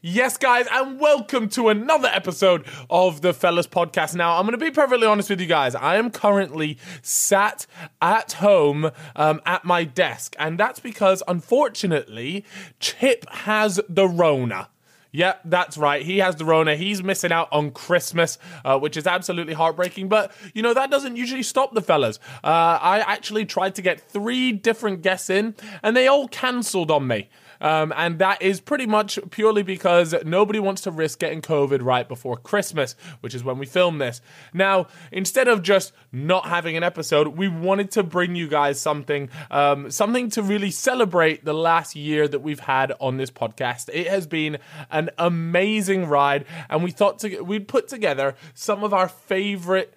Yes, guys, and welcome to another episode of the Fellas Podcast. Now, I'm going to be perfectly honest with you guys. I am currently sat at home um, at my desk, and that's because, unfortunately, Chip has the Rona. Yep, that's right. He has the Rona. He's missing out on Christmas, uh, which is absolutely heartbreaking. But, you know, that doesn't usually stop the fellas. Uh, I actually tried to get three different guests in, and they all cancelled on me. Um, and that is pretty much purely because nobody wants to risk getting COVID right before Christmas, which is when we film this. Now, instead of just not having an episode, we wanted to bring you guys something, um, something to really celebrate the last year that we've had on this podcast. It has been an amazing ride, and we thought to, we'd put together some of our favorite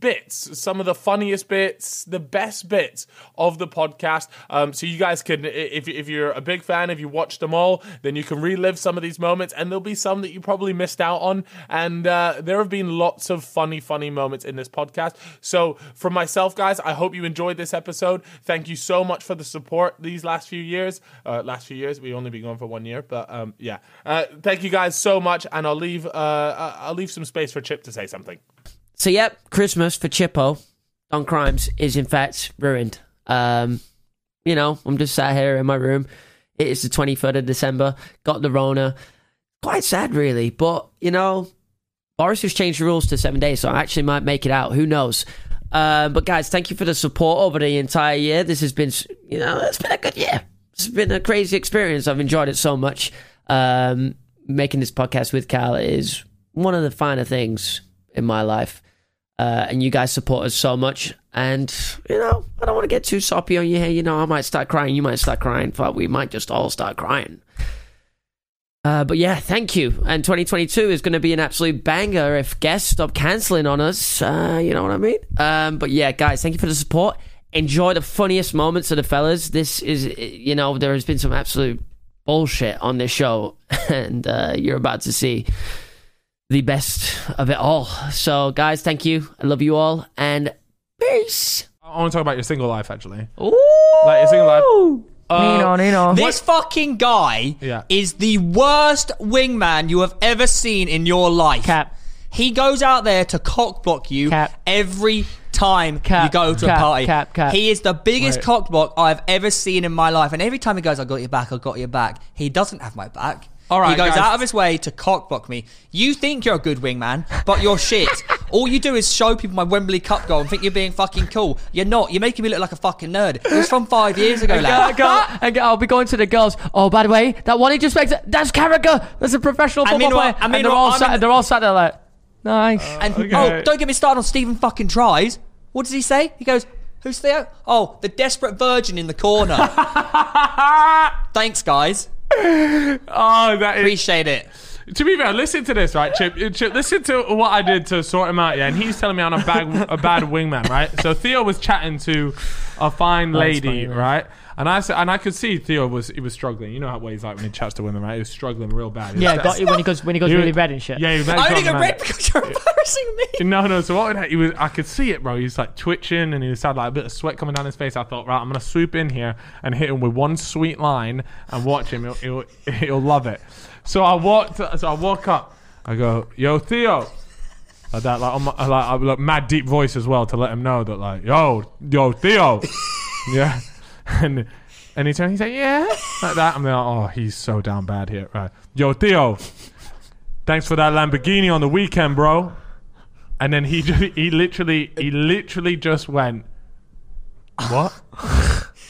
bits, some of the funniest bits, the best bits of the podcast. Um, so you guys can, if, if you're a big fan, if you watched them all, then you can relive some of these moments, and there'll be some that you probably missed out on. And uh, there have been lots of funny, funny moments in this podcast. So from myself, guys, I hope you enjoyed this episode. Thank you so much for the support these last few years. Uh, last few years, we've only been going for one year, but um, yeah. Uh, thank you guys so much, and I'll leave. Uh, I'll leave some space for Chip to say something. So, yep, Christmas for Chippo on crimes is in fact ruined. Um, you know, I'm just sat here in my room. It is the 23rd of December. Got the Rona. Quite sad, really. But, you know, Boris has changed the rules to seven days, so I actually might make it out. Who knows? Um, but, guys, thank you for the support over the entire year. This has been, you know, it's been a good year. It's been a crazy experience. I've enjoyed it so much. Um, making this podcast with Cal is one of the finer things in my life. Uh, and you guys support us so much. And, you know, I don't want to get too soppy on you here. You know, I might start crying. You might start crying. But we might just all start crying. Uh, but yeah, thank you. And 2022 is going to be an absolute banger if guests stop cancelling on us. Uh, you know what I mean? Um, but yeah, guys, thank you for the support. Enjoy the funniest moments of the fellas. This is, uh, you know, there has been some absolute bullshit on this show, and uh, you're about to see the best of it all. So, guys, thank you. I love you all, and peace. I want to talk about your single life, actually. Ooh. Like, it's single life. Nino, Nino. This fucking guy Yeah. is the worst wingman you have ever seen in your life. Cap. He goes out there to cockblock you Cap. every time Cap, you go to cap, a party. cap, cap. He is the Right. biggest cockblock I've ever seen in my life. And every time he goes, I got your back, I got your back, he doesn't have my back. All right, he goes guys. out of his way to cockblock me. You think you're a good wingman, but you're shit. All you do is show people my Wembley Cup goal and think you're being fucking cool. You're not. You're making me look like a fucking nerd. It was from five years ago, lad. Girl, girl, and girl, I'll be going to the girls. Oh, by the way, that one he just makes, that's Carragher. That's a professional I football mean what- player. I mean and they're what- all, I'm sat, in- they're all sat there like, nice. And Okay. oh, don't get me started on Stephen fucking tries. What does he say? He goes, "Who's Theo? Oh, the desperate virgin in the corner." Thanks, guys. Oh, that is. Appreciate it. To be fair, listen to this, right, Chip? Uh, Chip, listen to what I did to sort him out, yeah. And he's telling me I'm a bad, a bad wingman, right? So Theo was chatting to a fine lady, funny, man. right? And I said, and I could see Theo was he was struggling. You know how what he's like when he chats to women, right? He was struggling real bad. He yeah, was- got you when he goes, when he goes he was- really red and shit. Yeah, he was very I only get problematic. red because you're embarrassing me. No, no. So what? would ha- He was. I could see it, bro. He was like twitching, and he was had like a bit of sweat coming down his face. I thought, right, I'm gonna swoop in here and hit him with one sweet line and watch him. He'll, he'll, he'll love it. So I walked. So I walk up. I go, yo, Theo. Like that, like, on my, like, I, like mad deep voice as well to let him know that, like, yo, yo, Theo. yeah. And and he turned. He's like, yeah, like that. I'm like, oh, he's so down bad here, right? Yo, Theo. Thanks for that Lamborghini on the weekend, bro. And then he just, he literally he literally just went, what?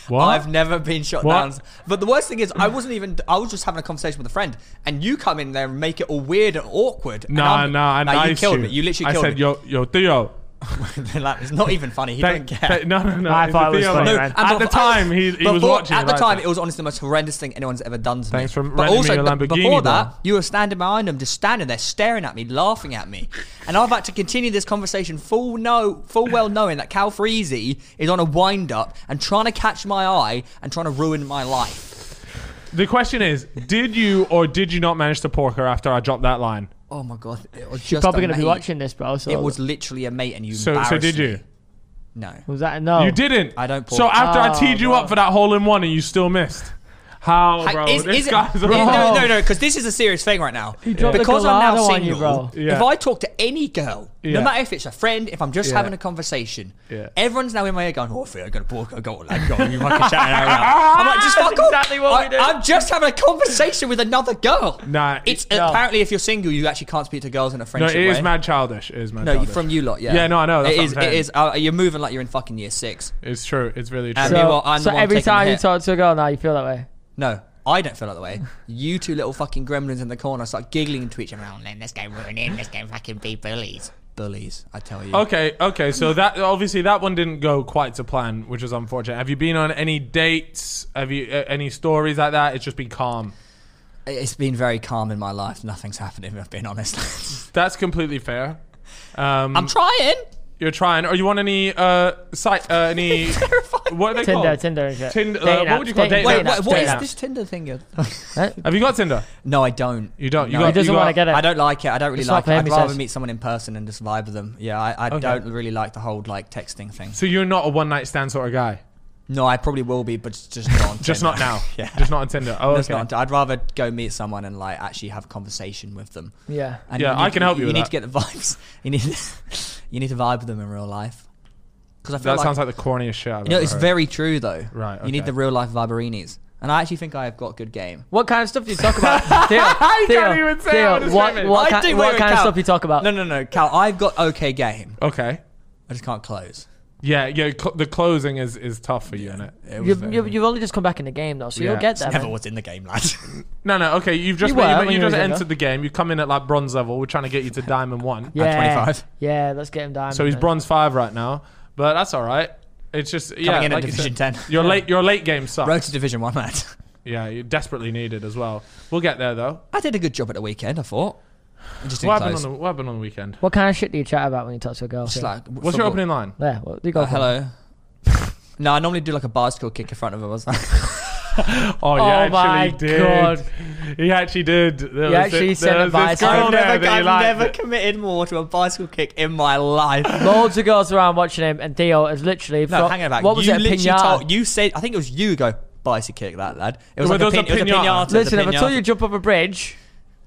what? I've never been shot What? down. But the worst thing is, I wasn't even. I was just having a conversation with a friend, and you come in there and make it all weird and awkward. and no, I'm- no, I Nah, nice you killed me. You literally I killed said, me. yo, yo, Theo. Like, it's not even funny. He Thank, don't care. thank- no, no, no. I thought it was Theo funny, moment. man. and At the befo- time, he, he was before- watching. At the right? time, it was honestly the most horrendous thing anyone's ever done to Thanks me. for renting me your b- Lamborghini, before bro. that, you were standing behind them, just standing there, staring at me, laughing at me, and I've had to continue this conversation full no, full well knowing that Cal Freezy is on a wind up and trying to catch my eye and trying to ruin my life. The question is, did you or did you not manage to pork her after I dropped that line? Oh my god, it was You're just probably a going to be mate. watching this, bro. So It was literally a mate, and you. So, so embarrassed did you? me. No. Was that a no? You didn't. I don't pork. So after I teed Oh, you up bro. for that hole in one, and you still missed. How, Like, bro? is- this is it- guy's a no, no, rock. no, no, because this is a serious thing right now. dropped a Because I'm now Gallardo single, on you, bro. Yeah. if I talk to any girl, Yeah. no matter if it's a friend, if I'm just Yeah. having a conversation, Yeah. everyone's now in my ear going, "Oh, I got a ball, I got like, go on, you fucking chatting out loud." I'm like, just fuck That's off. exactly what I, we do. I'm just having a conversation with another girl. Nah, it's no. apparently if you're single, you actually can't speak to girls in a No, friendship it is way. mad childish. It is mad no, you childish. from you lot, yeah. Yeah, no, I know, that's It what is. I'm It saying. is. Uh, you're moving like you're in fucking year six. It's true. It's really true. And So, meanwhile, I'm the so one every taking the time you hit. talk to a girl now, oh, you feel that way. No, I don't feel like the way. You two little fucking gremlins in the corner start giggling to each other. Oh, then let's go ruin it. Let's go fucking be bullies. Bullies, I tell you. okay, okay. So that obviously that one didn't go quite to plan, which is unfortunate. Have you been on any dates? Have you uh, any stories like that? It's just been calm. It's been very calm in my life. Nothing's happening, if I've been honest. That's completely fair. Um, I'm trying. you're trying. Or you want any uh site? Uh, any what are they Tinder, called? Tinder and shit. Tinder- uh, Dating what apps, would you call dating dating- Wait, Wait, dating apps? what, apps, what dating is apps. this Tinder thing? you're- Have you got Tinder? no, I don't. You don't. Oh, You No. got. He doesn't you got- wanna get it. I don't like it. I don't really It's like not for it. him, I'd he rather says. meet someone in person and just vibe with them. Yeah, I, I don't really like the whole like texting thing. So you're not a one night stand sort of guy. No, I probably will be, but just not on Just Tinder. not now. yeah. Just not on Tinder. Oh, That's okay. not- I'd rather go meet someone and like actually have a conversation with them. Yeah. And Yeah, need- I can help you You with need that. to get the vibes. You need you need to vibe with them in real life. Because I feel that like, sounds like the corniest shit. I've you know ever it's heard. very true though. Right, You need okay. the real life viberinis, and I actually think I have got good game. What kind of stuff do you talk about? Theo, can't Theo, even say Theo, it, it's what, women. what, I ki- do- wait, what wait, kind of Cal. stuff you talk about? No, no, no, Cal. I've got okay game. okay. I just can't close. Yeah, yeah. Cl- the closing is is tough for you, innit? It was You've, very- you've, you've only just come back in the game though, so Yeah. you'll get there. never man. was in the game, lad. No, no. Okay, you've just You were you- when you, you just were younger. entered the game. You come in at like bronze level. We're trying to get you to diamond one. Yeah, 25. yeah. Let's get him down. So he's man. bronze five right now, but that's all right. It's just yeah, Coming in at like you Division said, 10. Your late your late game sucks. Road to Division One, lad. Yeah, you desperately needed as well. We'll get there though. I did a good job at the weekend. I thought. I just didn't What happened on close. the what happened on the weekend? What kind of shit do you chat about when you talk to a girl? Just Theo? like, What's your football. opening line? yeah. What do you go? Uh, for? hello. no, I normally do like a bicycle kick in front of him. I was like, Oh, you Oh actually my did. God. He actually did. There He was actually this- sent there a was this bicycle. girl I've there never, that he I've liked. never committed more to a bicycle kick in my life. Loads of girls around watching him, and Theo is literally. No, fro- hang on about. What was you it? a literally pinata? told- you said I think it was you who go bicycle kick that lad. It was, Well, like a, there was pin, a it was a pinata. pinata. it was a Listen, if I told you pinata. to jump off a bridge,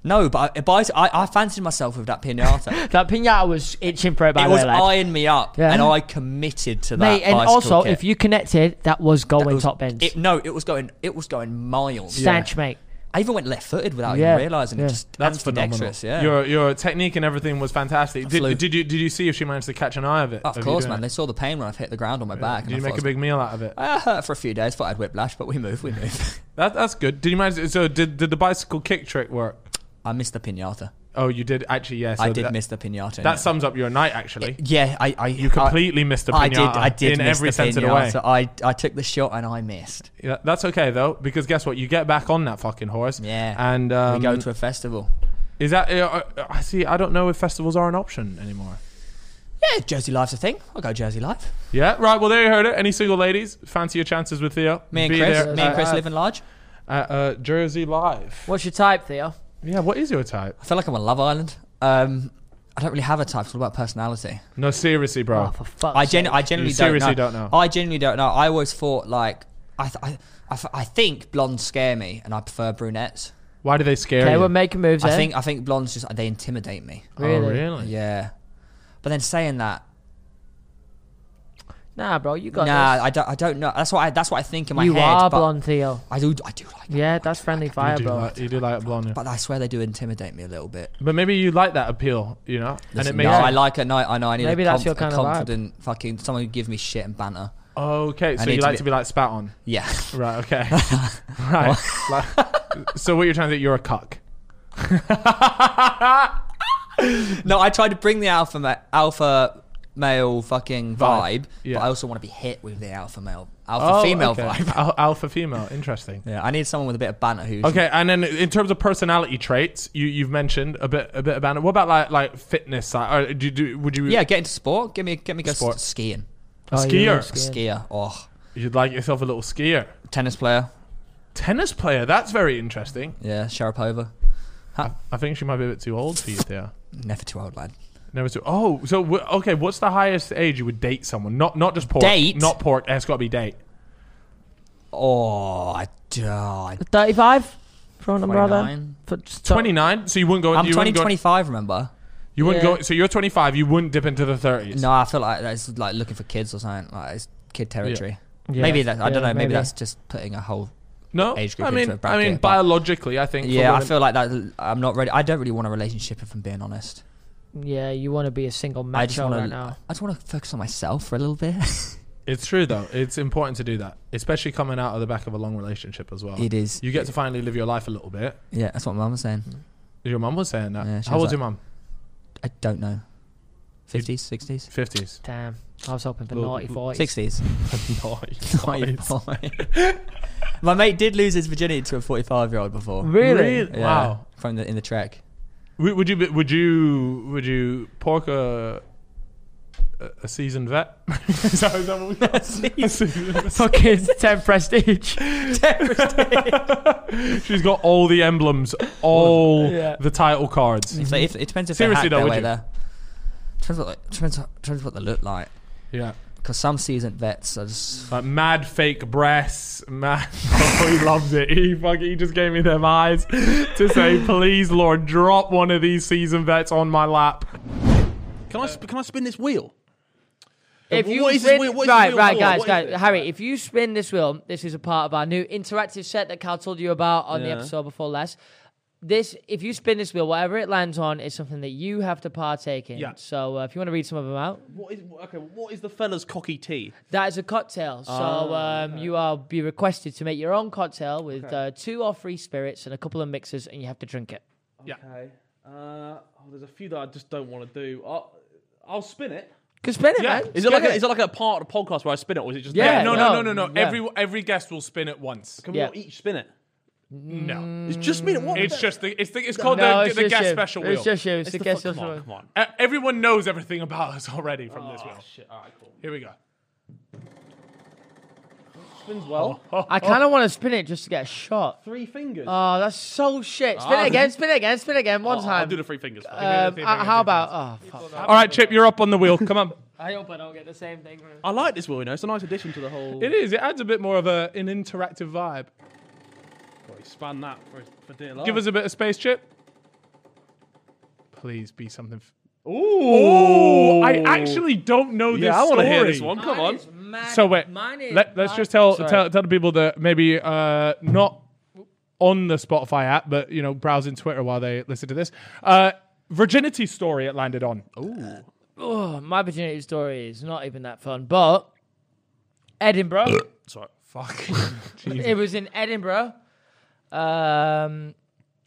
no, but I, a bicy- I, I fancied myself with that pinata. that pinata was itching for it. By it the was way, lad. eyeing me up, Yeah. and I committed to that. mate. And bicycle also, kick. if you connected, that was going It was- top ends. it, no, it was going, it was going miles. Stanch, mate. I even went left-footed without Yeah. even realizing Yeah. it. Just That's phenomenal. ambidextrous, Yeah, Your your technique and everything was fantastic. flew. Did, did you did you see if she managed to catch an eye of it? of Of you course, doing man. it? They saw the pain when I've hit the ground on my back. Did you and I make thought, a big meal out of it? I hurt for a few days. Thought I'd whiplash, but we move. We move. That, that's good. Did you manage? So did did the bicycle kick trick work? I missed the pinata. Oh, you did actually. Yes, I did miss the pinata. That sums up your night, actually. yeah, I, I You completely missed the I, I pinata did. I did in miss every the sense of the way. pinata. I I took the shot and I missed. Yeah, that's okay though, because guess what? You get back on that fucking horse. Yeah. And um, we go to a festival. is that? Uh, uh, I see. I don't know if festivals are an option anymore. Yeah, Jersey Life's a thing. I'll go Jersey Life. Yeah. Right. Well, there you heard it. Any single ladies fancy your chances with Theo? Me and Be Chris. there Me and at- Chris at- living large. at uh, Jersey Live. What's your type, Theo? Yeah. What is your type? I feel like I'm on Love Island. Um, I don't really have a type. It's all about personality. No, seriously, bro. Oh, for fuck's I, sake. gen- I generally You seriously don't, don't know. know. I genuinely don't know. I always thought like I th- I, I, f- I think blondes scare me and I prefer brunettes. Why do they scare Okay, you? we're making moves. I eh? think I think blondes just they intimidate me. oh, really. really? Yeah. But then saying that, Nah, bro, you got nah, this. I don't, I don't know. That's what I, that's what I think in my you head. are but blonde, Theo. I do, I do like. it. Yeah, that's friendly You fire, do, bro. like, you do like a blonde. yeah. But I swear they do intimidate me a little bit. But maybe you like that appeal, you know, and it Listen, makes. no, you- I like it. No, I know. I need Maybe a, that's conf- your kind a of vibe. confident fucking someone who give me shit and banter. okay, so need you to like be- to be like spat on, Yeah. right? Okay, right. Like- so what you're trying to say? You're a cuck. no, I try to bring the alpha ma- alpha male fucking vibe, Vibe, yeah. but I also want to be hit with the alpha male alpha Oh, female okay. vibe. Al- alpha female. Interesting. Yeah, I need someone with a bit of banter who's Okay, and then in terms of personality traits, you you've mentioned a bit a bit about it. What about like like fitness? Like, or do you do? Would you? Yeah, get into sport. Give me get me go s- Sport. skiing. Oh, skier. you're a Skier. Oh. You'd like yourself a little skier, Tennis player. tennis player. That's very interesting. Yeah, Sharapova. I think she might be a bit too old for you there. Never too old, lad. Never too. Oh, so w- okay. What's the highest age you would date someone? Not not just pork. Date? Not pork. It's got to be date. Oh, I died. 35? For a number other. 29? For- so- 29. So you wouldn't go. I'm you twenty wouldn't go- twenty five. remember? You wouldn't Yeah. go. So you're 25. You wouldn't dip into the 30s. No, I feel like that's like looking for kids or something. Like it's kid territory. Yeah. maybe that I don't know. Yeah, Maybe, maybe. that's just putting a whole. no. Age group I mean, into a I bracket, mean, but- biologically, I think. for Yeah, I women- feel like that. I'm not ready. I don't really want a relationship, if I'm being honest. Yeah, you want to be a single I just macho want right to. now. I just want to focus on myself for a little bit. it's true though. It's important to do that, especially coming out of the back of a long relationship as well. it is. You get to finally live your life a little bit. Yeah, that's what my mum was saying. Your mum was saying that. Yeah, she How was old's your mum? I don't know. Fifties, sixties, 50s. Damn. I was hoping for Look, naughty look, 40s. sixties. Nice. My mate did lose his virginity to a forty-five-year-old before. Really? Yeah, Wow. From the in the trek. Would would you be- would you would you pork a a- a seasoned vet? Is that- is that what we call it? A seasoned vet. Fucking 10 prestige. She's got all the emblems, all Yeah. the title cards. If they, if, it depends if Seriously they though, hack would their way you? there. Depends what, depends, depends what they look like. Yeah, Because some seasoned vets are just. like mad fake breasts. Mad. Oh, he loves it. He fuck. He just gave me them eyes to say, please, Lord, drop one of these seasoned vets on my lap. Can I sp- can I spin this wheel? If you What is this spin, wheel- what is this right, wheel right, for? guys, What is guys, this? Harry, if you spin this wheel, this is a part of our new interactive set that Cal told you about on the Yeah. episode before last. This, if you spin this wheel, whatever it lands on is something that you have to partake in. Yeah. So uh, if you want to read some of them out, What is okay? What is the fella's cocky tea? Ah, that is a cocktail. So um, you are be requested to make your own cocktail with uh, two or three spirits and a couple of mixers, and you have to drink it. Yeah. Okay. Uh, oh, there's a few that I just don't want to do. I'll, I'll spin it. Cause spin it, Yeah. man. Is it like Spin a, is it like a part of the podcast where I spin it, or is it just Yeah, Yeah, no, no, no, no, no, no. yeah. Every every guest will spin it once. Can we Yeah. all each spin it? Mm. No, It's just me. What? it's the- just the it's the, it's called No, the, it's the just guest you. special wheel. It's just you. It's, It's the the guest fuck- special wheel. Come on, come Uh, everyone knows everything about us already from this on. wheel. Oh, shit. All right, cool. Here we go. Spins well. Oh, I kind of want to spin it just to get a shot. Three fingers. Oh, that's so shit. Spin it again, spin it again, spin it again. One Ah. Oh, I'll- time. I'll do the three fingers. first. Um, uh, how about? Oh, fuck. All right, Chip, you're up on the wheel. Come on. I hope I don't get the same thing. I like this wheel. You know, it's a nice addition to the whole. It is. It adds a bit more of a, an interactive vibe. Oh, he span that for, for dear life. Give us a bit of space, Chip. Please be something. F- Ooh. Oh, I actually don't know this. Yeah, I want to hear story. this one. Come on. So wait, let, us just tell, Sorry. tell tell the people that maybe uh, not on the Spotify app, but you know, browsing Twitter while they listen to this. Uh, virginity story it landed on. Oh, my virginity story is not even that fun, but Edinburgh. Sorry. Fuck. it was in Edinburgh. Um,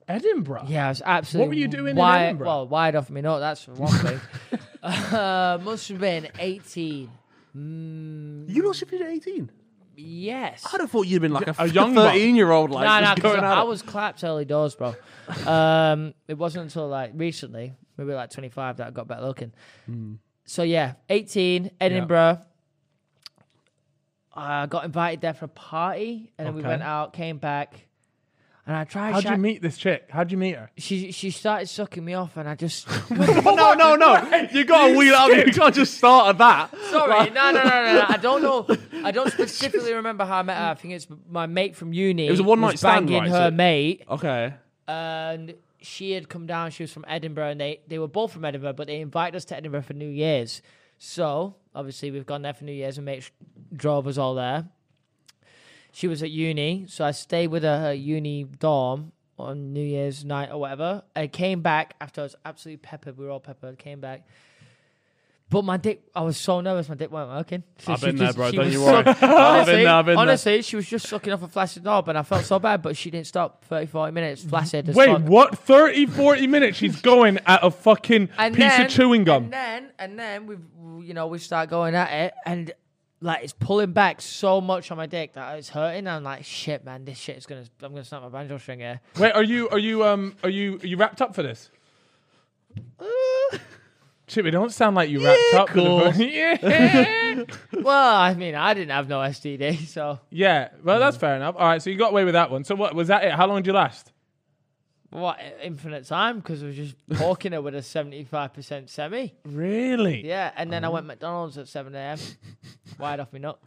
Edinburgh. yeah, it was absolutely. What were you doing in wide, Edinburgh? Well, wide off me. No, that's for one thing. uh, must have been eighteen. Mm. You lost your at 18. Yes. I'd have thought you'd been like a, A young buck. 13 year old. Like, No, no, just 'cause going I, at I it. was clapped early doors, bro. Um, it wasn't until like recently, maybe like 25, that I got better looking. Hmm. So yeah, 18, Edinburgh. I got invited there for a party, and then we Okay. went out, came back, and I tried. How'd sha- you meet this chick? How'd you meet her? She she started sucking me off, and I just No, no, no. You got to wheel up. You can't just start at that. sorry, no, no, no, no, no. I don't know. I don't specifically remember how I met her. I think it's my mate from uni. It was a one-night stand, banging right, her so- mate. Okay. and she had come down. She was from Edinburgh, and they, they were both from Edinburgh, but they invited us to Edinburgh for New Year's. So obviously we've gone there for New Year's, and mate sh- drove us all there. She was at uni, so I stayed with her, at her uni dorm on New Year's night or whatever. I came back after I was absolutely peppered. We were all peppered. Came back. But my dick, I was so nervous. My dick weren't working. She- I've she been there, just- bro, she don't was you so- worry. I've been honestly, there, I've been there. honestly, she was just sucking off a flaccid knob, and I felt so bad. But she didn't stop. 30, 40 minutes flaccid. as Wait, fuck. what? 30, 40 minutes? She's going at a fucking And piece then- of chewing gum. And then, and then we, you know, we start going at it, and like it's pulling back so much on my dick that it's hurting. I'm like, shit, man, this shit is gonna. I'm gonna snap my banjo string here. Wait, are you are you um are you are you wrapped up for this? Uh. Chip, it don't sound like you wrapped up. For the, yeah. well, I mean, I didn't have no STD, so yeah. Well, that's fair enough. All right, so you got away with that one. So what was that? It? How long did you last? what infinite time because I was just walking it with a 75 percent semi. Really? Oh. Yeah, and then I went McDonald's at 7 a.m. wide off me nut.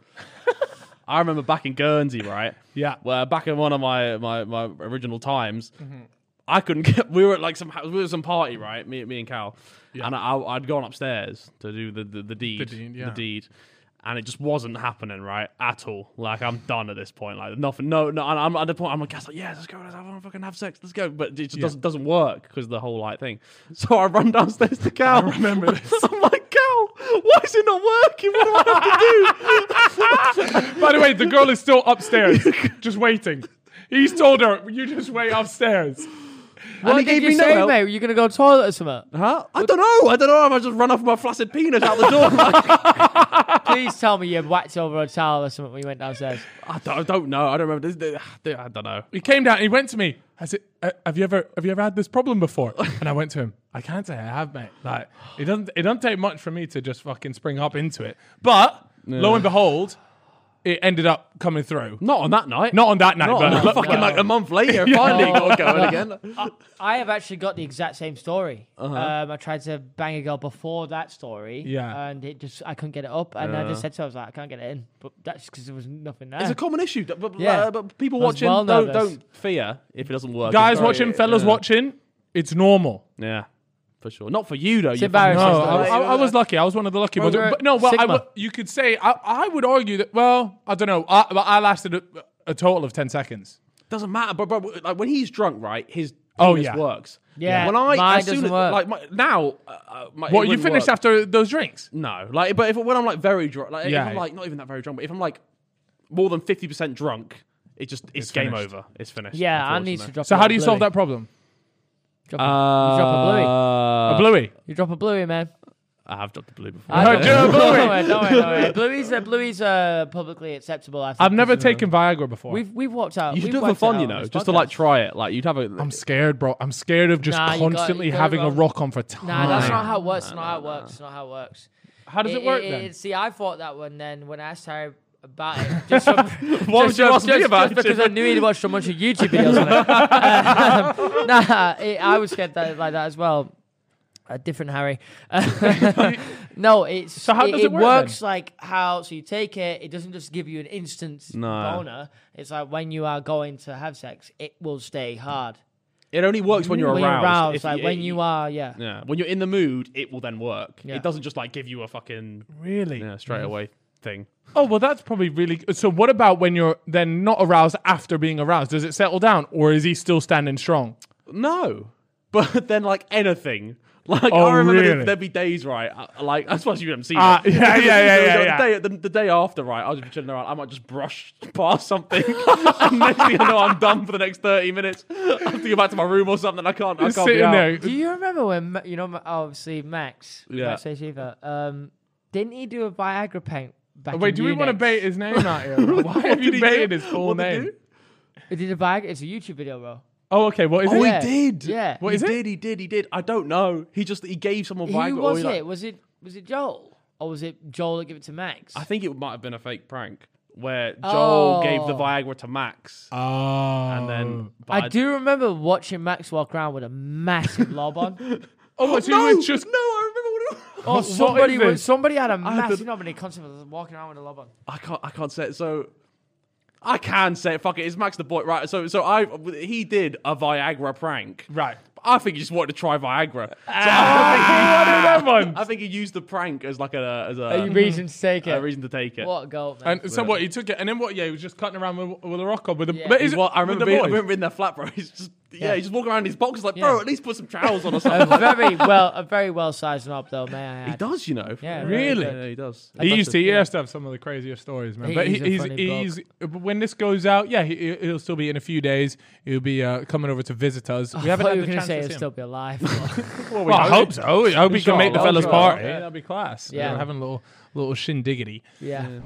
I remember back in Guernsey, right? Yeah. Where back in one of my my, my original times, Mm-hmm. I couldn't get. We were at like some house- we were at some party, right? Me me and Cal, and I, I'd gone upstairs to do the the, the deed, deed, yeah. the deed. And it just wasn't happening, right, at all. Like I'm done at this point. Like nothing, no, no. And I'm at the point. I'm like, "Yes, like, yeah, let's go. Let's have, I wanna fucking have sex. Let's go. But it just doesn't doesn't work because the whole like thing. So I run downstairs to Cal. I remember this. I'm like, Cal, why is it not working? What do I have to do? By the way, the girl is still upstairs, just waiting. He's told her, "You just wait upstairs." What he did gave you me no say, help. mate? Were you gonna go to the toilet or something? Huh? I don't know. I don't know. I might just run off my flaccid penis out the door. Please tell me you whacked over a towel or something when you went downstairs. I, don't, I don't know. I don't remember. This, this, I don't know. He came down. He went to me. I said, "Uh, "Have you ever have you ever had this problem before?" And I went to him. I can't say I have, mate. Like it doesn't it doesn't take much for me to just fucking spring up into it. But lo and behold, it ended up coming through. Not on that night. Not on that night, Not but on that- look- fucking like a month later. Finally got going again. Uh-huh. I have actually got the exact same story. Um, I tried to bang a girl before that story. Yeah. And it just, I couldn't get it up. And I just said to her, I was like, I can't get it in. But that's because there was nothing there. Uh-huh. It's a common issue. But, but, Yeah. uh, but people I was watching well don't, nervous. don't fear if it doesn't work. guys It's very- watching, fellas yeah. watching, it's normal. Yeah, for sure. Not for you though. It's No, embarrassing. Fucking, Sister. I, I- I was lucky. I was one of the lucky ones. we were But no, well, I Sigma. w- you could say I, I would argue that. Well, I don't know. I, I lasted a, a total of ten seconds. doesn't matter. But, but like when he's drunk, right? His Oh, penis yeah. works. Yeah, When I mine as soon doesn't as, work. like my, now, uh, uh, my, What you finished after. after those drinks? No, like, but if when I'm like very drunk, like, Yeah. if I'm like not even that very drunk, but if I'm like more than fifty percent drunk, it just it's, game finished. over. It's finished. yeah, I need to unfortunately. drop So a how do you solve bluey. that problem? Drop a- you drop a bluey. Uh, a bluey. Uh, You drop a bluey, man. I have dropped the blue before. I Oh, do a bluey. Don't worry, don't worry, don't worry. Bluey's, uh, bluey's uh, publicly acceptable, I think. I've never taken Viagra before. We've, we've walked out. you should we've do it for worked fun, out you on know, this just to like podcast. try it. Like you'd have a. I'm scared, bro. I'm scared of just Nah, you got- constantly you got it having a wrong. rock on for time. Nah, that's not how it works. not how it works. Not how it works. How does it, work then? See, I thought that one then when I asked her about it. Just from, what would you ask me about it? Because I knew he'd watched a bunch of YouTube videos on it. Um, nah, it, I was scared that, like that as well. A different Harry. no, it's so how does it work works like how so you take it. It doesn't just give you an instant No. boner. It's like when you are going to have sex, it will stay hard. It only works when you're when aroused. you're aroused, If like when you are, yeah. Yeah, when you're in the mood, it will then work. Yeah. It doesn't just like give you a fucking Really? yeah, straight away thing. Oh well, that's probably really. Good. So what about when you're then not aroused after being aroused? Does it settle down, or is he still standing strong? No, but then like anything. Like Oh, I remember really? there'd, there'd be days, right? uh, I, like I suppose you haven't seen. Ah, it. yeah, yeah, yeah, yeah, the, yeah. Day, the, the day after, right? I'll just be chilling around. I might just brush past something, and next thing I know, I'm done for the next thirty minutes. I have to go back to my room or something. I can't. I can't Just sitting be out. there. Do you remember when Ma- you know Ma- obviously Max? Yeah. Max Ashiva, um, didn't he do a Viagra paint back? Wait, in do we want to Unix? bait his name out here? Bro? Why have did you he baited do? his full What did he name? do? He did a Viagra. It's a YouTube video, bro. Oh, okay. What is Oh, it? Yeah. he did. Yeah. What he is it? did. He did. He did. I don't know. He just he gave someone Viagra. Who or was he, it? like- was it was it Joel or was it Joel that gave it to Max? I think it might have been a fake prank where Joel gave the Oh. Viagra to Max, Oh. and then but I do remember watching Max walk around with a massive lob on. Oh, what, so he No, was just. no, I remember what it was. Oh, is somebody was, this? somebody had a massive don't- lob and he constantly was walking around with a lob on. I can't. I can't say it. So I can say it. Fuck it. It's Max the boy, right? So so I he did a Viagra prank. Right. I think he just wanted to try Viagra. So Ah, he wanted that I one. Mm-hmm. think he used the prank as like a as A a, reason to take a it. reason to take it. What a goal, man. And so what? He took it, and then what? Yeah, he was just cutting around with, with a rock on with the. Yeah. But is it, Well, I with remember, the being, I boys? remember in their flat, bro. He's just yeah, Yeah. he's just walking around in his box. He's like, Yeah. bro, at least put some trousers on or something. a very well, a very well sized knob, though, may I add. he does, you know. Yeah, Really? good. he does. He That's used a- to. He yeah. has to have some of the craziest stories, man. He- but he, he's a he's, funny bloke. he's, when this goes out, yeah, he, he'll still be in a few days. He'll be uh, coming over to visit us. We I haven't thought had you the were chance gonna say to he'll see him. still be alive. Well, I hope so. I hope he can make the Inshallah. fellas Inshallah. party. That'd be class. Yeah. Yeah, having a little little shindiggity. yeah.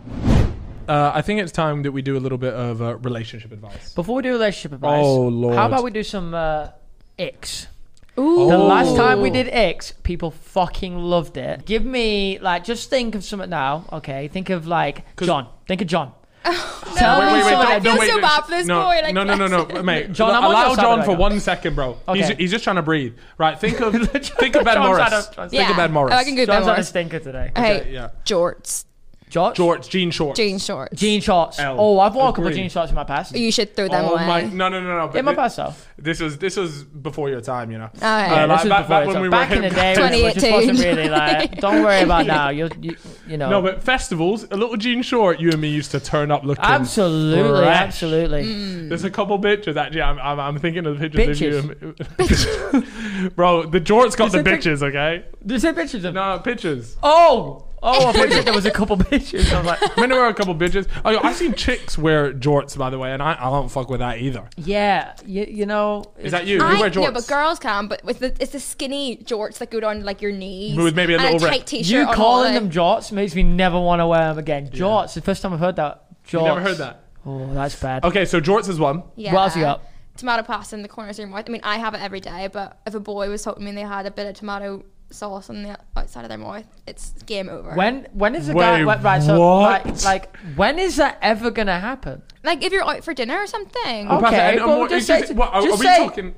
Uh, I think it's time that we do a little bit of uh, relationship advice. Before we do relationship advice, Oh, Lord. how about we do some uh, icks? The last time we did icks, people fucking loved it. Give me like, just think of something now. Okay, think of like John. Think of John. Wait, Tell me wait, wait, something. don't- I no, feel wait, so wait, bad for this no, boy, like- no, no, no, no, mate. John, I'm on allow your side John right for now. one second, bro. He's, Okay. he's just trying to breathe. Right, think of think of Ben John's Morris. had a- Think of Ben Morris. Oh, I can go Ben John's on a Morris. stinker today. Okay, yeah. jorts. George? Shorts, jean shorts. Jean shorts. Jean shorts. L. Oh, I've worn a couple of Agree. jean shorts in my past. You should throw them Oh away. my! No, no, no, no. but In my thi- past, though. This was this was before your time, you know. All right. Uh, Yeah, like this was back- before back it's when up. we were back in the hip- day, when it was just wasn't 2018. really like. Don't worry about now. You, you, you know. No, but festivals, a little jean short, you and me E used to turn up looking. absolutely, fresh. absolutely. There's a couple pictures actually. I'm, I'm, I'm thinking of the pictures Bitches. of you. And, bro, the jorts got Is the it pic- pictures, okay? Did you say pictures of? No, pictures. Oh, oh, I thought you said there was a couple pictures. I was like, I mean, there were a couple bitches. Oh, I've seen chicks wear jorts, by the way, and I, I don't fuck with that either. yeah, you, you know. Is that you? You I, wear jorts? no, but girls can. But with the, it's the skinny jorts that go down like your knees. With maybe a and little a rip. tight t-shirt. You on calling all them jorts makes me never want to wear them again. Jorts, the first time I've heard that. Jorts. You never heard that. Oh, that's bad. Okay, so jorts is one. Yeah. What else you got? Tomato pasta in the corners of your mouth. I mean, I have it every day. But if a boy was talking me and they had a bit of tomato sauce on the outside of their mouth, it's game over. When when is the Wait, guy right, right so what? like like when is that ever gonna happen? like if you're out for dinner or something. Oh. Okay, And- and well, what- just is say- this- what, are, just are we say- talking?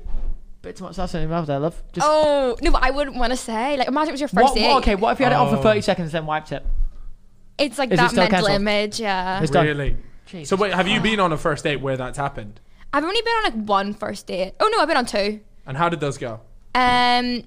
Bit too much sauce in your mouth there, love. Just Oh no! But I wouldn't want to say. Like, imagine it was your first what, date. what, okay, what if you had it on Oh. for thirty seconds then wiped it? It's like Is it that still mental cancelled? image. Yeah. It's done. Really? So wait, have you been on a first date where that's happened? I've only been on like one first date. Oh no, I've been on two. And how did those go? Um.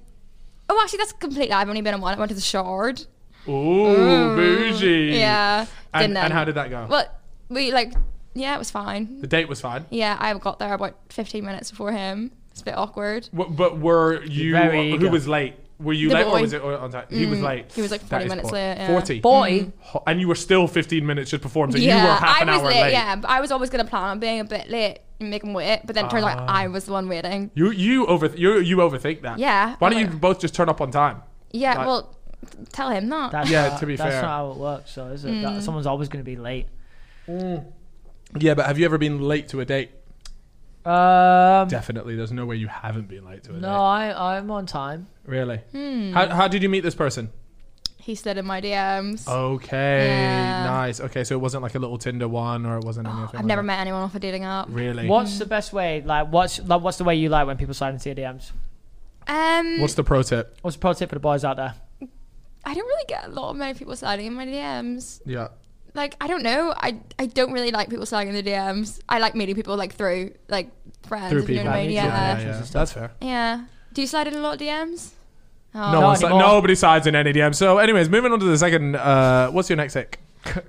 Oh, actually, that's complete. lie. I've only been on one. I went to the Shard. Mm. Ooh, bougie. Yeah. And, didn't and I? how did that go? Well, we like, yeah, it was fine. the date was fine. Yeah, I got there about 15 minutes before him. It's a bit awkward. W- but were you? Very who eager. was late? Were you The late or boy. was it on time? He was late. Mm. He was like That 40 is minutes poor. late, yeah. Mm-hmm. 40. Forty. Ho- And you were still 15 minutes just before him, so you were yeah, half I an was hour late, late. Yeah, but I was always gonna plan on being a bit late and make him wait. But then it turns out Ah. I was the one waiting. You you over you you overthink that. Yeah. Why don't I'm you like- both just turn up on time? Yeah, Right. well, tell him that. That's Yeah, not, to be that's fair. not how it works, so is it? Mm. That, someone's always gonna be late. Mm. Yeah, but have you ever been late to a date? Um Definitely. There's no way you haven't been late to a No, I I'm on time. date. Really? Hmm. How how did you meet this person? he slid in my DMs. Oh, Okay. Yeah. Nice. Okay, so it wasn't like a little Tinder one or it wasn't anything. I've never met anyone off a dating app. Really? What's the best way? Like what's like what's the way you like when people slide into your DMs? Um, What's the pro tip? What's the pro tip for the boys out there? I don't really get a lot of many people sliding in my DMs. Yeah. Like, I don't know. I I don't really like people sliding in the DMs. I like meeting people like through like friends. Through if you know people. what I mean? Yeah, Yeah. yeah. That's fair. Yeah. Do you slide in a lot of DMs? Oh, No, Not one's like, anymore. nobody sides in any DM. So, anyways, moving on to the second. Uh, what's your next pick?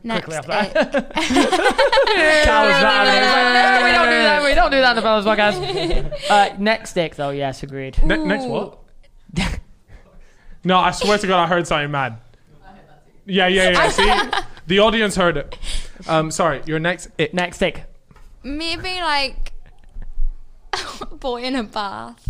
Next. quickly after it- we don't do that. We don't do that in the Fellas podcast. Uh, next dick, though. Yes, agreed. Ne- next what? no, I swear to God, I heard something mad. Yeah, yeah, yeah. See, the audience heard it. Um, sorry, your next it. Next dick. Maybe like a boy in a bath.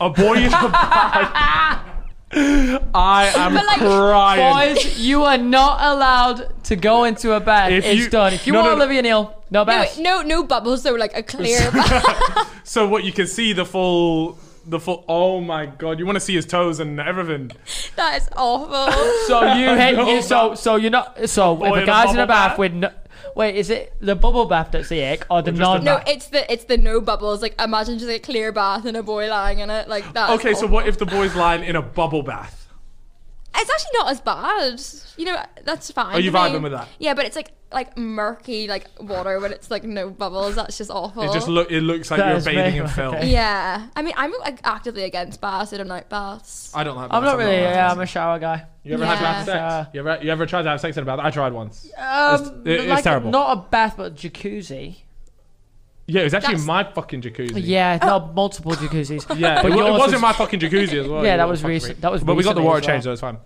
A boy in a bath. I am But like, crying. Boys, you are not allowed to go into a bed. If it's you- done. If you No, want no, no. Olivia Neal, no No, best. wait, no, no bubbles. So like a clear. bath. So what you can see the full, the full. Oh my God, you want to see his toes and everything. that is awful. So you hate No you. So so you're not. So boy if in a a guy's in bubble a bath bath? with no, wait, is it the bubble bath that's the ick or the just the non? No, it's the it's the no bubbles. Like imagine just like a clear bath and a boy lying in it. Like that. is Okay, so awful. what if the boy's lying in a bubble bath? It's actually not as bad. You know, that's fine. you for me. vibing with that? Yeah, but it's like like murky like water when it's like no bubbles. That's just awful. It just look. It looks like That you're is bathing in very- film. okay. Yeah, I mean, I'm like, actively against baths. I don't like baths. I don't like. I'm baths, not really. a Yeah, bath I'm a shower guy. You ever Yeah. had to have Uh, sex? You ever, you ever tried to have sex in a bath? I tried once. Um, it- it's like terrible. Not a bath, but a jacuzzi. Yeah, it was actually That's- my fucking jacuzzi. Yeah, no, multiple jacuzzis. yeah. It, but wa- it yours wasn't was- my fucking jacuzzi as well. Yeah, you that little was fuck recent- me. that was But we got the recently water as changed, so well. it's fine.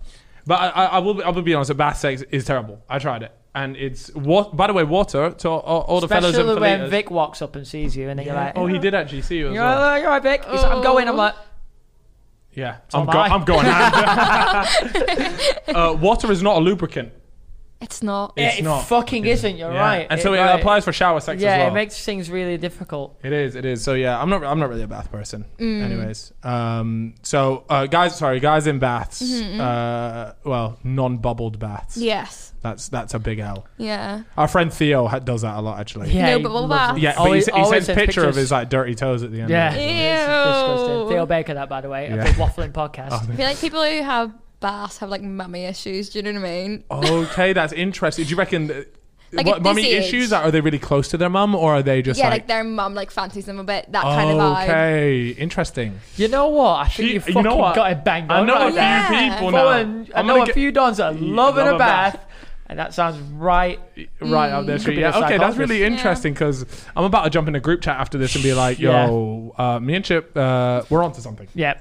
But I, I, I will. Be, I will be honest. Bath sex is terrible. I tried it, and it's what. By the way, water to all, all the fellas and Especially when fellitas. Vic walks up and sees you, and then you're like, Oh, he did actually see you as You're well. right, you're right, Vic. He's like, I'm going. I'm like, yeah, I'm, am go- I. I'm going. uh, water is not a lubricant. It's not. It's it not. fucking isn't. You're Yeah. right. And so it, right. applies for shower sex Yeah, as well. it makes things really difficult. It is. It is. So yeah, I'm not. I'm not really a bath person. Mm. Anyways, um, so uh, guys, sorry, guys in baths. Uh, well, non-bubbled baths. Mm-hmm, Yes. That's that's a big L. Yeah. Our friend Theo ha- does that a lot actually. Yeah, no he bubble loves bath. Yeah, but Always- he, s- he always sends sends picture of pictures. his like dirty toes at the end. Yeah, Of it. It's disgusting. Ew. Theo Baker, that by the way, Yeah. Oh, a big waffling podcast. I feel like people who have bass have like mummy issues. Do you know what I mean? Okay, that's interesting. Do you reckon uh, Like what at mummy this age. issues are they really close to their mum or are they just yeah, like, like, their mum like fancies them a bit. That okay, kind of vibe. interesting. You know what? I think She- you, you fucking know what? got it banged I on. know a right few there. Yeah. people Go now. on. I I'm know gonna a get- few dons are loving love a a bath, bath. and that sounds right. right up there. Yeah, be the okay, that's psychologist. really Yeah. interesting because I'm about to jump in a group chat after this and be like, Yeah. "Yo, uh, me and Chip, uh, we're onto something." Um, Yeah.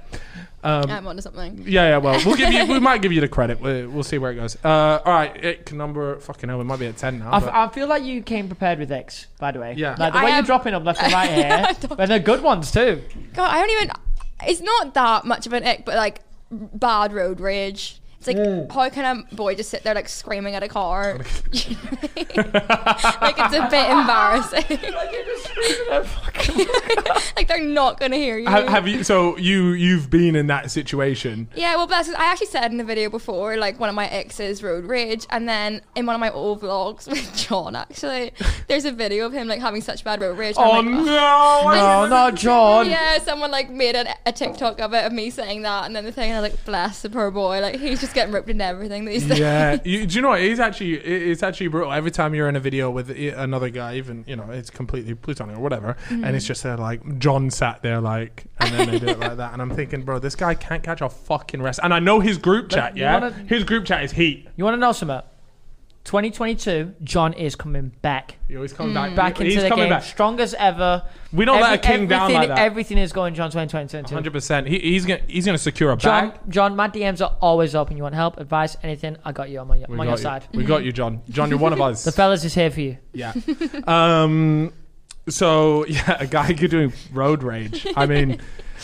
I'm onto something. Yeah, yeah. Well, we'll give you. We might give you the credit. We- We'll see where it goes. Uh, all right, ick number. Fucking hell, we might be at ten now. I, f- but- I feel like you came prepared with X, by the way. Yeah. Like the I way you're am- dropping them left and right I here, don't- but they're good ones too. God, I don't even. It's not that much of an ick, but like bad road rage. It's like how can a boy just sit there like screaming at a car? Do you know what I mean? like it's a bit embarrassing. like they're not gonna hear you. have, have you? So you you've been in that situation. Yeah, well, that's, I actually said in the video before, like one of my exes road rage, and then in one of my old vlogs with John, actually, there's a video of him like having such bad road rage. and Oh I'm like, "Ugh." no! No, not John. Yeah, someone like made an, a TikTok of it of me saying that, and then the thing, and I was like, bless the poor boy, like he's just getting ripped into everything these days. yeah, you, do you know what? It's actually it- it's actually brutal. Every time you're in a video with i- another guy, even you know it's completely plutonic or whatever, Mm-hmm. and it's just there like John sat there like, and then they do it like that, and I'm thinking, bro, this guy can't catch a fucking rest. And I know his group chat, you yeah, wanna- his group chat is heat. You want to know something? 2022, John is coming back. He always comes Mm. back, Back He- into he's the coming game, back. strong as ever. We don't let a king down everything- like that. Everything is going John 2022. Hundred percent. He, he's gonna he's gonna secure a John, bag. John, my DMs are always open. You want help, advice, anything? I got you. I'm on your, I'm on got you. your side. We got you, John. John, you're one of us. The fellas is here for you. Yeah. um. So yeah, a guy could do road rage. I mean, do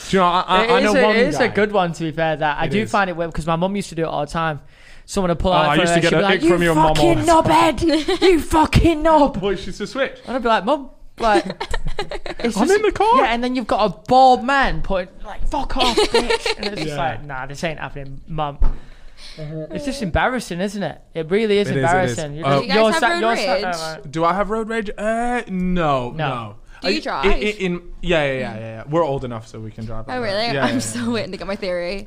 you know? I, I, It I is know a, one it is guy. a good one to be fair. That I It do is. find it weird because my mum used to do it all the time. Someone would pull Oh, out. I in front used of to her, get she'd be an like, ick from "You your mum all fucking knobhead, you fucking knob. Push is to switch. And I'd be like, mum, like, it's I'm just- in the car. Yeah, and then you've got a bald man putting like, fuck off, bitch. And it's just Yeah. like, nah, this ain't happening, mum. It's just embarrassing, isn't it? It really is It is, it is. embarrassing. Uh, Do just- you guys have sat- road you're sat there rage? like- Do I have road rage? Uh, no, no. Do you I- drive? i- i- in- yeah, yeah, yeah, yeah, yeah. We're old enough so we can drive. Oh like that. really? Yeah, I'm yeah, still yeah. waiting to get my theory.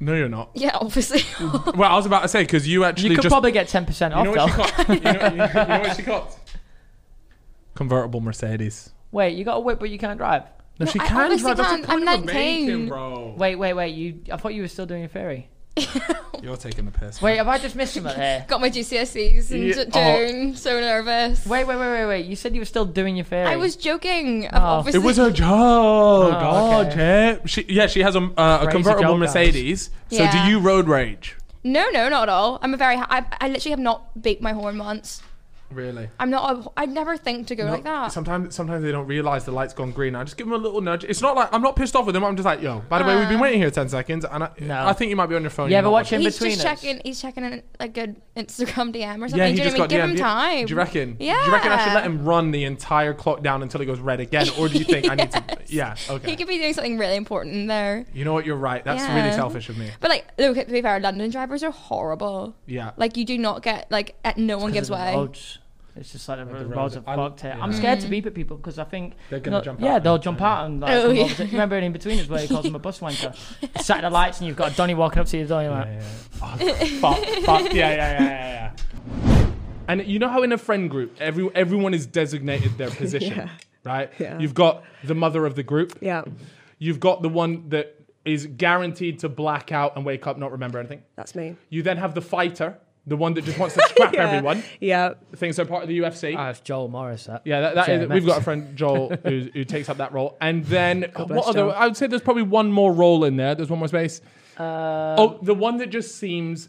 No, you're not. Yeah, obviously. Well, I was about to say because you actually You could just. probably get 10% you off, know though. what she got? you, know, you know- you know what she got? Convertible Mercedes. Wait, you got a whip, but you can't drive. No, she I can honestly drive. That's the can't. point I'm we're making, 19. bro. Wait, wait, wait. You, I thought you were still doing your ferry. You're taking the piss. Wait, have I just missed something here? Got my GCSEs in Yeah, J- oh. June. So nervous. Wait, wait, wait, wait, wait. You said you were still doing your ferry. I was joking. Oh. It Obviously, was a joke. God, okay. Chip. She, yeah, she has a, uh, a Crazy convertible joke, guys. Mercedes. So Yeah. do you road rage? No, no, not at all. I'm a very. I, I literally have not beat my horn once. Really? I'm not. A, I never think to go like that. Sometimes, sometimes they don't realize the light's gone green. I just give them a little nudge. It's not like I'm not pissed off with them. I'm just like, yo. By the way, we've been waiting here ten seconds, and I, No. I think you might be on your phone. You You're ever not watch watching. in Uh, he's between just us. checking. He's checking in a good Instagram DM or something. Yeah, he do you just know got what I mean? Give DM'd. him time. Do you reckon? Yeah. Do you reckon I should let him run the entire clock down until it goes red again, or do you think I need to? Yeah. Okay. He could be doing something really important there. you know what? You're right. That's Yeah. really selfish of me. But like, look, to be fair, London drivers are horrible. Yeah. Like, you do not get like, at, no one gives way. Roads. It's just like the, the roads roads. have I- fucked it. I'm yeah. scared to beep at people because I think They're gonna no, jump Yeah, out they'll and- jump out and like. Oh, come yeah. over to- you Remember in between us where he calls them a bus wanker. Sat at the lights and you've got a Donny walking up to you. Donny like, Yeah, yeah, yeah. Oh, fuck, fuck. Yeah, yeah, yeah, yeah, yeah. And you know how in a friend group, every, everyone is designated their position, Yeah. right? Yeah. You've got the mother of the group. Yeah, You've got the one that is guaranteed to black out and wake up, not remember anything. that's me. You then have the fighter, the one that just wants to scrap Yeah. everyone. Yeah. Thinks they're part of the UFC. Ah, oh, it's Joel Morris. That. yeah, that, that Sorry, is, Max. we've got a friend Joel who, who takes up that role, and then bless what other? Joel. I would say there's probably one more role in there. There's one more space. Uh, Um, Oh, the one that just seems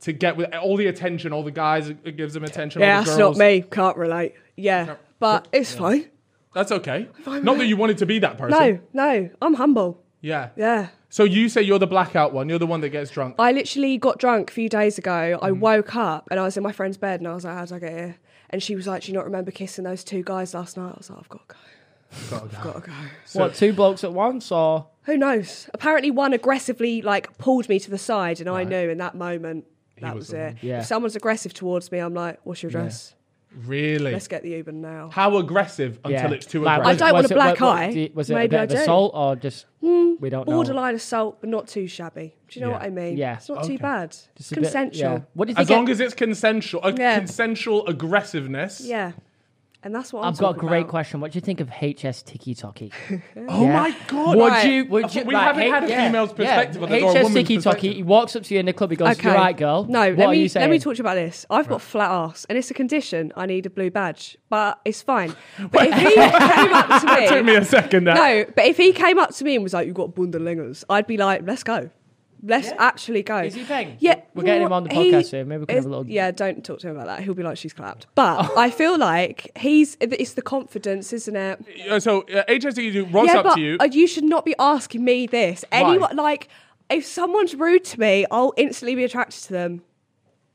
to get with all the attention, all the guys it gives them attention. Yeah, all the that's girls. not me. Can't relate. Yeah. But it's fine. That's okay. Not that you wanted to be that person. No, no. I'm humble. Yeah. Yeah. So you say you're the blackout one. You're the one that gets drunk. I literally got drunk a few days ago. I woke up and I was in my friend's bed and I was like, how did I get here? And she was like, do you not remember kissing those two guys last night? I was like, I've got to go. I've got to go. what? Two blokes at once or? Who knows? Apparently, one aggressively like pulled me to the side, and I knew in that moment that was was, the it. one. Yeah. If someone's aggressive towards me, I'm like, "What's your address? Really? Let's get the Uber now. How aggressive until Yeah. it's too Like, I aggressive? don't want was a it- black what- what- eye. do you- Was it Maybe a bit I of do. Hmm. assault or just we don't know? Borderline assault, but not too shabby. Do you know Yeah. what I mean? Yeah. It's not Okay. too bad. It's Just a bit- consensual. yeah. What do you think? As long as it's consensual, uh, Yeah. consensual aggressiveness. yeah. And that's what I'm I've got a talking great about. question. What do you think of HS Tiki Toki? Oh Yeah. my god! Would Right. you? Would you? We like, haven't hey- had a yeah, female's perspective yeah. on this, or a HS woman's Tiki Toki. perspective. He walks up to you in the club. He goes, "You're right, girl. No, what let are me you saying?" let me talk to you about this. I've got flat ass, and it's a condition. I need a blue badge, but it's fine. But if he came up to me, Took me a second there. no, but if he came up to me and was like, "You've got bundelingers," I'd be like, "Let's go, let's actually go." Is he paying? Yeah, We're getting him well, on the he- podcast soon. Maybe we can have a it's- little- Yeah, don't talk to him about that. He'll be like, "She's clapped." But I feel like he's. It's the confidence, isn't it? Uh, So uh, HSD do runs yeah, up but to you. uh, you should not be asking me this. Anyone like. If someone's rude to me, I'll instantly be attracted to them.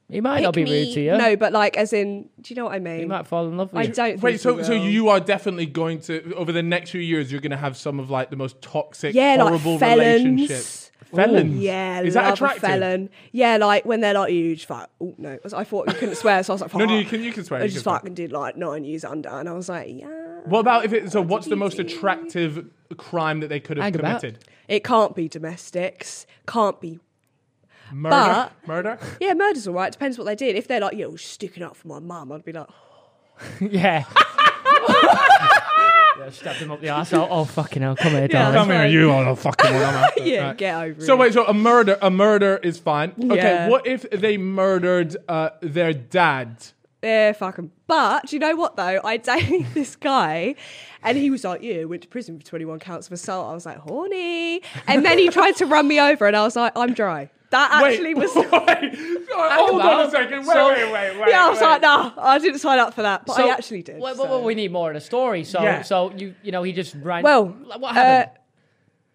He might not be Pick rude me. to you. No, but like, as in, do you know what I mean? he might fall in love I with you. don't. Wait, think so he so will. you are definitely going to over the next few years, you're going to have some of like the most toxic, yeah, horrible like felons. relationships. Felons. Yeah, Is love that a attractive? felon. Yeah, like when they're like huge fat. Oh no, I thought you couldn't swear, so I was like, No, no, fuck. you can you can swear. I you just can swear. fucking did like nine years under, and I was like, yeah, What about if it? So what's the most attractive crime that they could have Hang about. committed? it can't be domestics, can't be. Murder. Murder. Yeah, murder's all right. Depends what they did. If they're like, yo, she's sticking up for my mum, I'd be like, Yeah. yeah. Stabbed him up the arse. Oh, oh, fucking hell! Come here, darling. Come here, Right. you on a fucking one. I'm after. yeah, get over So it. wait, so a murder, a murder is fine. Okay, Yeah. what if they murdered uh, their dad? Yeah, "Eh, fuck 'em. But do you know what though? I dated this guy, and he was like, "Yeah, went to prison for twenty-one counts of assault." I was like, "Horny," and then he tried to run me over, and I was like, "I'm dry." That actually wait, was. wait, hold on a about- second. Wait, so- wait, wait, wait. yeah, I was wait. like, "Nah, I didn't sign up for that," but So- I actually did. Well, so. well, well, we need more of the story. So, Yeah. so you, you know, he just ran. Well, Like, what happened? Uh,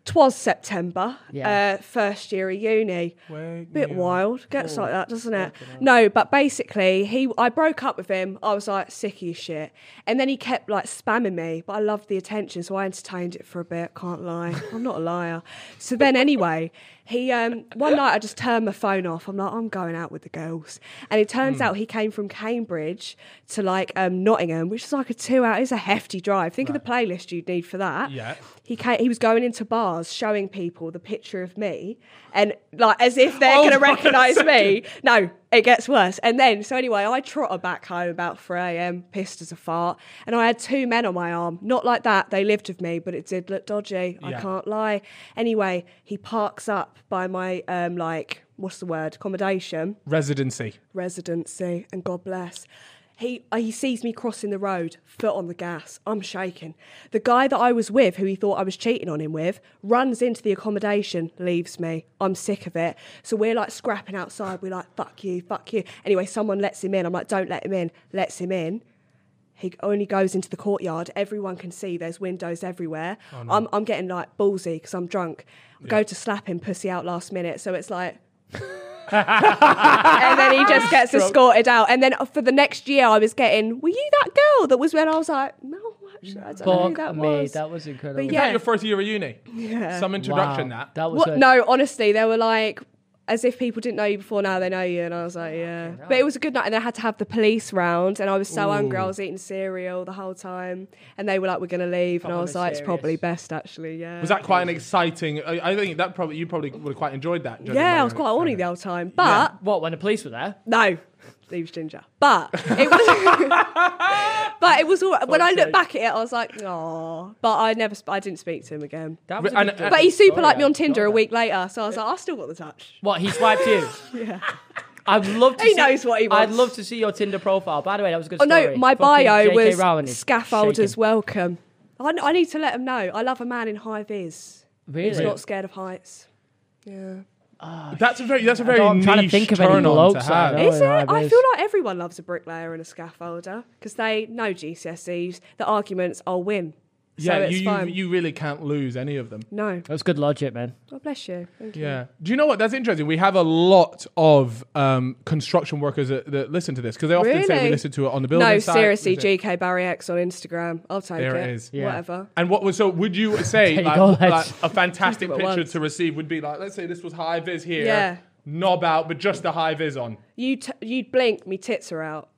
Twas September, Yeah. uh, first year of uni. Wake Bit me up. wild, gets like that, doesn't it? No, but basically, he I broke up with him. I was like sick of your shit, and then he kept like spamming me. But I loved the attention, so I entertained it for a bit. Can't lie, I'm not a liar. So then, anyway, he um, one night I just turned my phone off. I'm like, I'm going out with the girls, and it turns Hmm. out he came from Cambridge to like um, Nottingham, which is like a two hour. It's a hefty drive. Think of the playlist you'd need for that Yeah. he came, he was going into bars showing people the picture of me and like as if they're Hold going to on a recognize me no it gets worse and then so anyway i trotter back home about 3am pissed as a fart and i had two men on my arm not like that they lived with me but it did look dodgy i Yeah. can't lie anyway he parks up by my um like what's the word accommodation Residency. residency and God bless. He, uh, he sees me crossing the road, foot on the gas. I'm shaking. The guy that I was with, who he thought I was cheating on him with, runs into the accommodation, leaves me. I'm sick of it. So we're like scrapping outside. We're like, fuck you, fuck you. Anyway, someone lets him in. I'm like, don't let him in. Lets him in. He only goes into the courtyard. Everyone can see. There's windows everywhere. I'm, I'm getting like ballsy because I'm drunk. I go to slap him, pussy out last minute. So it's like, and then he just gets escorted out. And then uh, for the next year, I was getting, were you that girl that was when I was like, no, actually, I don't know who Fuck that me, was. that was incredible. Yeah. Yeah. your first year of uni. Yeah. Some introduction Wow, that. that was What? a- No, honestly, they were like, as if people didn't know you before, now they know you. And I was like, yeah. But it was a good night. And I had to have the police round. And I was so hungry. I was eating cereal the whole time. And they were like, we're going to leave. And I was like, it's probably best, actually. Yeah. Was that quite an exciting? I, I think that probably you probably would have quite enjoyed that. judging by yeah, I was your quite horny the experience. whole time. But What when the police were there? No, leaves ginger. But it was, but it was all. Right. When I look back at it, I was like, oh. But I never, sp- I didn't speak to him again. That was. And- a good and- But he super Sorry, liked me I on Tinder a forgot week later, so I was like, I still got the touch. What he swiped you? yeah. I'd love to. uh, He see, knows what he wants. I'd love to see your Tinder profile. By the way, that was a good. Oh story. no, my Fucking bio JK was Rowling is scaffolders shaking. welcome. I, I need to let him know. I love a man in high vis. He's Really? Ah, not scared of heights. Yeah. That's a very that's a very I'm niche trying to think of any turn on to blokes I have. know. Is it? in high I vis. feel like everyone loves a bricklayer and a scaffolder because they know GCSEs. The arguments, I'll win. Yeah, so it's you, you fine. you really can't lose any of them. no. That was good logic, man. God bless you. Thank you. Yeah. Do you know what? That's interesting. We have a lot of um, construction workers that, that listen to this because they often say we Really? listen to it on the building. No, site. seriously, Is it- GK Barry X on Instagram. I'll take There it it. is. Yeah. Whatever. And what was so? Would you say There you like, go, like, lads. a fantastic Just do it picture once. to receive would be like? Let's say this was high vis here, Yeah. knob out, but just the high vis on. You t- you'd blink, me tits are out.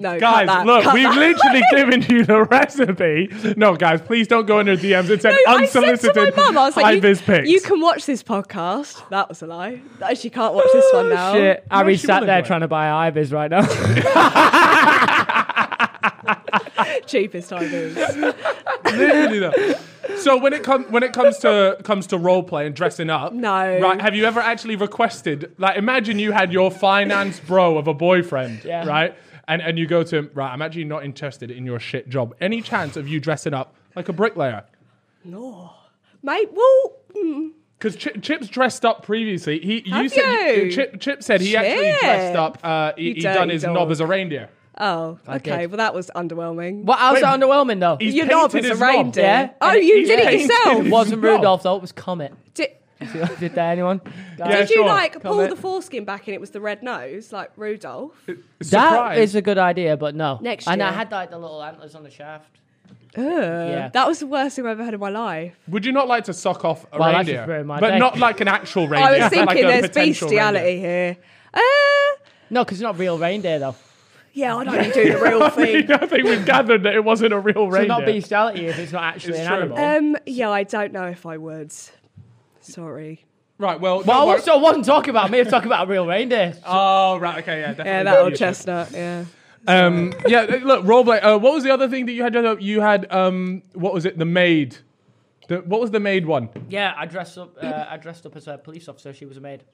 No, cut Guys, that, look, cut we've that. literally given you the recipe. No, guys, please don't go in her DMs. It's an No, unsolicited I said to my mum, I was like, you, high-vis pics. you can watch this podcast. That was a lie. No, She can't watch this Oh, one now. Shit, No, Harry she sat wouldn't there like- trying to buy Ibis right now. Cheapest I lose. Literally though. So when it comes when it comes to comes to role play and dressing up, No. right? Have you ever actually requested? Like, imagine you had your finance bro of a boyfriend, Yeah. right? And and you go to him, right? I'm actually not interested in your shit job. Any chance of you dressing up like a bricklayer? No. Mate, well, mm, Because Chip, Chip's dressed up previously. He you Have said you? Chip, Chip said he actually dressed Chip. up. Uh, he You he dirty done his knob dog. as a reindeer. oh, okay. did. Well, that was underwhelming. what else Wait, underwhelming though? He's Your knob painted is a his knob. reindeer. Yeah. Oh, you He's did it painted yourself. his It wasn't knob. Rudolph though. It was Comet. Did, See what I Did there anyone? Yeah, Guys, did you sure. like pull Comment. the foreskin back and it was the red nose, like Rudolph? that Surprise. is a good idea, but no. Next And I year. had like the little antlers on the shaft. yeah. That was the worst thing I've ever heard in my life. Would you not like to suck off a Well, that's reindeer? just ruined my but day. not like an actual reindeer. I was thinking like a there's potential reindeer. bestiality here. Uh, No, because it's not real reindeer though. yeah, I don't do the real thing. I think we've gathered that it wasn't a real It's reindeer. not bestiality if it's not actually It's an true. animal. Um, yeah, I don't know if I would. Sorry. Right. Well. Well, I no, wor- also wasn't talking about me. I'm talking about a real reindeer. Oh, right. Okay. Yeah. Definitely Yeah, that old Yeah. chestnut. Yeah. Um. yeah. Look, roleplay. Uh, what was the other thing that you had? You had. Um. What was it? The maid. The, what was the maid one? Yeah, I dressed up. Uh, I dressed up as a police officer. She was a maid.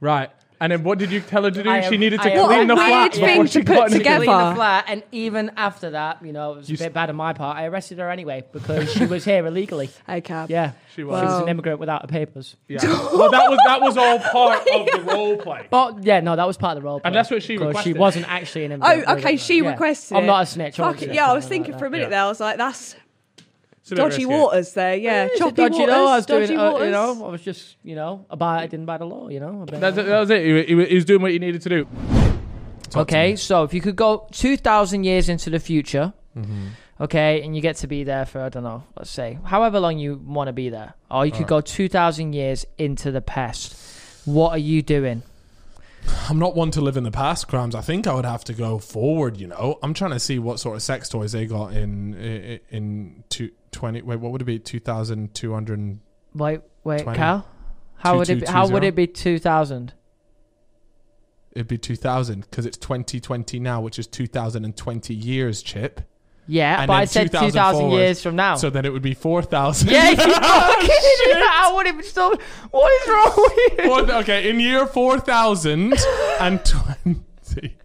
Right. And then what did you tell her to do? I she am- needed to I am- clean the What a flat weird before thing she to got put into- together. Clean the Ever. flat, and even after that, you know, it was You a s- bit bad on my part. I arrested her anyway because she was here illegally. Hey, cab. Yeah, She was. She was an Wow. immigrant without her papers. Yeah. well, that was that was all part Oh of the roleplay. But Oh, yeah, no, that was part of the role. And that's what she She requested. wasn't actually an immigrant. Oh, okay. Yeah. She Yeah. requested. I'm it. not a snitch. Fuck wasn't it. a Yeah, I snitch, was something thinking like for a that. minute Yeah. there. I was like, that's It's a bit dodgy risky. waters there. Yeah, It's a choppy dodgy, waters. though. I was dodgy doing, uh, waters. you know, I was just, you know, abiding by the law, you know. That's it, that was it. He, wa- he wa- he was doing what he needed to do. Okay, so if you could go 2,000 years into the future, Mm-hmm. Mm-hmm. okay, and you get to be there for, I don't know, let's say, however long you want to be there, or you could go 2,000 years into the past, what are you doing? I'm not one to live in the past crimes. I think I would have to go forward. You know, I'm trying to see what sort of sex toys they got in in, in two, 20. Wait, what would it be? Two thousand two hundred. Wait, wait, Twenty. Cal? How would it be, how would it be 2,000? It'd be two thousand because it's twenty twenty now, which is two thousand and twenty years, Chip. Yeah, And but I then said 2,000 2,000 forward. years from now. So then it would be four thousand. yeah, you Oh, fucking idiot. I would have still. What is wrong with you? Four- okay, in year 4020.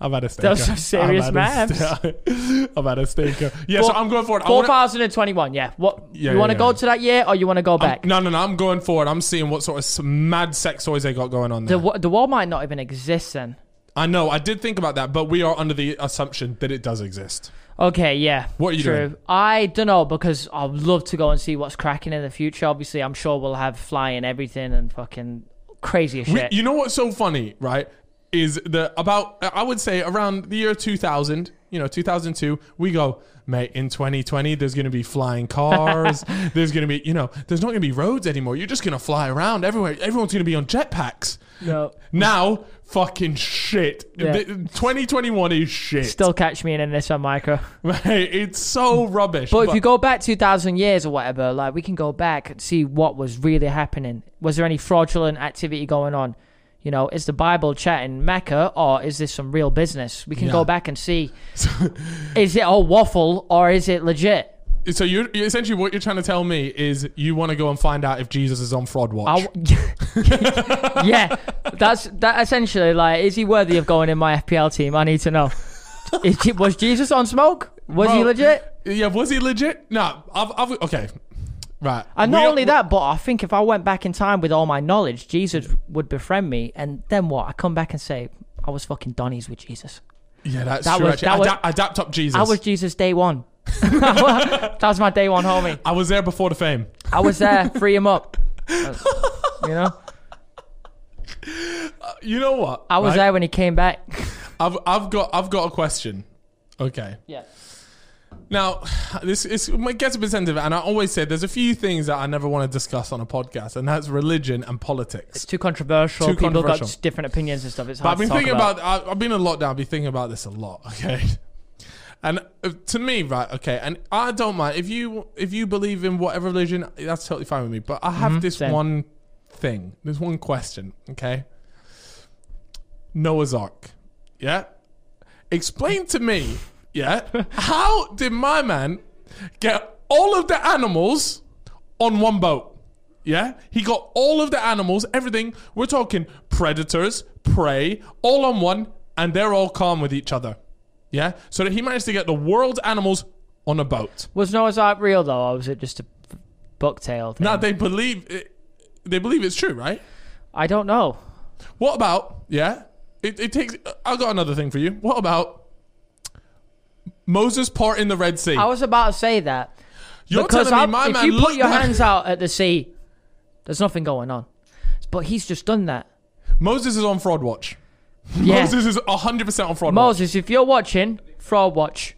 I've had a stinker. Those are serious I've had a maths. st- I've had a stinker. Yeah, so Four- I'm going forward. I wanna- 4,021, yeah. What? Yeah, you yeah, want to yeah. go to that year or you want to go I'm- back? no, no, no. I'm going forward. I'm seeing what sort of s- mad sex toys they got going on The, there. wa- the war might not even exist then. I know. I did think about that, but we are under the assumption that it does exist. Okay, yeah. What are you true. doing? I don't know because I'd love to go and see what's cracking in the future. Obviously, I'm sure we'll have flying everything and fucking crazy as We- shit. you know what's so funny, right? Is that about, I would say around the year 2000, you know, 2002, we go, mate, in 2020, there's going to be flying cars. there's going to be, you know, there's not going to be roads anymore. You're just going to fly around everywhere. Everyone's going to be on jetpacks. No. Now, fucking shit. Yeah. The- 2021 is shit. Still catch me in a Nissan Micro. Mate, it's so rubbish. But if you go back 2,000 years or whatever, like we can go back and see what was really happening. Was there any fraudulent activity going on? You know, is the Bible chat in Mecca or is this some real business? We can Yeah. go back and see is it all waffle or is it legit? so you're you're- essentially what you're trying to tell me is you want to go and find out if Jesus is on fraud watch. I w- yeah, that's that. Essentially, like, is he worthy of going in my FPL team? I need to know. Is, Je- was Jesus on smoke? Was he Bro, legit? Yeah, was he legit? No, I've, I've okay, right. And We not don't- only that, but I think if I went back in time with all my knowledge, Jesus would befriend me, and then what? I come back and say I was fucking Donnies with Jesus. Yeah, that's that true. was- actually. that was- Adapt, adapt up Jesus. I was Jesus day one. that was my day one, homie. I was there before the fame. I was there, free him up. You know, Uh, You know what? I was right? there when he came back. I've I've got I've got a question. Okay. Yeah. Now, this is it gets a bit sensitive, and I always say there's a few things that I never want to discuss on a podcast, and that's religion and politics. It's too controversial. Too People controversial. got different opinions and stuff. It's But hard I've been to talk thinking about. about, I, I've been in lockdown. I've been thinking about this a lot. Okay, and uh, to me, right? Okay, and I don't mind if you if you believe in whatever religion, that's totally fine with me. But I have this Mm-hmm, same. one thing. There's one question. Okay, Noah's Ark. Yeah, explain to me. Yeah, how did my man get all of the animals on one boat? Yeah, he got all of the animals, everything. We're talking predators, prey, all on one, and they're all calm with each other. Yeah, so that he managed to get the world's animals on a boat. Was Noah's Ark real though, or was it just a book tale? Thing? Now they believe it, they believe it's true, right? I don't know. What about yeah? It, it takes. I got another thing for you. What about Moses part in the Red Sea? I was about to say that You're because telling I'll- me my if man you put looked your down- hands out at the sea, there's nothing going on. But he's just done that. Moses is on fraud watch. Yeah. Moses is 100% on fraud watch. Moses, if you're watching, fraud watch.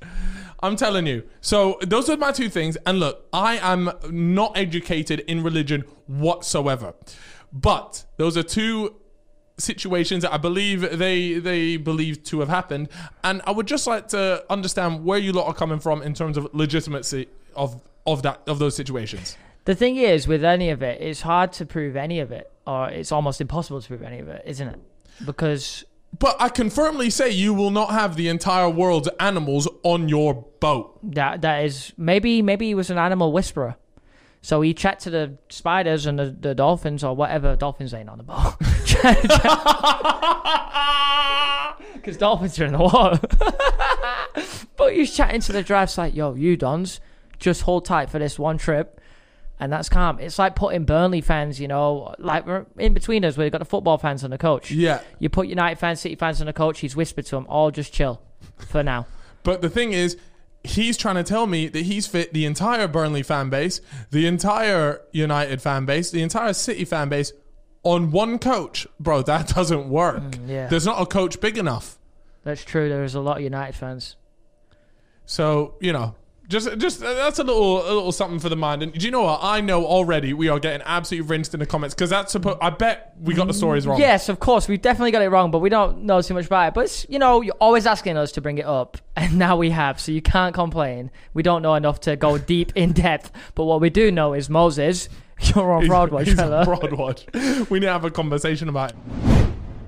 I'm telling you. So those are my two things. And look, I am not educated in religion whatsoever. But those are two situations that I believe they they believe to have happened. And I would just like to understand where you lot are coming from in terms of legitimacy of of that of those situations. The thing is, with any of it, it's hard to prove any of it, or it's almost impossible to prove any of it, isn't it? Because But I can firmly say you will not have the entire world's animals on your boat. that that is maybe maybe he was an animal whisperer, so he chat to the spiders and the, the dolphins or whatever. Dolphins ain't on the boat because dolphins are in the water. but he's chatting to the drivers like, "Yo, you dons, just hold tight for this one trip." And that's calm. It's like putting Burnley fans, you know, like we're in between us where you've got the football fans and the coach. Yeah. You put United fans, City fans, and the coach. He's whispered to them, "All just chill, for now." But the thing is, he's trying to tell me that he's fit the entire Burnley fan base, the entire United fan base, the entire City fan base on one coach. Bro, that doesn't work. Mm, yeah. There's not a coach big enough. That's true. There is a lot of United fans. So, you know, just just uh, that's a little a little something for the mind. And do you know what? I know already we are getting absolutely rinsed in the comments because that's supposed I bet we got the stories wrong. Yes, of course. We've definitely got it wrong, but we don't know too much about it. But, it's, you know, you're always asking us to bring it up, and now we have, so you can't complain. We don't know enough to go deep in depth, but what we do know is Moses, you're on Broadway, He's on fella. Broadwatch. We need to have a conversation about it.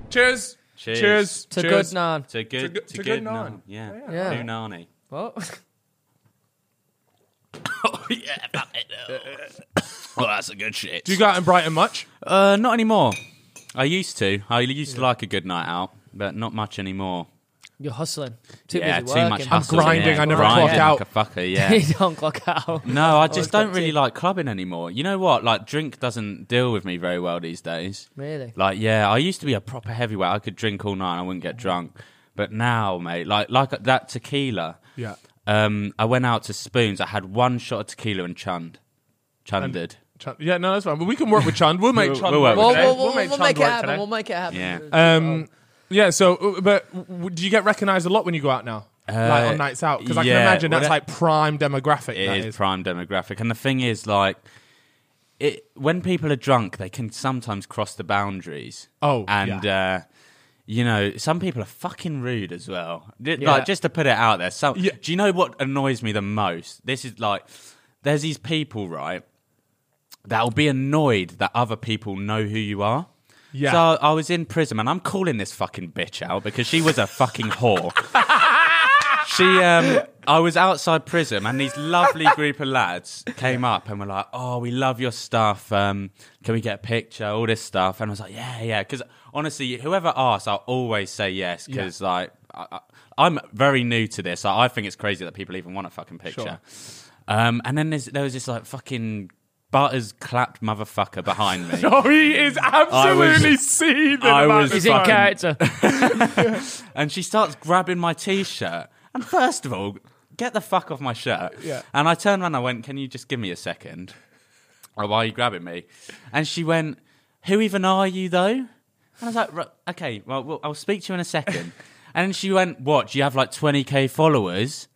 Cheers. Cheers. Cheers. It's a Cheers. good none. To good, to good- good, to good nun. nun. Yeah. Yeah. New nanny. What? Oh, Well, that's a good shit. Do you go out in Brighton much? Uh, not anymore. I used to. I used to like a good night out, but not much anymore. You're hustling. Too yeah, busy too working. much hustle. grinding, yeah, I never grinding clocked Like a fucker, yeah. You don't clock out. Oh, No, I just don't really like clubbing anymore. You know what? Like, drink doesn't deal with me very well these days. Really? Like, yeah, I used to be a proper heavyweight. I could drink all night and I wouldn't get drunk. But now, mate, like like that tequila. Yeah. Um, I went out to Spoons. I had one shot of tequila and chunned. Chunded. Chun- yeah, no, that's fine. But we can work with Chund. We'll make We'll- Chund we'll work work. We'll, with today. we'll, we'll, make we'll Chund make it work happen. today. We'll make it happen. yeah. Um, yeah. So, uh, but w- w- do you get recognised a lot when you go out now, like on nights out? Because I can Uh, yeah, imagine well, that's that- like prime demographic. It that is is. prime demographic, and the thing is, like, it when people are drunk, they can sometimes cross the boundaries. Oh, and uh, you know, some people are fucking rude as well. Di- Yeah. Like, just to put it out there, some. Yeah. Do you know what annoys me the most? This is like, there's these people, right? That'll be annoyed that other people know who you are. Yeah. So I was in prison, and I'm calling this fucking bitch out because she was a fucking whore. She, um, I was outside prison, and these lovely group of lads came up and were like, "Oh, we love your stuff. Um, can we get a picture? All this stuff." And I was like, "Yeah, yeah." Because honestly, whoever asks, I'll always say yes. Because like, I, I, I'm very new to this. I, I think it's crazy that people even want a fucking picture. Um, and then there's, there was this like fucking butters clapped motherfucker behind me. Oh, he is absolutely was- seething I about was this. He's in Fine. character. and she starts grabbing my t-shirt. And first of all, get the fuck off my shirt. Yeah. And I turned around and I went, "Can you just give me a second? Or why are you grabbing me?" And she went, "Who even are you though?" And I was like, "Ru- "Okay, well, well I'll speak to you in a second. and she went, "What? Do you have like 20k followers?"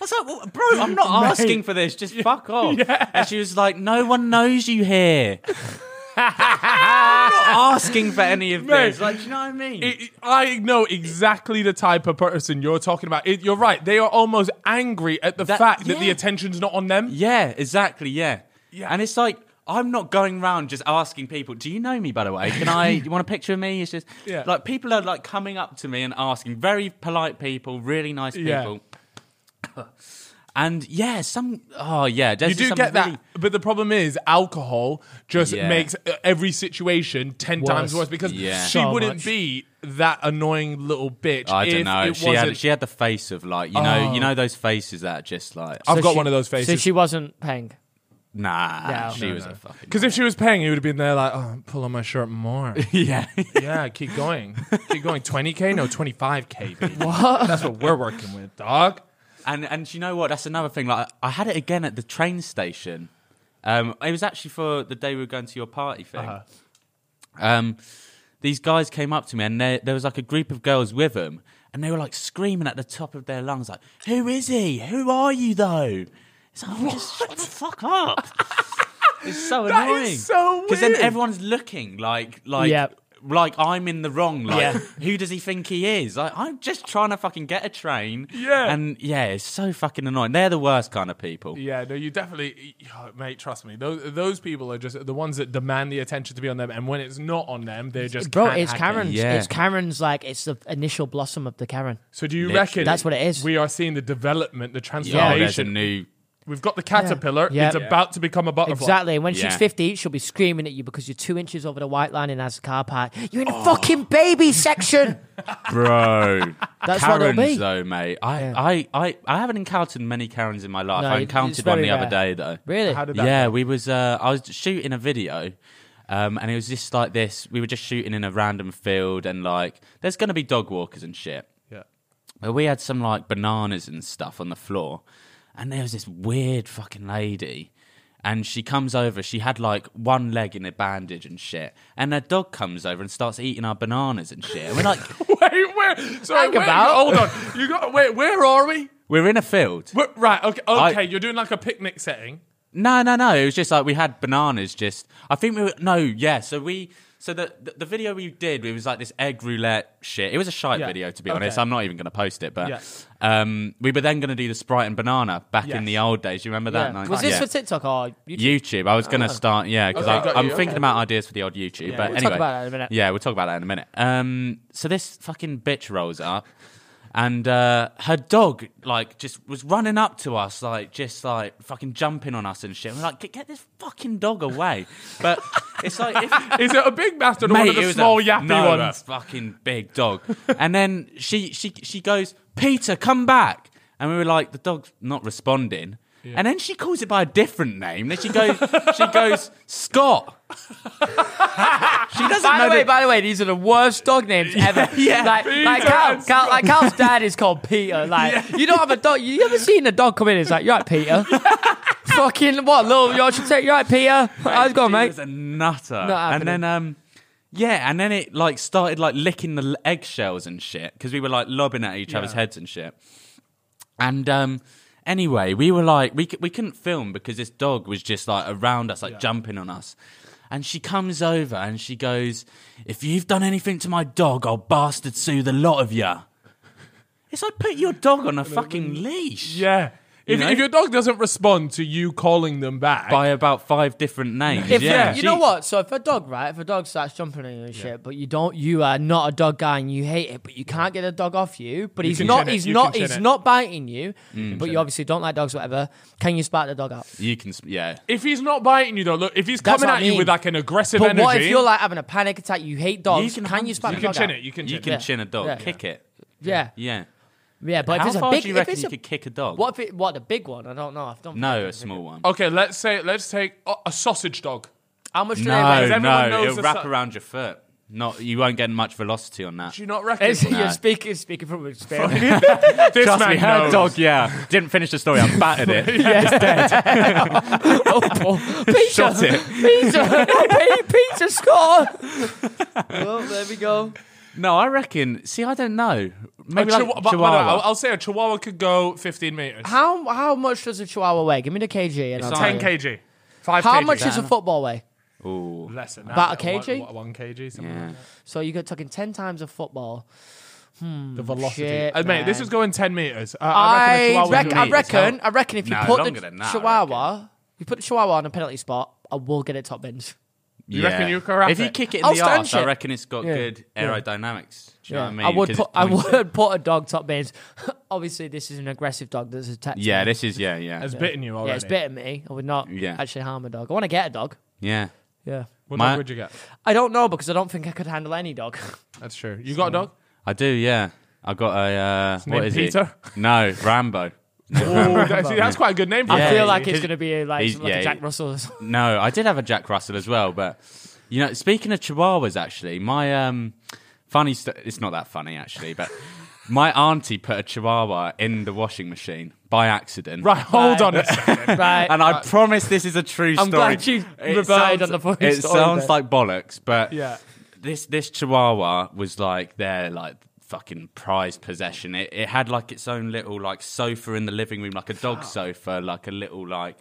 was like, well, bro, I'm not asking for this. Just fuck off. And she was like, no one knows you here. I'm not asking for any of Mate. this. Like, do you know what I mean? It, I know exactly the type of person you're talking about. It, you're right. They are almost angry at the That- fact that the yeah. attention's not on them. Yeah, exactly. Yeah. Yeah. And it's like, I'm not going round just asking people, do you know me, by the way? Can I, you want a picture of me? It's just, Yeah. like, people are like coming up to me and asking, very polite people, really nice people. Yeah. And yeah, some, oh, yeah. You do get that, but the problem is alcohol just Yeah. makes uh, every situation ten times worse because Yeah. she So wouldn't much. be that annoying little bitch. I don't if know. It She wasn't, Oh. had she had the face of like you know you know those faces that are just like I've So got she- one of those So faces. she wasn't paying. nah. No. Ah, she No, was a fucking Because if she was paying, he would have been there like, oh, pull on my shirt more. yeah. yeah, keep going, keep going. Twenty k, no, twenty five k. That's what we're working with, dog. And and you know what? That's another thing. Like I had it again at the train station. Um, it was actually for the day we were going to your party thing. Um, these guys came up to me, and they, there was like a group of girls with them, and they were like screaming at the top of their lungs, like, "Who is he? Who are you, though?" It's like, "Oh, just shut the fuck up. it's so That is annoying. so because then weird. everyone's looking like like. Yeah. Like I'm in the wrong. Like, who does he think he is? Like, I'm just trying to fucking get a train. Yeah. And yeah, it's so fucking annoying. They're the worst kind of people. Yeah, no, you definitely, oh, mate. Trust me, those those people are just the ones that demand the attention to be on them, and when it's not on them, they just Bro, can't it's hack it. Karen's. Yeah. It's Karen's. Like it's the initial blossom of the Karen. So do you Literally. reckon That's what it is. We are seeing the development, the Oh, there's a transformation. new. We've got the caterpillar. Yeah. It's Yeah. about to become a butterfly. Exactly. And when Yeah. she's 50, she'll be screaming at you because you're two inches over the white line in Asda car park. You're in a Oh. fucking baby section. Bro. That's what it'll Karens, be. though, mate. I, Yeah. I, I, I haven't encountered many Karens in my life. No, I it's encountered one very the other day, rare. though. Really? How did that? Yeah, we was uh, I was shooting a video, um, and it was just like this. We were just shooting in a random field, and like there's gonna be dog walkers and shit. Yeah. But we had some like bananas and stuff on the floor, and there was this weird fucking lady, and she comes over. She had like one leg in a bandage and shit, and her dog comes over and starts eating our bananas and shit. And we're like, Wait, where? Sorry, wait, about. Hold on. You got. Wait, where are we? we're in a field. We're- right. Okay. Okay. I- you're doing like a picnic setting. No, no, no. It was just like we had bananas. Just I think we were no, yeah. So we so the the, the video we did it was like this egg roulette shit. It was a shite Yeah. video to be Okay. honest. I'm not even going to post it, but Yeah. um, we were then going to do the sprite and banana back in Yes. the old days. You remember that? Yeah. night? Was this Yeah. for TikTok or YouTube? YouTube. I was going to start, yeah, because Oh. Okay, got I'm you, thinking okay. about ideas for the odd YouTube. but We'll talk anyway, about that in a minute. Yeah, we'll talk about that in a minute. Um, so this fucking bitch rolls up, and uh, her dog like just was running up to us, like just like fucking jumping on us and shit. We're like, get, get this fucking dog away! But it's like. If, Is it a big bastard or one of it the was small a, yappy no, a ones? fucking big dog. and then she she she goes, Peter, come back. And we were like, the dog's not responding. And then she calls it by a different name. Then she goes, she goes, Scott. she doesn't By know. the way, the- by the way, these are the worst dog names ever. Yeah. like, like, Peter Carl, and Carl, like Carl's dad is called Peter. Like, you don't have a dog. You ever seen a dog come in? It's like, you're right, Peter. Fucking what, little Yorkshire Terrier? You're right, Peter. How's it going, she mate? was a nutter. and happening. then um, yeah, and then it like started like licking the l- eggshells and shit because we were like lobbing at each other's heads and shit. And um, anyway, we were like we c- we couldn't film because this dog was just like around us, like jumping on us. And she comes over and she goes, "If you've done anything to my dog, I'll bastard sue the lot of ya." It's like put your dog on a fucking leash. Yeah. If, know? if your dog doesn't respond to you calling them back, By about five different names. If yeah, you she- know what? So if a dog, right? If a dog starts jumping on you and shit, but you don't, you are not a dog guy and you hate it, but you can't get a dog off you. But he's can not, chin it, he's you not, can chin he's it. not biting you. but you obviously don't like dogs, whatever. Can you spark the dog out? you can. sp- Yeah, if he's not biting you though, look, if he's That's coming what at I you mean. with like an aggressive But energy, what if you're like having a panic attack? You hate dogs. can can, you hunt- spark you you can the dog chin out? it, you can you chin can it. chin a dog, Yeah. kick it. Yeah, Yeah. yeah. But if How it's far a big, do you if reckon it's you a- could kick a dog? What if it, what the big one? I don't know. I've done. No, a small one. Okay, let's say let's take a, a sausage dog. How much do they No, weigh? everyone no, knows it'll the wrap si- around your foot. Not, you won't get much velocity on that. Do you not reckon? Is- Nah. You're speaking speaking from experience. this Trust man me, her knows. dog, yeah, didn't finish the story. I battered it, oh, Paul. Peter, shot it. Peter, no, Pe- Peter Scott. well, there we go. No, I reckon. See, I don't know. Maybe A like chihuahua- but- but no, Chihuahua. I'll, I'll say a chihuahua could go 15 meters. How how much does a chihuahua weigh? Give me the kg. And I'll It's tell 10 you. kg. 5 How kg. much does a football weigh? Ooh. Less than that. About a kg? One, one kg, something like Yeah. So you're talking ten times a football. Hmm, that. The velocity. Shit, Uh, mate, this man. is going 10 meters. Uh, I reckon a chihuahua I, rec- could I be- reckon. I reckon if you No, put longer the than that, I chihuahua, you put the chihuahua on a penalty spot, I will get it top bins. You yeah. reckon you could wrap If you it? kick it in I'll the stand arse, I shit. reckon it's got Yeah. good aerodynamics. Do you know what I mean? would 'Cause put. it's I pointed. would put a dog top bins. Obviously, this is an aggressive dog that's attacked. Yeah, me. this is yeah, yeah, Has bitten you already. yeah, it's bitten me. I would not Yeah. actually harm a dog. I want to get a dog. yeah. Yeah, What My- dog would you get? I don't know because I don't think I could handle any dog. That's true. You got a dog? I do, yeah. I got a uh, what named is Peter? it? No, Rambo. Oh, that- see, that's quite a good name for I it. feel like it's he's- going to be like, he's- something like yeah, a Jack he- Russell. Or something. No, I did have a Jack Russell as well, but you know, speaking of Chihuahuas, actually, my um, funny st- it's not that funny actually, but my auntie put a Chihuahua in the washing machine by accident. Right, hold on a second. right. And I promise this is a true I'm story. glad you reverted sounds- on the funny It story sounds bit. like bollocks, but Yeah. this this Chihuahua was like their like fucking prized possession. It it had like its own little like sofa in the living room, like a dog sofa, like a little like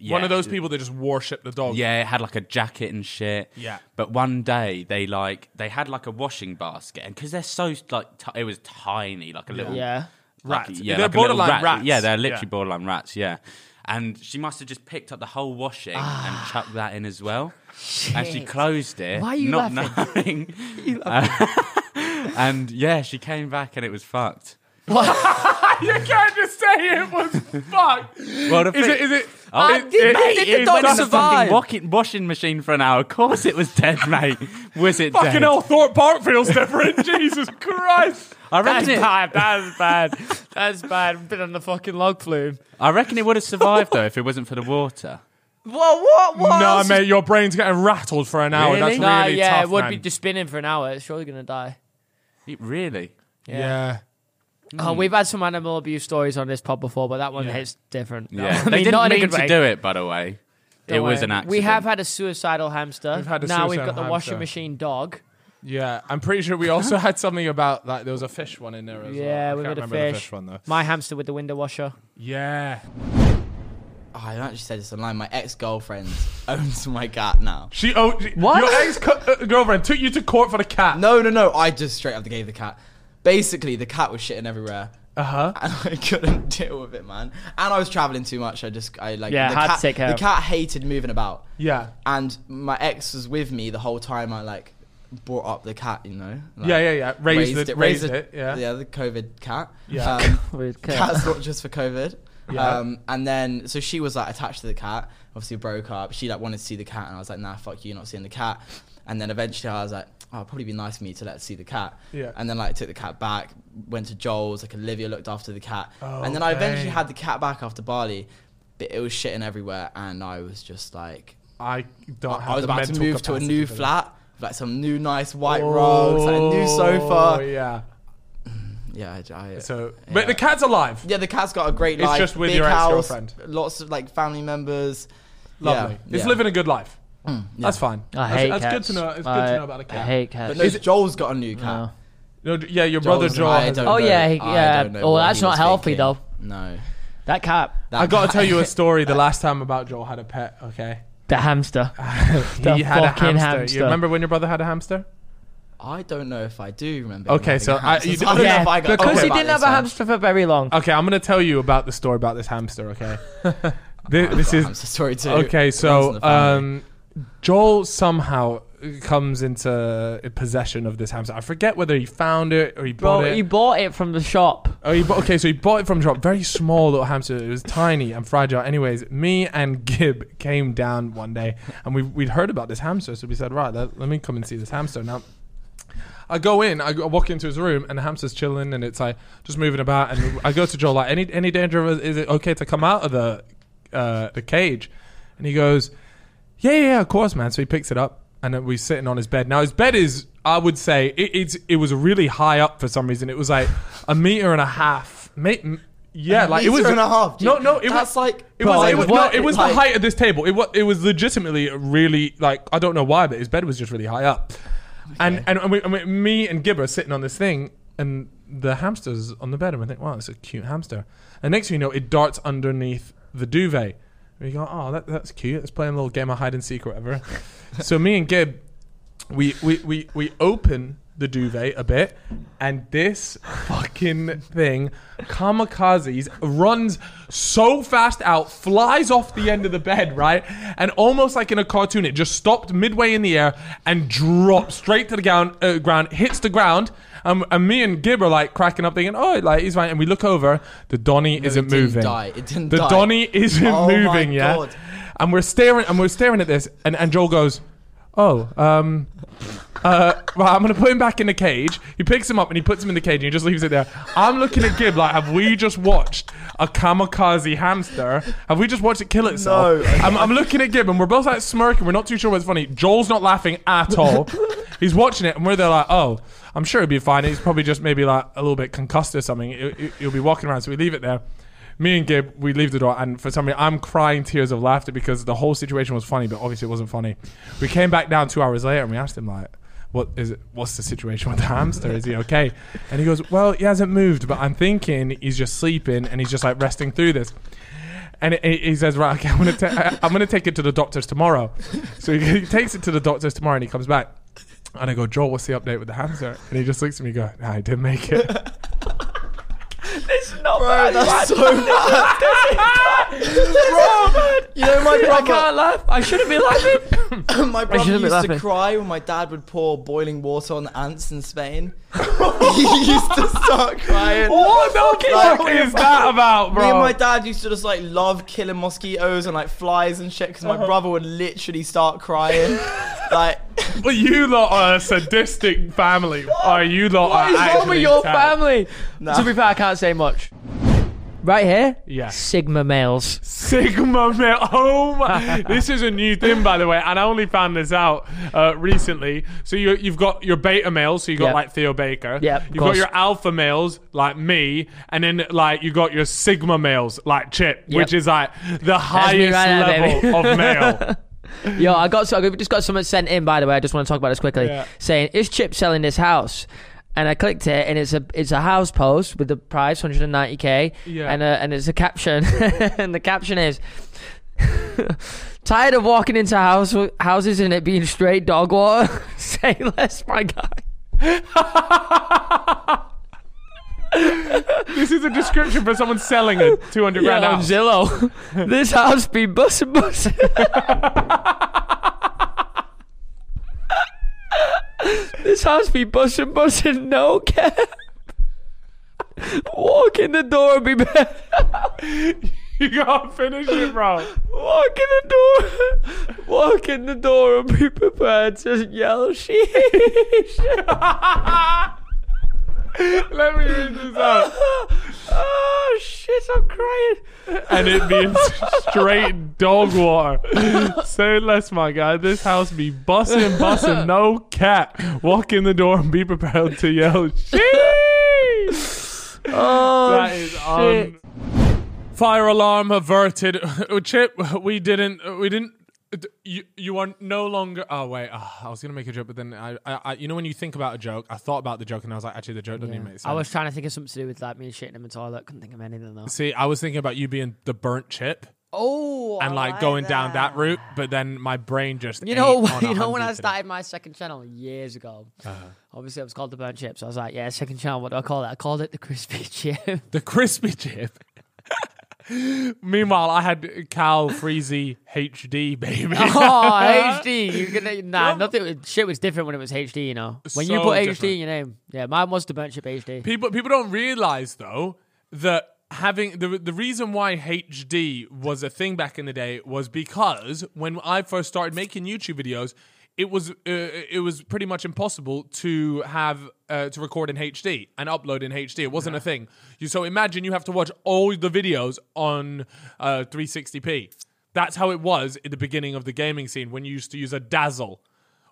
yeah, One of those people that just worship the dog. yeah, it had like a jacket and shit. Yeah. But one day they like they had like a washing basket, and because they're so like t- it was tiny, like a little yeah. like- Rats. Yeah, They're like a little borderline rat- rats. Yeah, they're literally Yeah. borderline rats. Yeah. And she must have just picked up the whole washing Ah. and chucked that in as well. And she closed it, Why are you not knowing. Uh, and yeah, she came back and it was fucked. You can't just say it was fucked. Is Well, the thing- it? Is it? Oh, it- did- it- mate, it- did the it- dog Went in the survive? fucking walking- washing machine for an hour. Of course, it was dead, mate. Was it Fucking dead? hell, Thorpe Park feels different. Jesus Christ. I reckon it, bad. That's bad. That's bad. Been on the fucking log flume. I reckon it would have survived though if it wasn't for the water. Well, what? What? No, else is- mate, your brain's getting rattled for an hour. That's really Really? Nah, tough, yeah, it would man. be just spinning for an hour. It's surely gonna die. It really? yeah. Hmm. Oh, we've had some animal abuse stories on this pod before, but that one hits different. Yeah. I mean, they didn't not in a mean good to way. do it, by the way. it Don't was worry. an accident. We have had a suicidal hamster. We've had a now we've suicidal got the washing hamster. machine dog. Yeah, I'm pretty sure we also had something about like there was a fish one in there as well. Yeah, I we've can't had a remember the fish. one though. My hamster with the window washer. Yeah, Oh, I actually said this online. My ex girlfriend owns my cat now. she. Oh, she- What? Your ex co- uh, girlfriend took you to court for the cat. No, no, no. I just straight up gave the cat. Basically, the cat was shitting everywhere. Uh huh. and I couldn't deal with it, man. And I was traveling too much. I just, I like, Yeah, the hard to cat, take care The of. cat hated moving about. Yeah. And my ex was with me the whole time. I like brought up the cat, you know. Like, Yeah, yeah, yeah. Raised, it. Raised, the- it. Yeah. yeah, the COVID cat. Yeah. Um, Cat. Cat's not just for COVID. Yeah. Um, and then, so she was like attached to the cat. Obviously, broke up. She like wanted to see the cat, and I was like, nah, fuck you, you're not seeing the cat. And then eventually, I was like, oh, it'd probably be nice for me to let her see the cat. Yeah. And then like took the cat back, went to Joel's. Like Olivia looked after the cat, Oh, and then I eventually babe. had the cat back after Bali, but it was shitting everywhere, and I was just like, I don't. I- have I was the about to mental move to a capacity new for that. flat. with, Like some new nice white rugs, like a new Oh, sofa. Yeah. Yeah, I, I, So, but the cat's alive. Yeah, the cat's got a great It's life. just with big your house, ex-girlfriend. Lots of like family members. Lovely. Yeah, it's yeah. Mm, living a good life. That's fine. I that's hate that's cats. good to know. It's good I- to know about a cat. I hate But cats. no, Joel's got a new cat. No. No, d- yeah, your brother Joel's- Joel. I has a- don't Oh, know- yeah, he- I yeah. don't know Oh, what that's he not was healthy, thinking. though. No. That cat, That I gotta cat- tell you a story. The last time about Joel had a pet. Okay, the hamster. he had a fucking hamster. hamster. You remember when your brother had a hamster? I don't know if I do remember. Okay, having so a I- hamster. you- So I don't know yeah, if I got because okay he about didn't have this a one. hamster for very long. Okay, I'm gonna tell you about the story about this hamster. Okay, this, I've this got a is hamster story too. okay. It runs in So the family. um, Joel somehow comes into possession of this hamster. I forget whether he found it or he bought Bro, it. he bought it from the shop. Oh, he bought, okay, so he bought it from shop. Very small little hamster. It was tiny and fragile. Anyways, me and Gib came down one day, and we we'd heard about this hamster, so we said, right, let, let me come and see this hamster now. I go in, I, go, I walk into his room, and the hamster's chilling, and it's like just moving about. And I go to Joel, like, any any danger? Of, is it okay to come out of the uh, the cage? And he goes, yeah, yeah, yeah, of course, man. So he picks it up, and then we're sitting on his bed. Now his bed is, I would say, it, it's it was really high up for some reason. It was like a meter and a half. Ma- m- yeah, like it was Meter and a half, dude. No, no, it That's was like- it was, Bro, it was, no, what- it was the like- height of this table. It was it was legitimately really like I don't know why, but his bed was just really high up. And and, and, we, and we, me and Gibber are sitting on this thing, and the hamster's on the bed, and we think, wow, it's a cute hamster. And next thing you know, it darts underneath the duvet. And we go, oh, that, that's cute. Let's play a little game of hide and seek or whatever. so me and Gib, we we, we we open the duvet a bit, and this fucking thing, kamikazes, runs so fast out, flies off the end of the bed, right? And almost like in a cartoon, it just stopped midway in the air and dropped straight to the ground, uh, ground hits the ground. Um, and me and Gib are like cracking up, thinking, "Oh, like he's fine." And we look over, the Donny isn't didn't moving. die. It didn't the die. Donny isn't Oh my moving yeah. God. And we're staring and we're staring at this, and, and Joel goes, "Oh, um, uh, well, I'm gonna put him back in the cage." He picks him up and he puts him in the cage and he just leaves it there. I'm looking at Gib like, "Have we just watched a kamikaze hamster? Have we just watched it kill itself?" No. I'm, I'm looking at Gib and we're both like smirking. We're not too sure what's funny. Joel's not laughing at all. He's watching it and we're there like, "Oh." I'm sure he'll be fine. He's probably just maybe like a little bit concussed or something. He'll- He'll he'll be walking around, so we leave it there me and Gib, we leave the door, and for some reason, I'm crying tears of laughter because the whole situation was funny, but obviously it wasn't funny. We came back down two hours later, and we asked him like, "What is it? What's the situation with the hamster? Is he okay?" And he goes, "Well, he hasn't moved, but I'm thinking he's just sleeping, and he's just like resting through this." And he- he says, "Right, okay, I'm gonna, ta- uh, I'm gonna take it to the doctors tomorrow." So he, he takes it to the doctors tomorrow, and he comes back, and I go, "Joel, what's the update with the hamster?" And he just looks at me, and go, nah, "I didn't make it." Not bad. That's so bad. You know, my I brother, can't laugh. I shouldn't be laughing. my brother used shouldn't be to laughing. cry when my dad would pour boiling water on ants in Spain. he used to start crying. what the Like- fuck is that about, bro? Me and my dad used to just like love killing mosquitoes and like flies and shit because Uh-huh. my brother would literally start crying. like, Well, you lot are a sadistic family. Are you lot? What are is wrong with actually your terrible. family? To be fair, I can't say much. Right here, Yeah. Sigma males. Sigma male. Oh my! this is a new thing, by the way, and I only found this out uh, recently. So you, you've got your beta males, so you got Yep. like Theo Baker. Yep, of You've got course. your alpha males, like me, and then like you got your sigma males, like Chip, which is like the highest right now, level baby. of male. Yo, I got so I just got someone sent in. By the way, I just want to talk about this quickly. Yeah. Saying is Chip selling this house? And I clicked it, and it's a it's a house post with the price 190k, Yeah. and uh and it's a caption, and the caption is. Tired of walking into house, houses and it being straight dog water. Say less, my guy. this is a description for someone selling a 200 grand Yeah, on house. Zillow. this house be bus bus. this house be bussin' bussin' no cap. Walk in the door and be bad. You gotta finish it, bro. Walk in the door. Walk in the door and be prepared to yell sheesh. Let me read this out. oh shit, I'm crying. and it being straight dog water. Say less, my guy. This house be bussin', bussin', no cap. Walk in the door and be prepared to yell. Sheesh! Oh That is on. Fire alarm averted. Oh, Chip, we didn't. We didn't. You, you are no longer. Oh wait, ah, I was gonna make a joke, but then I, I, I, you know, when you think about a joke, I thought about the joke and I was like, actually, the joke doesn't even make sense. I was trying to think of something to do with like me shitting in the toilet. Couldn't think of anything though. See, I was thinking about you being the burnt chip. Oh, and like going down that route, but then my brain just You know, ate on you know 100 when I today. started my second channel years ago. Uh-huh. Obviously, it was called the Burnt Chips. I was like, yeah, second channel. What do I call it? I called it the Crispy Chip. the crispy chip. Meanwhile, I had Cal Freezy HD baby. oh, HD. You're gonna nah, nothing. Shit was different when it was HD. You know, when you So put HD different. in your name. Yeah, mine was the Burnt Chip HD. people people don't realize though that having the the reason why HD was a thing back in the day was because when I first started making YouTube videos, it was uh, it was pretty much impossible to have uh, to record in HD and upload in HD. It wasn't a thing. You so imagine you have to watch all the videos on uh, 360p. That's how it was at the beginning of the gaming scene when you used to use a dazzle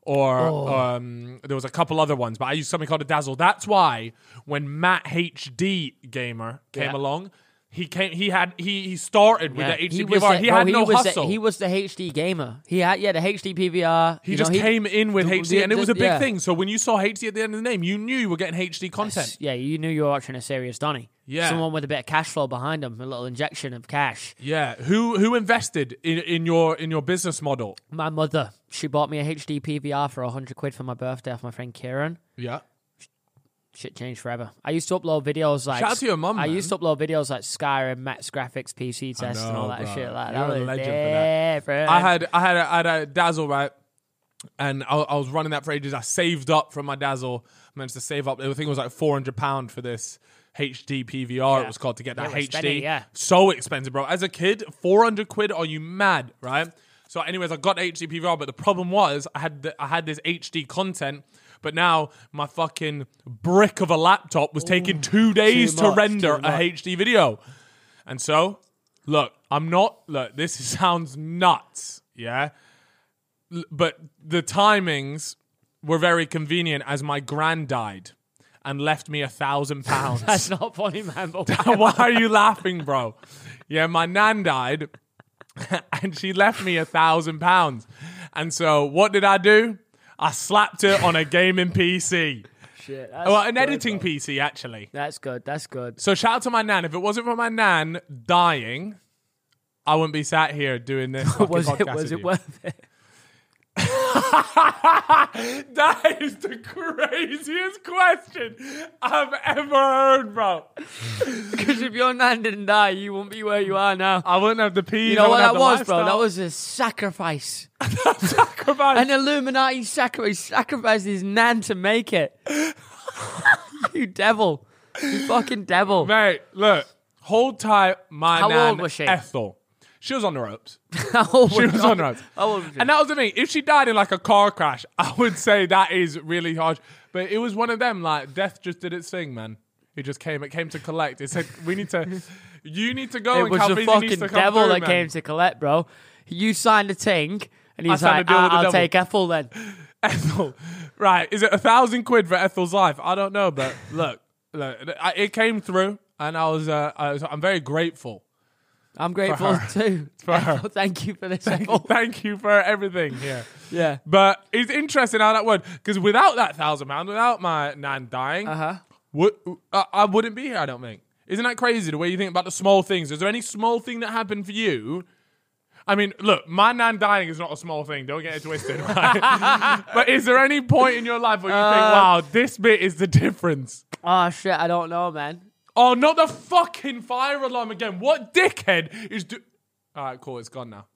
or Oh. um, there was a couple other ones, but I used something called a dazzle. That's why when Matt HD Gamer came Yeah. along, He came. He had. He he started with Yeah, the he HDPVR. He, was the, bro, had he no was the- hustle. he was the HD gamer. He had yeah the HD PVR. He you know, just came in with the- HD, the- and it was a big yeah. thing. So when you saw HD at the end of the name, you knew you were getting HD content. Yeah, you knew you were watching a serious Donny. Yeah. someone with a bit of cash flow behind him, a little injection of cash. Yeah. Who who invested in, in your in your business model? My mother, she bought me a HD PVR for hundred quid for my birthday off my friend Kieran. Yeah. Shit changed forever. I used to upload videos like Shout out to your mum, I man. used to upload videos like Skyrim, Max graphics, PC test, and know, all that bro. shit. Like You're that a was legend for that. different. I had I had a, I had a dazzle right, and I, I was running that for ages. I saved up from my dazzle. managed to save up. I think it was like four hundred pound for this HD PVR. It was called to get that It was HD. spending, yeah. so expensive, bro. As a kid, four hundred quid. Are you mad, right? So, anyways, I got the HD PVR, but the problem was I had the, I had this HD content. But now my fucking brick of a laptop was taking two days much, to too render a much. HD video. And so, look, I'm not. Look, this sounds nuts, yeah. L- But the timings were very convenient, as my grand died and left me a thousand pounds. That's not funny, man. But Why are you laughing, bro? Yeah, my nan died and she left me a thousand pounds. And so what did I do? I slapped her on a gaming PC. shit, that's Oh, Well, an good, editing bro. PC, actually. That's good. That's good. So shout out to my nan. If it wasn't for my nan dying, I wouldn't be sat here doing this. fucking Was it podcast was with it you. worth it? that is the craziest question I've ever heard, bro. Because if your nan didn't die, you wouldn't be where you are now. I wouldn't have the peas. You know I what wouldn't have that the was, bro? That lifestyle. was a sacrifice. Goodbye. An Illuminati sacrifice sacrificed his nan to make it. you devil. You fucking devil. Mate, look, hold tight, my How nan, old was she? Ethel. She was on the ropes. How old She was God- on the ropes. How old was she? And that was the thing. If she died in like a car crash, I would say that is really harsh. But it was one of them, like, death just did its thing, man. It just came. It came to collect. It said, we need to, you need to go it and was the Calvisi fucking needs to come devil through, that man. came to collect, bro. You signed a ting, and he's signed a like, deal with "Ah, the I'll devil." take Ethel then. Ethel. Right. Is it a thousand quid for Ethel's life? I don't know, but look, look I, it came through and I was, uh, I was, I'm very grateful. I'm grateful too. for her. Ethel, thank you for this, Ethel. Oh, Thank you for everything here. yeah. But it's interesting how that worked because without that thousand pound, without my nan dying, uh-huh. would, I, I wouldn't be here. I don't think. Isn't that crazy the way you think about the small things? Is there any small thing that happened for you? I mean, look, my nan dying is not a small thing. Don't get it twisted. right? but is there any point in your life where you think, "Wow, this bit is the difference"? Oh shit, I don't know, man. Oh, not the fucking fire alarm again! What dickhead is? Do- All right, cool. It's gone now.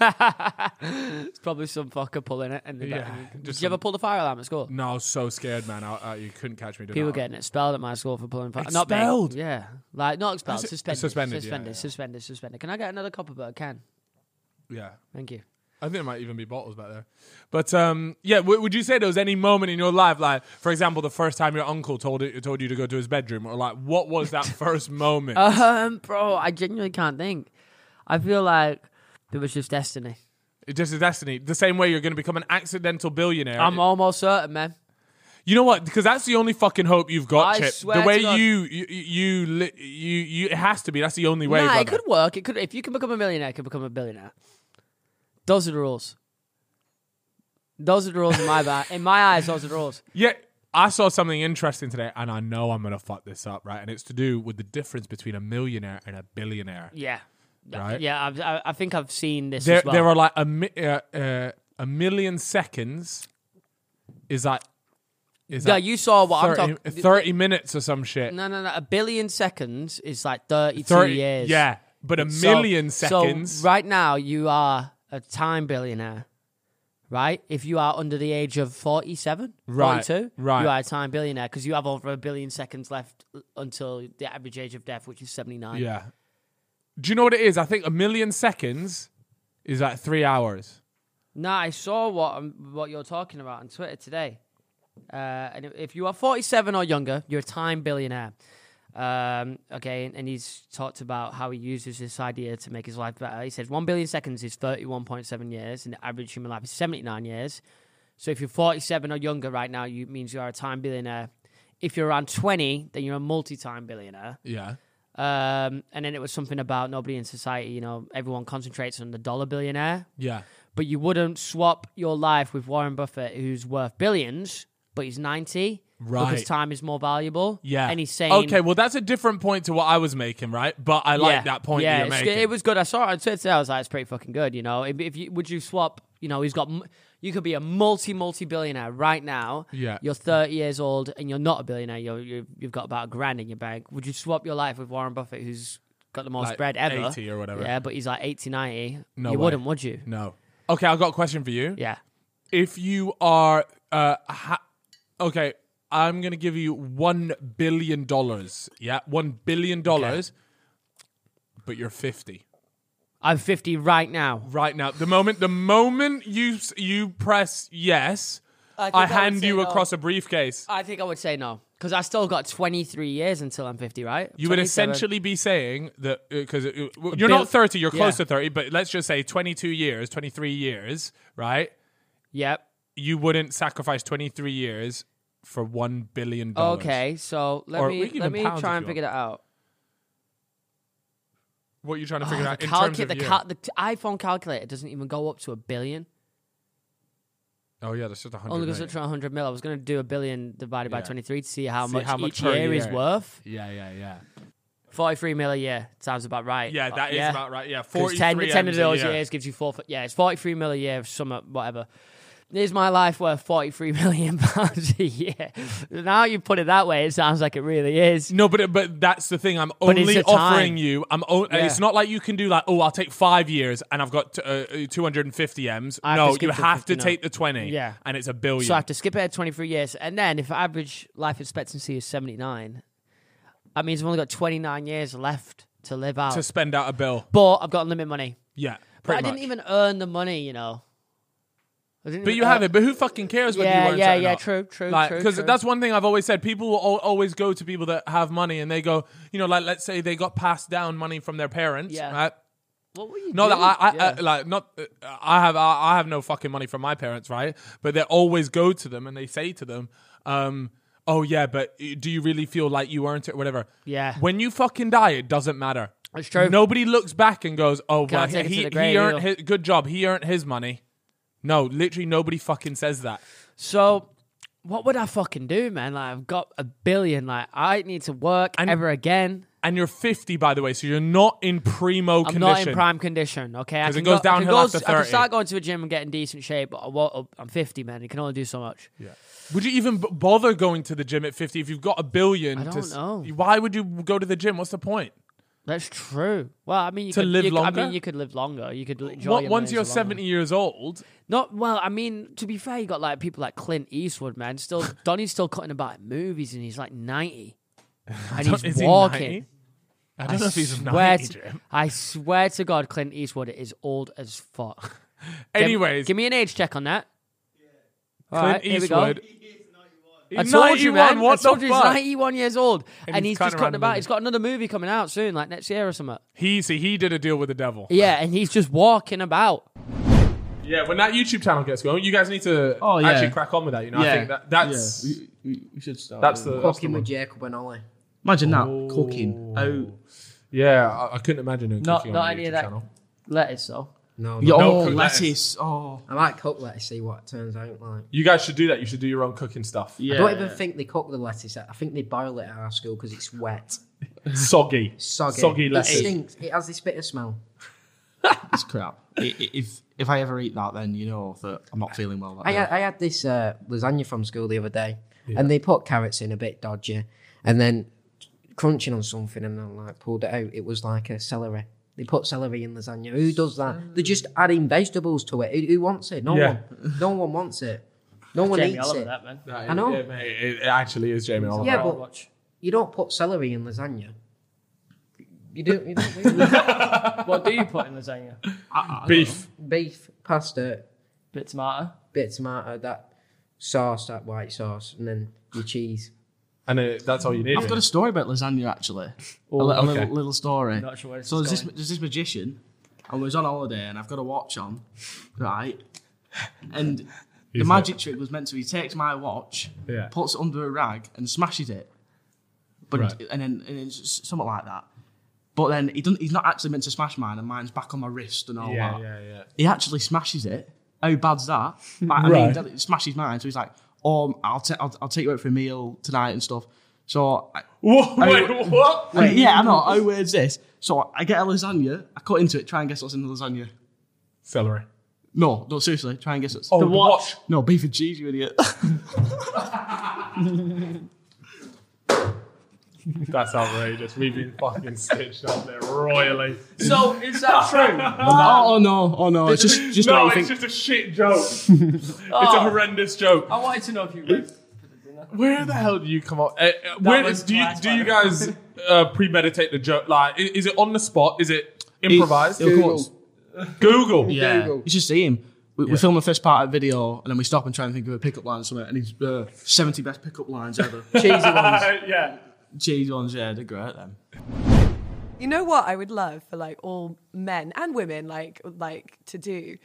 it's probably some fucker pulling it. And Yeah, yeah, did just you ever some- pull the fire alarm at school? No, I was so scared, man. I, I, you couldn't catch me doing People that. getting expelled at my school for pulling fire. Not Expelled? me. Yeah, like not expelled, Is it- suspended, suspended, yeah, suspended, yeah. suspended, suspended, suspended. Can I get another copper? But I can. Yeah. Thank you. I think it might even be bottles back there. But um, yeah, w- would you say there was any moment in your life, like for example, the first time your uncle told it, told you to go to his bedroom, or like what was that first moment? Um, bro, I genuinely can't think. I feel like it was just destiny. It just is destiny. The same way you're going to become an accidental billionaire. I'm almost certain, man. you know what? Because that's the only fucking hope you've got, I Chip. swear the way to God. you you you li- you you it has to be. That's the only way. nah, it brother. could work. It could if you can become a millionaire, you can become a billionaire. Those are the rules. Those are the rules in my ba- in my eyes. Those are the rules. Yeah, I saw something interesting today, and I know I'm going to fuck this up, right? And it's to do with the difference between a millionaire and a billionaire. Yeah. Right. Yeah, I've, I, I think I've seen this. there, as well. there are like a mi- uh, uh, a million seconds is like is Yeah, like you saw what 30, I'm talking. 30 minutes or some shit No, no, no. A billion seconds is like 32 30 years. yeah but a So- million seconds So right now, you are a time billionaire, right? If you are under the age of 47, Right, 42, right. you are a time billionaire because you have over a billion seconds left until the average age of death, which is 79. yeah do you know what it is i think a million seconds is like three hours Now, I saw what, um, what you're talking about on Twitter today. Uh, and if you are 47 or younger, you're a time billionaire. Um, okay, and, and he's talked about how he uses this idea to make his life better. He says 1 billion seconds is 31.7 years, and the average human life is 79 years. So if you're 47 or younger right now, you means you are a time billionaire. If you're around 20, then you're a multi time billionaire. yeah Um, and then it was something about nobody in society, you know, everyone concentrates on the dollar billionaire. Yeah. But you wouldn't swap your life with Warren Buffett, who's worth billions, but he's 90. Right. Because time is more valuable. Yeah. And he's saying. Okay, well, that's a different point to what I was making, right? But I like Yeah. that point Yeah, that you're it's- making. it was good. I saw it on Twitter. I was like, it's pretty fucking good. You know, if, if you would you swap? You know, he's got. m- You could be a multi multi billionaire right now. Yeah. You're 30 years old and you're not a billionaire. You're, you you've got about a grand in your bank. Would you swap your life with Warren Buffett, who's got the most Like bread ever? 80 or whatever. Yeah, but he's like 80, 90. No you way. wouldn't, would you? no. Okay, I've got a question for you. Yeah. If you are, uh, ha- okay, I'm going to give you $1 billion. Yeah, $1 billion. But you're 50. I'm 50 right now. right now. The moment the moment you s- you press yes, I, hand you across a briefcase. I think I would say no because I still got 23 years until I'm 50, right? You would 27. essentially be saying that uh, because you're bill- not 30, you're close to Yeah. 30, but let's just say 22 years, 23 years, right? Yep. You wouldn't sacrifice 23 years for 1 billion dollars. Okay, so let Or we me can let even me pounds if try and you figure that out. What are you trying to figure Oh, out the in calcu- terms of the, year? cal- the t- iPhone calculator doesn't even go up to a billion. Oh yeah, that's just 100. Only goes mate. up to 100 mil. I was going to do a billion divided by Yeah. 23 to see how, See much, how much each per year, is year. worth. yeah, yeah, yeah. 43 mil a year sounds about right. Yeah, But that is about right. Yeah, 'Cause 43 10, 10 of M's a those year. years gives you four. Yeah, it's 43 mil a year, of some whatever. Is my life worth 43 million pounds a year? Now you put it that way, it sounds like it really is. No, but but that's the thing. I'm it's only a time. offering you. I'm. O- Yeah. It's not like you can do like, oh, I'll take five years and I've got t- uh, uh, 250 m's. I have to no, skip you to have to 50 now. take the 20. Yeah. and it's a billion. So I have to skip ahead 23 years. And then if average life expectancy is 79, that means I've only got 29 years left to live out. to spend out a bill. but I've got unlimited money. Yeah, But I pretty didn't much. even earn the money, you know. I didn't But even you have earn- it. But who fucking cares whether Yeah, you earn yeah, it or yeah, not? true, true, true, Because true. that's one thing I've always said. People will al- always go to people that have money and they go, you know, like let's say they got passed down money from their parents. Yeah. Right? What were you No, that doing? I, I, Yeah. I like not. uh, I have I, I have no fucking money from my parents, right? But they always go to them and they say to them, um, "Oh yeah, but uh, do you really feel like you earned it, or whatever?" Yeah. When you fucking die, it doesn't matter. That's true. Nobody looks back and goes, "Oh Can I well, take it to he, the he grave, earned Neil?" his, good job. He earned his money." No, literally nobody fucking says that. So what would I fucking do, man? Like I've got a billion. Like I need to work And- ever again. And you're 50, by the way, so you're not in primo I'm condition. not in prime condition. Okay, I 'Cause it can goes go- I can downhill go after s- I can 30. start going to a gym and getting decent shape, but I won't, I'm 50, man. You can only do so much. Would you even b- bother going to the gym at 50 if you've got a billion? I to don't s- know. Why would you go to the gym? What's the point? That's true. Well, I mean, you To could, live you could- I longer? mean, you could live longer. You could l- enjoy. What, your once lives you're longer. 70 years old, Not well. I mean, to be fair, you got like people like Clint Eastwood, man. Still, Donnie's still cutting about movies, and he's like 90, and is he's he walking. 90? I don't know if he's swear 90, to, Jim. I swear to God, Clint Eastwood is old as fuck. Give- Anyways, give me an age check on that. All Clint right, here we go. Eastwood. I He's told 91, you, man. What I told the you he's fuck? 91 years old, and, he's he's, cutting just around cutting the about. movie. He's got another movie coming out soon, like next year or something. He see he did a deal with the devil. Yeah, and he's just walking about. Yeah, when that YouTube channel gets going, you guys need to Oh, yeah. actually crack on with that. You know, I think that, that's Yeah, we, we- we should start. that's the, that's the Cooking one. with Jacob and I. Imagine that cooking. Oh, yeah. I, I couldn't imagine him Not- cooking not on the any YouTube of that. channel. Lettuce, though. No, yeah, oh cooked lettuce. lettuce. Oh, I might cook lettuce, see what it turns out like. You guys should do that. You should do your own cooking stuff. yeah. I don't even think they cook the lettuce. I think they boil it at our school because it's wet, Soggy. soggy, Soggy lettuce. It stinks. It has this bitter smell. it's crap. I- I- if if I ever eat that, then you know that I'm not feeling well. That I day. had, I had this uh, lasagna from school the other day, and they put carrots in a bit dodgy, and then crunching on something, and I like pulled it out. It was like a celery. They put celery in lasagna. Who does that? They're just adding vegetables to it. Who, who wants it? No Yeah. one. No one wants it. No one Jamie eats Oliver, it. that man. I know. Yeah, mate, it it actually is Jamie Oliver. Yeah, but you don't put celery in lasagna. You don't. You don't do that. What do you put in lasagna? Uh-uh. Beef. beef, pasta, Bit tomato. bit of tomato, that sauce, that white sauce, and then your cheese. And it, that's all you need. I've got a story about lasagna actually. a li- a Oh, okay. little, little story. Not sure where this so there's is this, going. there's this magician, and we was on holiday, and I've got a watch on, right? And the magic trick was meant to be he takes my watch, Yeah. puts it under a rag, and smashes it. But Right. and then and it's s- something like that. But then he doesn't, he's not actually meant to smash mine, and mine's back on my wrist and all that. yeah. He actually smashes it. How bad's that? Like, I mean, that it smashes mine. So he's like, "Oh, I'll, ta- I'll, I'll take you out for a meal tonight and stuff." So I, Whoa, I- wait, what? I mean, yeah, I know. How weird's this? So I get a lasagna. I cut into it. Try and guess what's in the lasagna. Celery. No, no, seriously. Try and guess what's. Oh, the watch. No, beef and cheese, you idiot. That's outrageous. We've been fucking stitched up there royally. So is that true? oh, oh no, oh no. It's just, just no, what you it's think. just a shit joke. Oh. It's a horrendous joke. I wanted to know if you read. Where the hell do you come up? Uh, uh, where was do you my do you guys uh, premeditate the joke? Like, i- is it on the spot? Is it improvised? It'll come up- Google. Yeah, it's just him. We, we film the first part of the video, and then we stop and try and think of a pickup line somewhere. And he's uh, seventy best pickup lines ever. Cheesy ones, yeah. cheesy ones. Yeah, they're great. Them. You know what I would love for like all men and women like like to do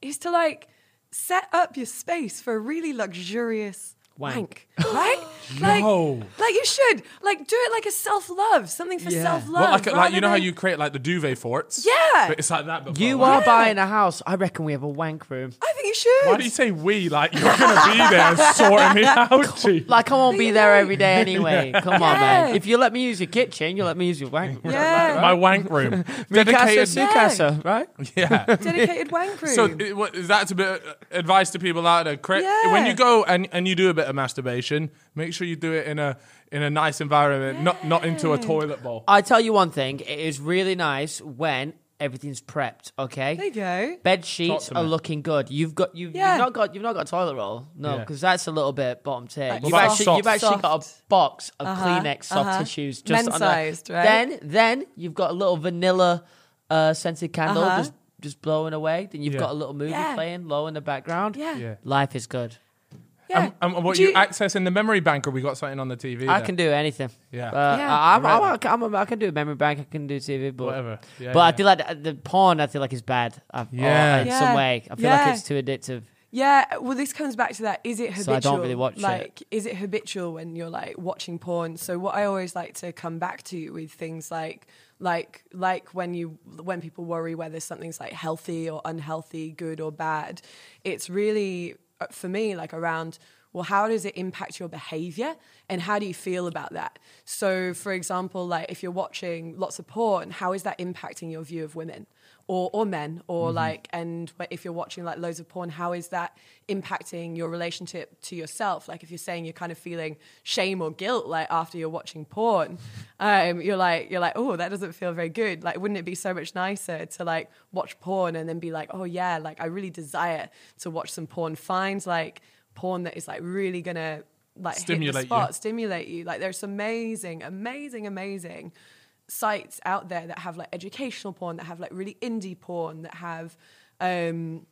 is to like set up your space for a really luxurious wank, right? like, No. like you should like do it like a self love, something for self love. Well, like, like you know how you create like the duvet forts? Yeah. But it's like that. But You for- are buying a house. I reckon we have a wank room. I think you should. Why do you say we? Like you're gonna be there sorting me out, chief. Like I won't be there Yeah. every day anyway. Come on, man. Yeah. If you let me use your kitchen, you let me use your wank room. yeah, My wank room, Casa, dedicated. su casa, right? Yeah. dedicated wank room. So i- what- is that a bit uh, advice to people out there? Cre- Yeah. When you go and, and you do a bit of masturbation, make sure you do it in a in a nice environment, not not into a toilet bowl. I tell you one thing, it is really nice when everything's prepped, okay? there you go. Bed sheets to me. are looking good. You've got you've, Yeah. you've not got you've not got a toilet roll, no, Yeah. because that's a little bit bottom tier. You've about actually soft? you've actually got a Soft. box of Uh-huh, Kleenex soft uh-huh. tissues just on Men-sized, there. right? Then then you've got a little vanilla uh, scented candle Uh-huh. just just blowing away. Then you've Yeah. got a little movie Yeah. playing low in the background. Yeah. Yeah. Life is good. Yeah. And, and what Do you, accessing the memory bank, or we got something on the TV? I there? can do anything. Yeah. Uh, Yeah. I, I'm, I'm, I'm, I'm, I can do memory bank. I can do TV, but Whatever. Yeah, but I yeah. feel like the- the porn. I feel like is bad. I, Yeah. yeah. in some Yeah. way, I feel like Yeah. it's too addictive. Yeah, well, this comes back to that. Is it habitual? So I don't really watch it. like, is it habitual when you're like watching porn? So what I always like to come back to with things like, like, like when you when people worry whether something's like healthy or unhealthy, good or bad, it's really uh, for me like around. Well, how does it impact your behavior and how do you feel about that? So, for example, like if you're watching lots of porn, how is that impacting your view of women? or or men or like and wh- if you're watching like loads of porn how is that impacting your relationship to yourself like if you're saying you're kind of feeling shame or guilt like after you're watching porn um you're like you're like oh that doesn't feel very good like wouldn't it be so much nicer to like watch porn and then be like oh yeah like I really desire to watch some porn find like porn that is like really going to like hit Stimulate the you. spot stimulate you like there's amazing amazing amazing sites out there that have like educational porn, that have like really indie porn, that have, um,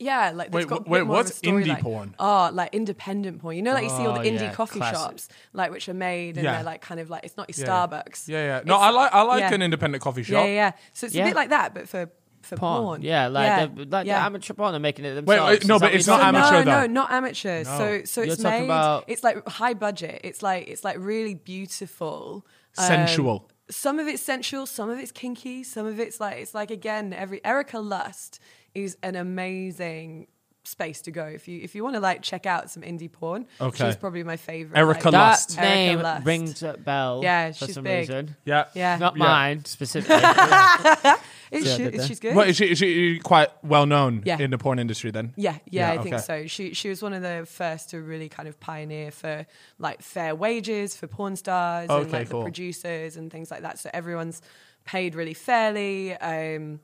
yeah, like they've Wait, got a wh- wait, bit more what's of a story, indie like, porn? Oh, like independent porn. You know, like you see all Oh, the indie yeah, coffee classic. shops, like which are made and Yeah. they're like kind of like it's not your Yeah, yeah. Starbucks. Yeah, yeah. No, It's- I like I like yeah. an independent coffee Yeah, shop. yeah, yeah. So it's Yeah. a bit like that, but for for Porn. porn. Yeah, like The, like yeah. the amateur porn are making it themselves. wait, no, but Is that what it's you're not So talking amateur. No, though. no, not amateur. So, so You're it's talking made. about- It's like high budget. It's like it's like really beautiful, um, Sensual. some of it's sensual, some of it's kinky, some of it's like it's like again every Erica Lust is an amazing space to go if you if you want to like check out some indie porn. Okay. She's probably my favorite. Erica like, That Lust. Erica name Lust. rings a bell. Yeah, for she's some big. reason. Yeah. Yeah, Not Yeah. mine specifically. Is she- is she's good. Well, is she, is she quite well known Yeah. in the porn industry then? Yeah, yeah, Yeah, I think okay. so. She she was one of the first to really kind of pioneer for like fair wages for porn stars and Okay, like cool. the producers and things like that. So everyone's paid really fairly. Um,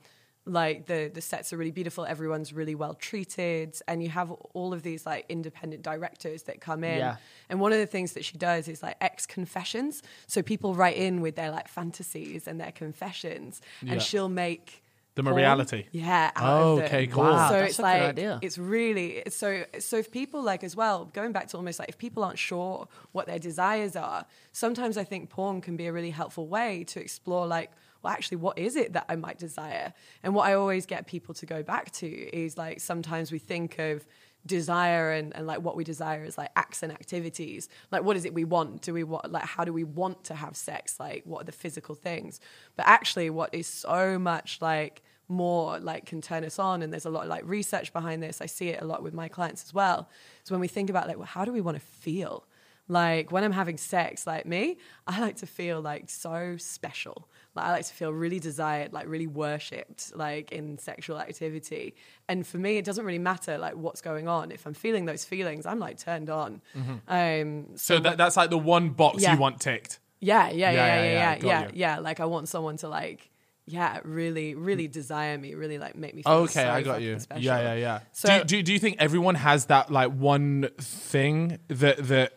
like the the sets are really beautiful. Everyone's really well treated, and you have all of these like independent directors that come in. Yeah. And one of the things that she does is like ex confessions. So people write in with their like fantasies and their confessions, Yeah. and she'll make Them a porn. reality. Oh, Yeah. out of them. Okay, cool. Wow, so that's it's a good like idea. it's really it's so so if people like as well going back to almost like if people aren't sure what their desires are, sometimes I think porn can be a really helpful way to explore like well actually what is it that I might desire? And what I always get people to go back to is like sometimes we think of desire and, and like what we desire is like acts and activities like what is it we want do we want like how do we want to have sex like what are the physical things but actually what is so much like more like can turn us on and there's a lot of like research behind this i see it a lot with my clients as well so when we think about like well how do we want to feel like when i'm having sex like me i like to feel like so special like i like to feel really desired like really worshipped like in sexual activity and for me it doesn't really matter like what's going on if i'm feeling those feelings i'm like turned on um Mm-hmm. So that, that's like the one box Yeah. you want ticked. yeah, yeah, yeah, yeah, yeah, yeah, got yeah, you. yeah. Like I want someone to like, yeah, really, really desire me, really like make me feel Okay, so I got fucking you. Special. Yeah, yeah, yeah. So- do, do do you think everyone has that like one thing that that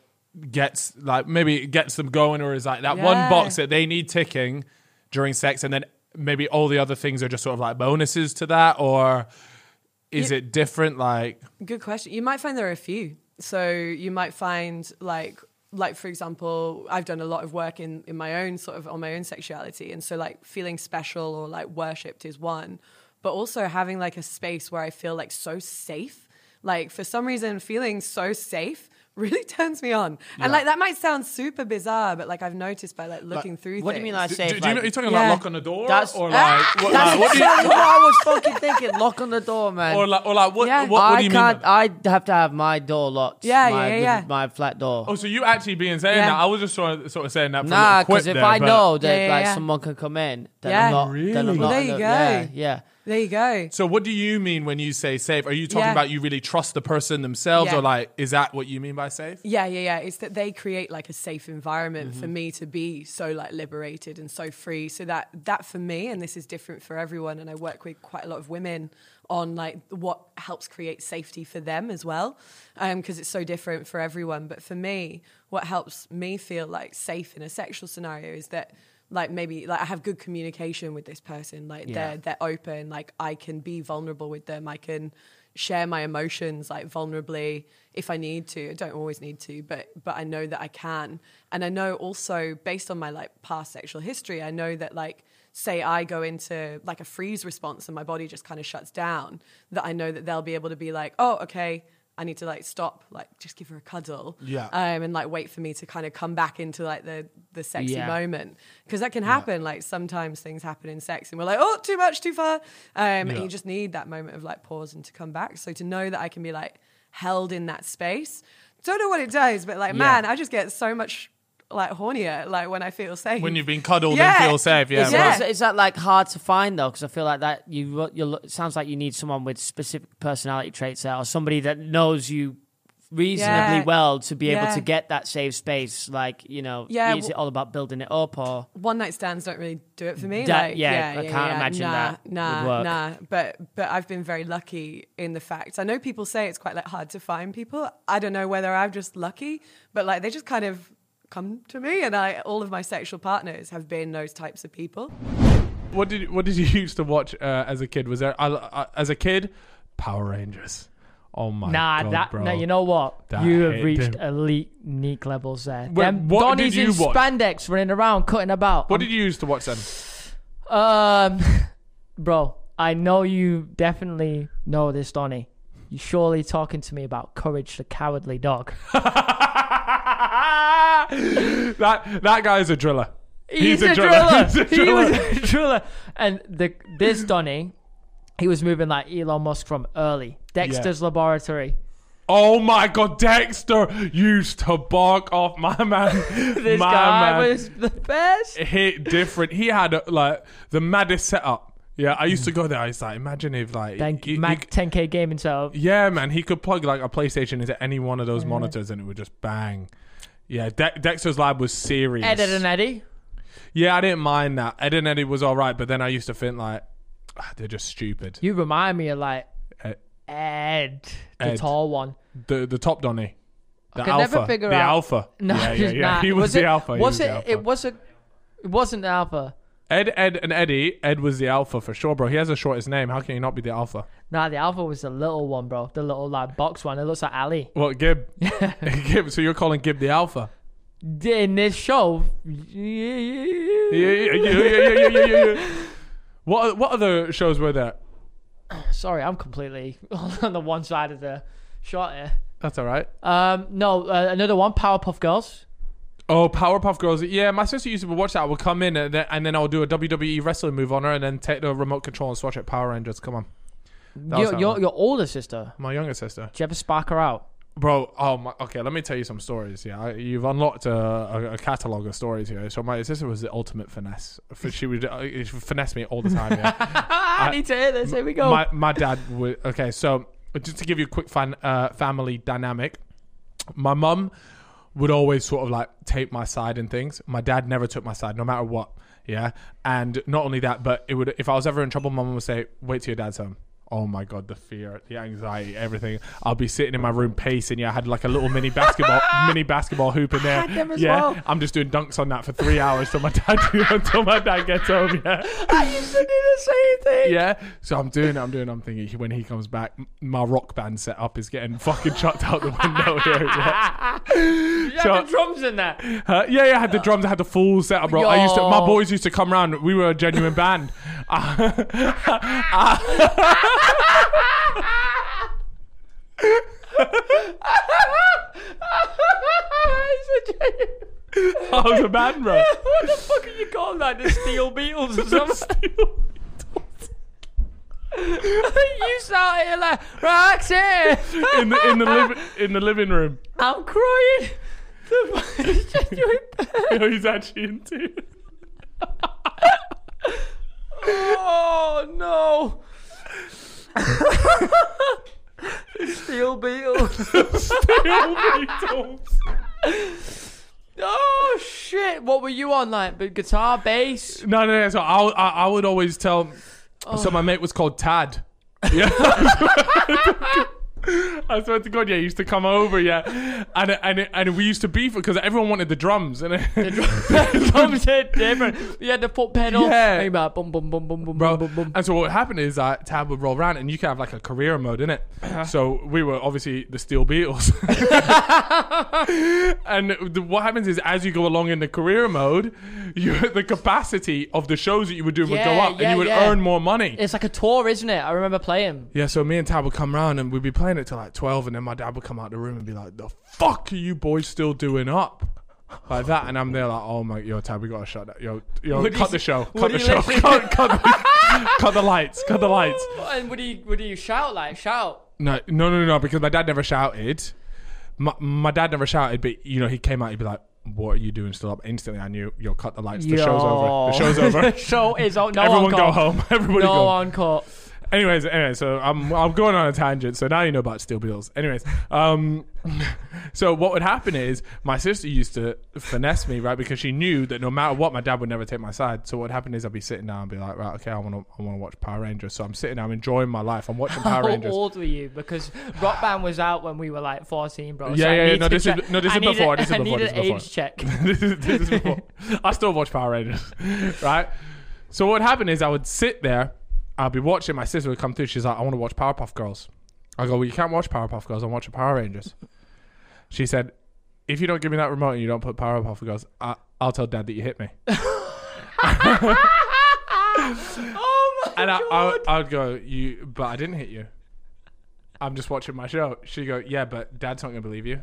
gets like maybe it gets them going, or is like that one Yeah. box that they need ticking during sex, and then maybe all the other things are just sort of like bonuses to that, or is it different? Like Good question. You might find there are a few. So you might find like like for example, I've done a lot of work in in my own sort of on my own sexuality and so like feeling special or like worshipped is one, but also having like a space where I feel like so safe. Like for some reason feeling so safe really turns me on. And like that might sound super bizarre, but like I've noticed by like looking through What do things. you mean I do, say? do, you, like, are you talking Yeah. about lock on the door, That's- or like what, like, what do you, That's what I was fucking thinking. Lock on the door, man. or like or like what Yeah. what, what do I you mean? can't. by that? I have to have my door locked. Yeah, my, yeah, yeah. My flat door. Oh, so you actually being saying Yeah. that? I was just sort of, sort of saying that. For a Nah, little quip because if there, I but- know that Yeah, yeah, like yeah. someone can come in, then Yeah. I'm not. Then Really? I'm not There you in the- go. Yeah, yeah. There you go. So what do you mean when you say safe? Are you talking Yeah. about you really trust the person themselves Yeah. or like is that what you mean by safe? Yeah, yeah, yeah. It's that they create like a safe environment for me to be so like liberated and so free. So that that for me, and this is different for everyone. And I work with quite a lot of women on like what helps create safety for them as well, because it's so different for everyone. But for me, what helps me feel like safe in a sexual scenario is that like maybe like I have good communication with this person. Like they're they're open. Like I can be vulnerable with them. I can share my emotions like vulnerably if I need to. I don't always need to, but but I know that I can. And I know also based on my like past sexual history, I know that like say I go into like a freeze response and my body just kind of shuts down, that I know that they'll be able to be like, "Oh, okay, I need to like stop, like just give her a cuddle." Yeah. Um and like wait for me to kind of come back into like the the sexy Yeah. moment because that can happen like sometimes things happen in sex and we're like, "Oh, too much, too far." Um and you just need that moment of like pause and to come back. So to know that I can be like held in that space. Don't know what it does, but like, man, I just get so much like hornier like when I feel safe. When you've been cuddled Yeah. and feel safe, yeah. Is well, it- Is, is that like hard to find though? Because I feel like that you you it sounds like you need someone with specific personality traits there, or somebody that knows you reasonably Yeah. well to be able Yeah. to get that safe space. Like you know, Yeah, is w- it all about building it up or? one night stands don't really do it for me. That- like, yeah, yeah, I yeah, can't yeah. imagine nah, that Nah, would work. nah. But but I've been very lucky in the fact. I know people say it's quite like hard to find people. I don't know whether I'm just lucky, but like they just kind of come to me, and I all of my sexual partners have been those types of people. what did what did you used to watch uh, as a kid? Was there I, I, as a kid Power Rangers? Oh my Nah, god, that bro. no, you know what? That you have hit reached them. elite neek levels there. Wait, Them what did Donnies you in watch? spandex running around cutting about. What did you used to watch then? um, bro, I know you definitely know this, Donny. You're surely talking to me about courage, the cowardly dog. that that guy is a driller. He's, a, driller. He was a driller. And the this Donny, he was moving like Elon Musk from early. Dexter's laboratory. Oh my god, Dexter used to bark off my man. This my guy man. was the best. hit different. He had uh, like the maddest setup. Yeah, I used to go there. I was like, imagine if like, Thank he- you, he Mag c- 10k game himself. yeah, man, he could plug like a PlayStation into any one of those monitors and it would just bang. Yeah, De- Dexter's lab was serious. Ed, Ed, and Eddie. yeah, I didn't mind that. Ed and Eddie was all right, but then I used to think like, "Ah, they're just stupid. You remind me of like Ed. Ed, the E- Ed. tall one. The the top Donny, the I could alpha, never figure the out- alpha. No, yeah, yeah, just yeah. not. He was, the it, alpha. he Was was it? the alpha. It was a. It wasn't the alpha. Ed, Ed, and Eddie. Ed was the alpha for sure, bro. He has the shortest name. How can he not be the alpha? Nah, the alpha was the little one, bro. The little like box one. It looks like Ali. What Gib? Gib. So you're calling Gib the alpha? In this show, Yeah, yeah, yeah, yeah, yeah, yeah, yeah, yeah. What What other shows were there? sorry, I'm completely on the one side of the Shot here. That's all right. Um, no, uh, another one. Powerpuff Girls. Oh, Powerpuff Girls. Yeah, my sister used to watch that. I would come in and then, and then I would do a WWE wrestling move on her and then take the remote control and swatch at Power Rangers. Come on. That was Your, how- your your older sister. my younger sister. Did you ever spark her out? Bro, oh my, okay. Let me tell you some stories. Yeah, I, you've unlocked a, a, a catalog of stories here. So my sister was the ultimate finesse. F- She would uh, she would finesse me all the time. Yeah. I, need to hear this. Here we go. my my dad would. Okay, so just to give you a quick fan, uh, family dynamic, my mum would always sort of like take my side and things. My dad never took my side, no matter what. Yeah, and not only that, but it would if I was ever in trouble, my mum would say, "Wait till your dad's home." Oh my god, the fear, the anxiety, everything. I'll be sitting in my room pacing. Yeah, I had like a little mini basketball, mini basketball hoop in there. had them as yeah, well. I'm just doing dunks on that for three hours till my dad until my dad gets home. Yeah. I used to do the same thing. Yeah. So I'm doing it. I'm doing. it, I'm thinking when he comes back, m- my rock band setup is getting fucking chucked out the window here. Yeah. You So- had the drums in there. Uh, yeah, yeah. I had the drums. I had the full setup, bro. I used to. My Yo. boys used to come round. We were a genuine band. It's a genuine- I was a band, bro. what the fuck are you calling that? The Steel Beatles or something? you sat here like, Roxy! In the in the liv- in the living room. I'm crying! The it's just doing Oh, He's actually into. Oh no! The Steel Beatles. Oh shit! What were you on like? But guitar, bass? Oh. No, no, no. So I, I, I would always tell. So my mate was called Tad. Yeah. I swear to God, yeah, he used to come over, yeah, and and and we used to beef because everyone wanted the drums, and Drums hit different. You had the foot pedal. Yeah. Hey, man, boom, boom, boom, boom, boom, bro. boom, boom. And so what would happen is that Tad would roll around, and you could have like a career mode in it. Uh-huh. So we were obviously the Steel Beatles, and the, what happens is as you go along in the career mode, you the capacity of the shows that you were doing would go Yeah, up, yeah, and you would yeah. earn more money. It's like a tour, isn't it? I remember playing. Yeah, so me and Tad would come round and we'd be playing it till like 12, and then my dad would come out the room and be like, The fuck are you boys still doing up? Like that, and I'm there like, Oh my, yo, Tad, we gotta shut that. Yo, yo Would he cut s- the show. Cut would the he show. literally- Cut, cut, the, cut the lights. Cut the lights. And would you would you shout like shout? No, no, no, no, because my dad never shouted. My, my dad never shouted, but you know, he'd came out, he'd be like, What are you doing still up? Instantly, I knew, Yo, cut the lights. The show's over. The show's over. Show is on. No Everyone encore. go home. Everybody No go home. encore. Anyways, anyway, so I'm I'm going on a tangent. So now you know about steel beetles. Anyways, um, so what would happen is my sister used to finesse me, right? Because she knew that no matter what, my dad would never take my side. So what happened is I'd be sitting down and be like, right, okay, I want to I want to watch Power Rangers. So I'm sitting, there, I'm enjoying my life. I'm watching Power How Rangers. old were you? Because Rock Band was out when we were like 14, bro. Yeah, so I yeah, yeah. need No, to this is- check- no, this is I need before, A, this is I before, need this an is before. age check. this is this is before. I still watch Power Rangers, right? So what happened is I would sit there, I'd be watching. My sister would come through. She's like, "I want to watch Powerpuff Girls." I go, "Well, you can't watch Powerpuff Girls. I'm watching Power Rangers." She said, "If you don't give me that remote and you don't put Powerpuff Girls, I- I'll tell Dad that you hit me." oh my And I, I, god. I would go, "You, but I didn't hit you. I'm just watching my show." She would go, "Yeah, but Dad's not gonna believe you."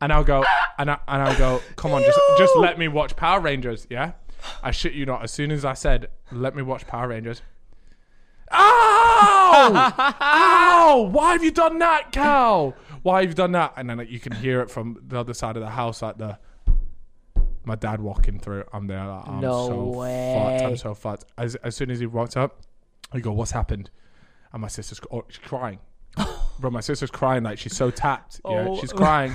And I'll go, and I, and I'll go, "Come on, just just let me watch Power Rangers." Yeah, I shit you not. As soon as I said, "Let me watch Power Rangers," ow, ow, why have you done that, Cal? Why have you done that? And then like, you can hear it from the other side of the house, like the. My dad walking through, I'm there. Like, I'm No so way. fucked. I'm so fucked. As, as soon as he walked up, I go, "What's happened?" And my sister's oh, she's crying. Bro, my sister's crying like she's so tapped. Yeah, Oh. she's crying.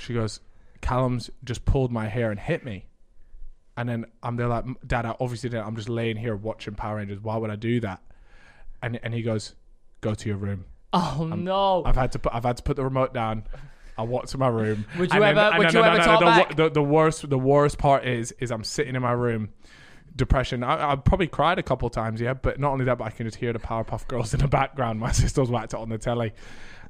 She goes, "Callum's just pulled my hair and hit me." And then I'm there like, "Dad, I obviously didn't. I'm just laying here watching Power Rangers. Why would I do that?" And and he goes, "Go to your room. oh no. I've had to put I've had to put the remote down." I walk to my room. Would And you then- ever- and would then- you and ever then- talk the, wor- back? The, the worst, the worst part is, is I'm sitting in my room, depression. I, I probably cried a couple times, yeah. But not only that, but I can just hear the Powerpuff Girls in the background. My sister's whacked it on the telly.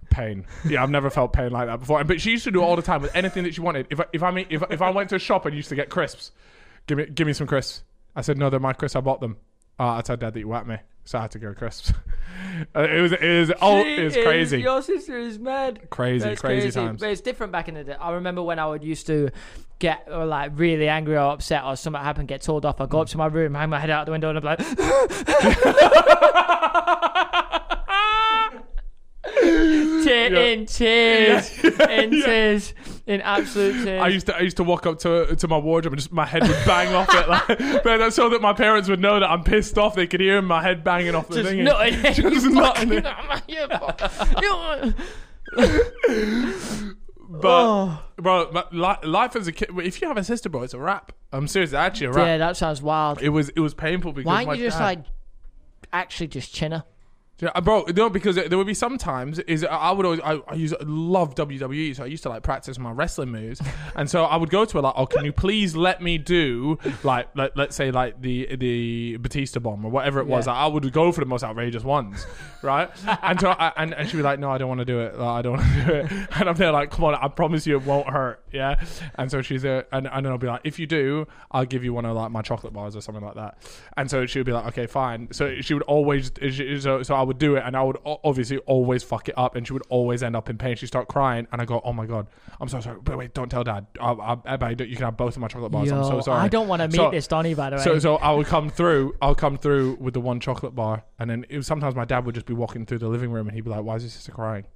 Pain. Yeah, I've never felt pain like that before. But she used to do it all the time with anything that she wanted. If I, if I mean, if, if I went to a shop and used to get crisps, give me give me some crisps. I said no, they're my crisps. I bought them. Uh, I told Dad that you whacked me. So I had to go crisps. Uh, it was it was oh it was crazy. Your sister is mad. Crazy, crazy times. But it's different back in the day. I remember when I would used to get or like really angry or upset or something happened, get told off. I'd go up to my room, hang my head out the window, and I'd be like, tear in tears, in tears, in absolute tears. I used to I used to walk up to to my wardrobe and just my head would bang off it, like, but that's so that my parents would know that I'm pissed off. They could hear my head banging off the just thing. nutting. Just nutting it. You fuck- you- But bro, but li- life as a kid, if you have a sister, bro, it's a wrap. I'm serious, it's actually a wrap. yeah, that sounds wild. It was it was painful because Why my don't you just dad- like actually just chin her? Yeah, uh, bro, no, because there would be sometimes is I would always I, I used love WWE, so I used to like practice my wrestling moves, and so I would go to her like, oh, can you please let me do like let, let's say like the the Batista bomb or whatever it was. Yeah. Like, I would go for the most outrageous ones, right? and so I, and and she'd be like, no, I don't want to do it. Like, I don't want to do it. And I'm there like, come on, I promise you it won't hurt, yeah. And so she's there, and and then I'll be like, if you do, I'll give you one of like my chocolate bars or something like that. And so she would be like, okay, fine. So she would always, she- so, so I would do it, and I would o- obviously always fuck it up, and she would always end up in pain. She'd start crying, and I go, oh my god, I'm so sorry. But wait, don't tell dad. I, I, I, you can have both of my chocolate bars. Yo, I'm so sorry. I don't want to meet So- this Donny, by the way. so, so I would come through. I'll come through with the one chocolate bar, and then it was, sometimes my dad would just be walking through the living room, and he'd be like, "Why is your sister crying?"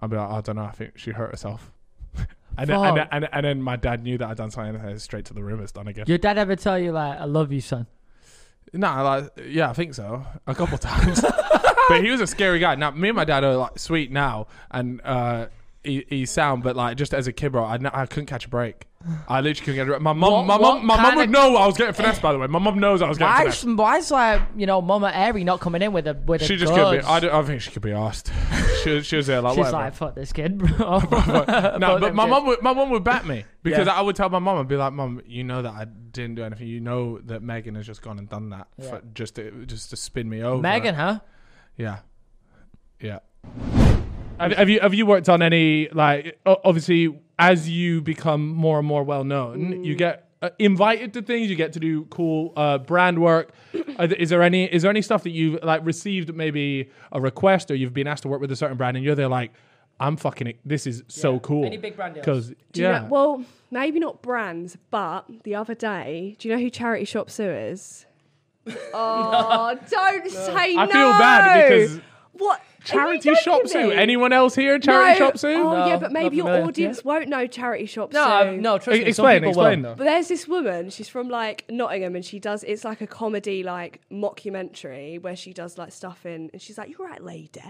I'd be like, "I don't know. I think she hurt herself." and, then, and, then, Fuck. and, and then my dad knew that I'd done something, and I straight to the room. It's done again. Your dad ever tell you like, "I love you, son"? Nah, like yeah, I think so. A couple times. but he was a scary guy. Now me and my dad are like sweet now, and uh, he, he's sound. But like just as a kid, bro, I, n- I couldn't catch a break. I literally couldn't catch a break. My mom, What- my what mom, my mom kinda- would know I was getting finessed. By the way, my mom knows I was getting Why's finessed. why's like you know, Mama Airy not coming in with a with a She just could be. I, don't, I think she could be asked. She, was- she was there like She's whatever. like, "Oh." "Fuck this kid, bro." no, Fuck but them my kids. mom would my mom would bat me because I would tell my mom I'd be like, "Mom, you know that I didn't do anything. You know that Megan has just gone and done that for, just to, just to spin me over." Megan, huh? Yeah. Yeah. Have, have you have you worked on any like o- obviously as you become more and more well known, you get uh, invited to things, you get to do cool uh, brand work. Are th- is there any is there any stuff that you've like received maybe a request or you've been asked to work with a certain brand and you're there like I'm fucking it. This is so cool. Any big brand deals? Because Do you yeah, know, well, maybe not brands, but the other day, do you know who Charity Shop Sue is? Oh, don't say no. I feel bad because what Are charity you shop joking Sue. me? Anyone else here? Charity no. shop Sue. Oh yeah, No, but not maybe your familiar. audience won't know Charity Shop No, Sue. I'm- no. E- Trust me, some explain, people explain will. though. But there's this woman, she's from like Nottingham and she does it's like a comedy like mockumentary where she does like stuff in and she's like, You're right, lady.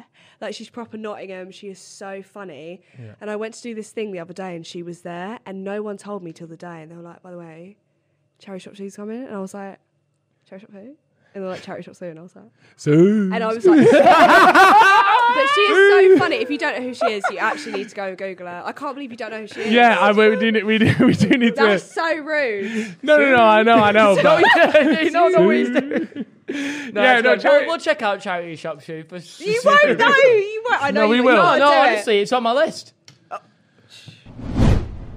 Like she's proper Nottingham, she is so funny. And I went to do this thing the other day and she was there and no one told me till the day and they were like, By the way, Cherry Shop Sue's coming and I was like, Cherry Shop who? And they're like Cherry Shop Sue and I was like Sue. and I was like, but she is so funny. If you don't know who she is, you actually need to go and Google her. I can't believe you don't know who she is. Yeah, I, we do. need- We do. We do need That to. was so rude. No, no, no. I know. I know. but- you don't know what he's doing. No, Yeah, it's no, good. chari- we'll, we'll check out Charity Shop Shoe for You won't know. You won't. I know. No, we you, will. You No, gotta no, do it. honestly, it's on my list.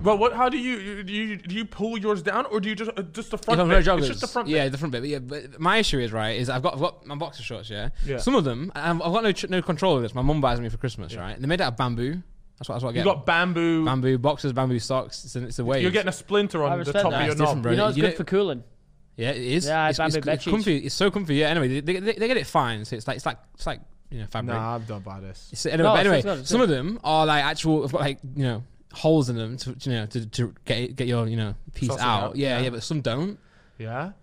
But what? How do you you- do? You, do you pull yours down, or do you just uh, just the front? You're talking bit? about It's joggers. just the front. Yeah, the front bit. But yeah, but my issue is right is I've got I've got my boxer shorts. Yeah, Yeah. some of them I- I've, I've got no ch- no control of this. My mum buys me for Christmas. Right, they're made out of bamboo. That's what that's what I You get. got bamboo. bamboo boxers, bamboo socks. It's, a- it's a wave. You're getting a splinter on the respect top of that. your It's knob. different, bro. You know it's You good know- for cooling. yeah, it is. Yeah, it's, bamboo it's, it's bedsheets. comfy. It's so comfy. Yeah. Anyway, they, they, they get it fine. So it's like it's like it's like you know fabric. Nah, I've done by this. It's, anyway, No, but it's- anyway it's not- it's some of them are like actual I've got like you know holes in them to you know to, to get get your you know piece Sausage out. out, Yeah, yeah. yeah, but some don't. Yeah.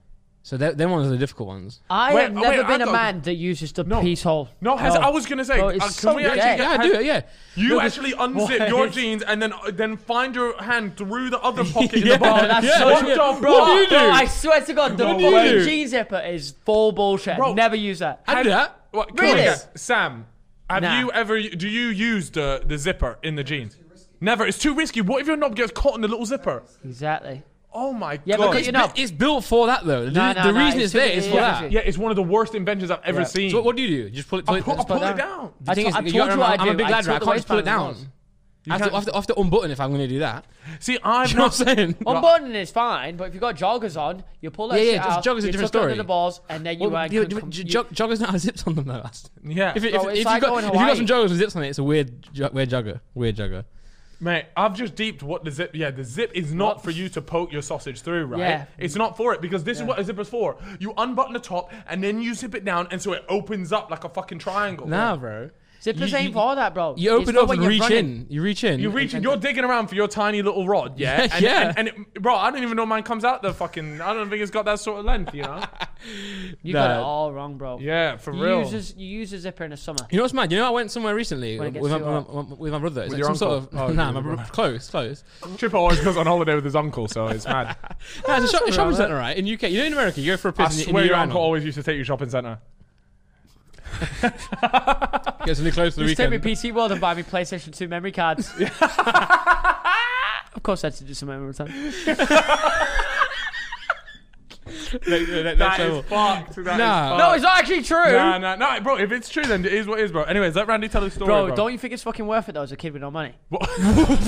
So they're, they're ones are the difficult ones. I Wait, have oh, never wait, been I a thought- man that uses the No. piece hole. No, has, I was gonna say, Oh, uh, it's can so we actually dead. get? Yeah, I has- do it. Yeah. You No, but- actually unzip Why? your jeans and then uh, then find your hand through the other pocket in Yeah, the bottom. that's yeah. so what shit. the Bro, fuck? you do? Bro, I swear to God, the What do you fucking do? jean zipper is full bullshit. Bro. Never use that. I do that. What, can we Really? get- Sam, have Nah. you ever? Do you use the the zipper in the jeans? Never. It's too risky. What if your knob gets caught in the little zipper? Exactly. Oh my Yeah, god. but It's, you know- bu- it's built for that though. The, No, no, the no, reason it's, it's there too- is yeah, for yeah, that. Yeah, it's one of the worst inventions I've ever Yeah. seen. So what do you do? You just pull it. Pull I it pull, I that's pull down. it down. The I thing to- is, I you told gotta you what remember, I I'm a do. big I lad, right? I took can't just pull it the waistband down. as I have, to, I, have to, I have to unbutton if I'm going to do that. See, I've you know not- what I'm saying. Unbuttoning is fine, but if you've got joggers on, you pull that Yeah, yeah, shit just out. joggers are a you different tuck it story. Under the balls, and then you Well, well, yeah, but jog- joggers don't have zips on them though. That's- Yeah. If, it- Bro, if, it's if, like you've got, going if you've got Hawaii. some joggers with zips on it, it's a weird, jo- weird jogger. Weird jogger. Mate, I've just deeped what the zip. Yeah, the zip is not for you to poke your sausage through, right? Yeah. It's not for it because this is what a zipper's for. You unbutton the top and then you zip it down, and so it opens up like a fucking triangle. Nah, bro. Zippers you- ain't you- for that, bro. You It's open for up when and you're reach running. in. You reach in. You reach, you're digging around for your tiny little rod, yeah, Yeah, and, yeah. and, and it, bro, I don't even know mine comes out the fucking. I don't think it's got that sort of length, you know. You got it Nah. all wrong, bro. yeah, for You real. use, a, you use a zipper in the summer. You know what's mad? You know I went somewhere recently When it with gets my, with, too my, hot. with my brother. It's With like your some sort uncle? of Oh, nah, with my your bro- close, close. Tripper always goes on holiday with his uncle, so it's mad. Nah, it's a, shop, a shopping centre, right? In UK, you know in America, you go for a I piss. and you- swear and your you uncle always used to take you shopping centre. gets really close to the Just take me weekend. PC World and buy me PlayStation 2 memory cards. of course, I had to do some memory time. Next- next level. fucked. That Nah. No, it's not actually true. Nah, nah, nah, bro. If it's true, then it is what it is, bro. Anyways, let Randy tell his story, Bro, bro. don't you think it's fucking worth it though as a kid with no money?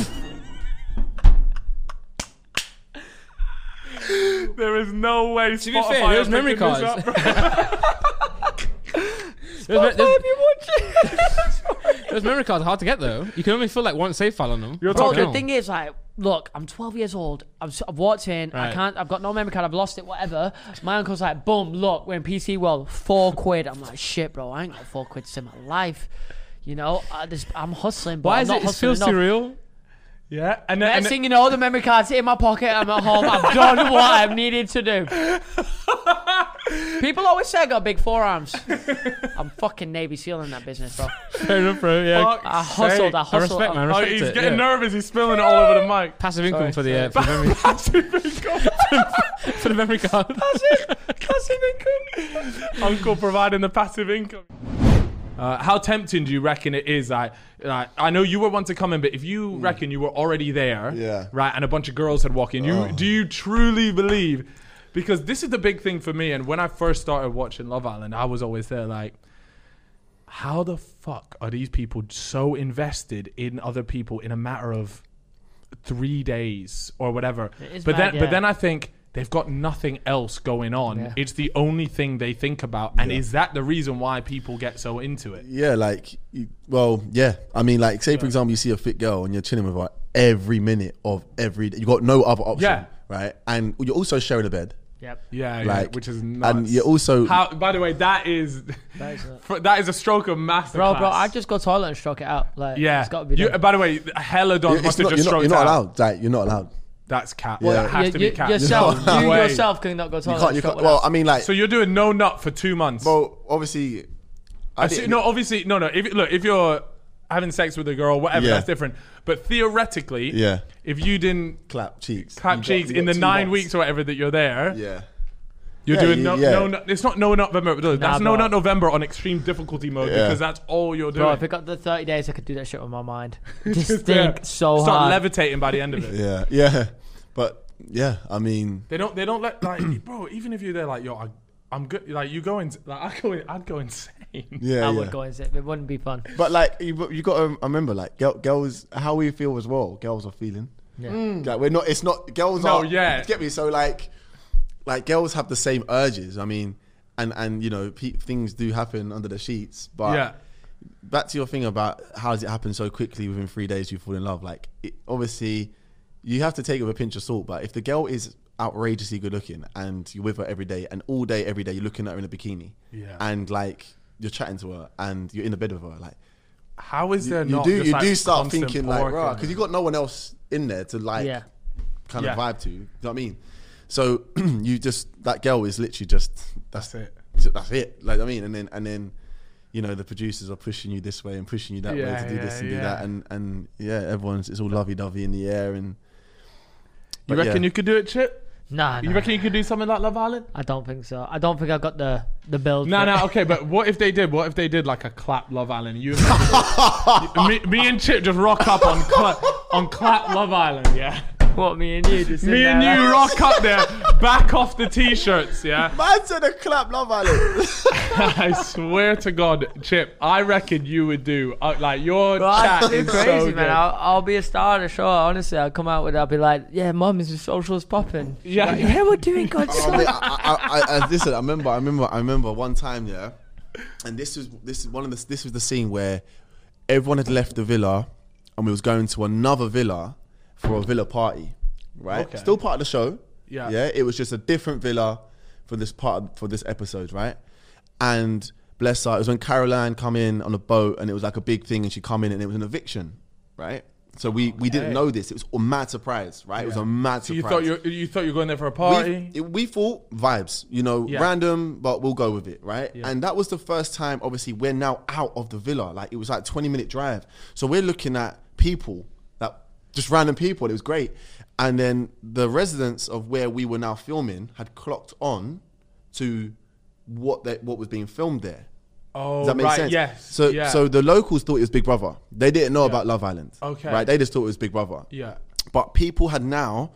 There is no way. To be fair, those memory cards. Those me- those- Those memory cards are hard to get though. You can only fill like one save file on them. You're Bro, talking. the thing is, like, look, I'm 12 years old. I'm, s- I've walked in. I Right. can't. I've got no memory card. I've lost it. Whatever. My uncle's like, boom, look, we're in PC World, four quid. I'm like, shit, bro, I ain't got four quid to save my life. You know, I just, I'm hustling. But Why I'm is not it? It hustling feels too enough. real. Yeah, and then, and Next then thing you know, the memory card's in my pocket. I'm at home. I've done what I've needed to do. People always say I got big forearms. I'm fucking Navy SEAL in that business, bro. Fair enough, bro. Yeah. Fuck's I hustled. I I hustled. respect, man. I Oh, respect he's it, getting yeah. nervous. He's spilling it all over the mic. Passive income for the uh, for, sorry. the memory, Passive income. for the memory card. passive income. Uncle providing the passive income. Uh, how tempting do you reckon it is? I, I, I know you were one to come in, but if you Hmm. reckon you were already there, Yeah. right, and a bunch of girls had walked in, you do you truly believe? Because this is the big thing for me. And when I first started watching Love Island, I was always there, like, how the fuck are these people so invested in other people in a matter of three days or whatever? is But mad, then, but yeah. then I think they've got nothing else going on. Yeah. It's the only thing they think about, and is that the reason why people get so into it? Yeah, like, you, well, yeah. I mean, like, say for example, you see a fit girl and you're chilling with her every minute of every day. You got no other option, Yeah. right? And you're also sharing a bed, Yep. Yeah, yeah, like, which is nuts. and you're also How? By the way, that is that is a, stroke of master. Bro, bro, I just go toilet and stroke it out. Like, yeah. it's got to be You- done. by the way, hella you- Don it's must have not, just you're, not, stroked you're not out. allowed. Like, you're not allowed. That's cat. Yeah. That has You- to be you- cat. yourself, No you way. yourself can not go You toilet. can't. You and can't. stroke Well, without- I mean, like, So you're doing no nut for two months. well, obviously, I So- didn't- no, obviously, no, no. If look, if you're having sex with a girl, whatever, Yeah. that's different. But theoretically, Yeah. if you didn't clap cheeks, You clap got- cheeks you in got the two nine months. weeks or whatever that you're there, Yeah. you're Yeah, doing you- no, yeah. no, no. It's not no nut November. That's no bro. nut November on extreme difficulty mode Yeah. because that's all you're doing. Bro, if it got the 30 days, I could do that shit with my mind. Just Yeah. think so Start hard. levitating by the end of it. Yeah, yeah, but yeah, I mean, They don't. They don't let like, bro. Even if you're there, like, yo, I, I'm good. Like, you go in. Like, I go. In, I'd go insane. yeah, yeah. I would go and zip. It wouldn't be fun. But like, you, but you got to remember, like, girl, girls, how we feel as well. Girls are feeling. Mm. Yeah. Like, we're not. It's not. Girls No, are. Oh, yeah. you Get me? So like, like girls have the same urges. I mean, and and you know, pe- things do happen under the sheets. But Yeah. back to your thing about how does it happen so quickly within three days you fall in love? Like, it, obviously, you have to take it with a pinch of salt. But if the girl is outrageously good looking and you're with her every day and all day every day you're looking at her in a bikini Yeah. and like you're chatting to her and you're in the bed with her like How is there you, you not? do just, you like, do start constant thinking like pork right and- because you got no one else in there to like Yeah. kind Yeah. of vibe to. You know what I mean? So you just that girl is literally just that's, That's it. That's it. Like I mean, and then and then you know the producers are pushing you this way and pushing you that Yeah, way to do this yeah, and do yeah. that and and yeah, everyone's it's all lovey dovey in the air and You but reckon yeah. you could do it, Chip? Nah, You nah. reckon you could do something like Love Island? I don't think so. I don't think I got the the build. No, for it. no, okay, but what if they did? What if they did like a clap Love Island? You, me, me and Chip just rock up on clap, on clap Love Island, yeah. What me and you just Me and you rock up there, back off the t-shirts, yeah. Man said a clap, love Island. I swear to God, Chip, I reckon you would do uh, like your chat I'd be is crazy, so good. man. I'll, I'll be a star on the show. Honestly, I'll come out with. I'll be like, "Yeah, mum, is the socials popping? Yeah. like, yeah, we're doing good Oh, stuff." mate, I, I, I, I, listen, I remember, I remember, I remember one time, yeah, and this was this is one of the this was the scene where everyone had left the villa, and we was going to another villa for a villa party, right? Okay. Still part of the show, Yeah. yeah. It was just a different villa for this part of- for this episode, right? And bless her, it was when Caroline come in on a boat, and it was like a big thing, and she come in, and it was an eviction, right? So we, we didn't Okay. know this. It was a mad surprise, right? It was Yeah. a mad So surprise. you thought you you thought you were going there for a party? We, we thought vibes, you know, Yeah. random, but we'll go with it, right? And that was the first time, obviously, we're now out of the villa. Like, it was like 20 minute drive. So we're looking at people, like just random people. It was great. And then the residents of where we were now filming had clocked on to what they, what was being filmed there. Oh, Does that make right, sense? yes, So, yeah. so the locals thought it was Big Brother. They didn't know about Love Island. Okay. Right? They just thought it was Big Brother. Yeah. But people had now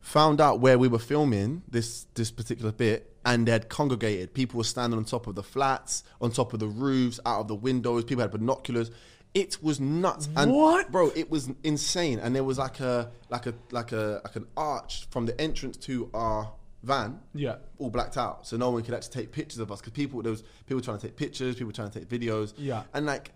found out where we were filming this this particular bit and they had congregated. People were standing on top of the flats, on top of the roofs, out of the windows, people had binoculars. It was nuts. And What? bro, it was insane. And there was like a like a like a like an arch from the entrance to our van. Yeah. All blacked out. So no one could actually take pictures of us because people there was people trying to take pictures, people trying to take videos. Yeah. And like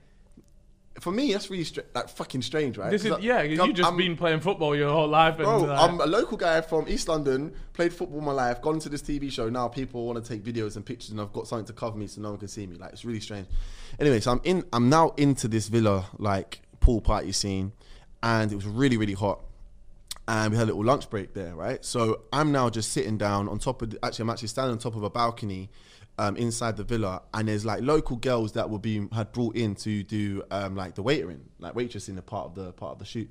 for me, that's really stra- like fucking strange, right? This is 'Cause I- yeah. I'm- You've just I'm- been playing football your whole life, and uh, Bro, like- I'm a local guy from East London, played football my life, gone to this TV show. Now people want to take videos and pictures, and I've got something to cover me so no one can see me. Like, it's really strange. Anyway, so I'm in, I'm now into this villa, like, pool party scene, and it was really, really hot. And we had a little lunch break there, right? So I'm now just sitting down on top of, the, actually, I'm actually standing on top of a balcony um, inside the villa, and there's like local girls that were being had brought in to do um, like the waitering, like waitressing, a part of the part of the shoot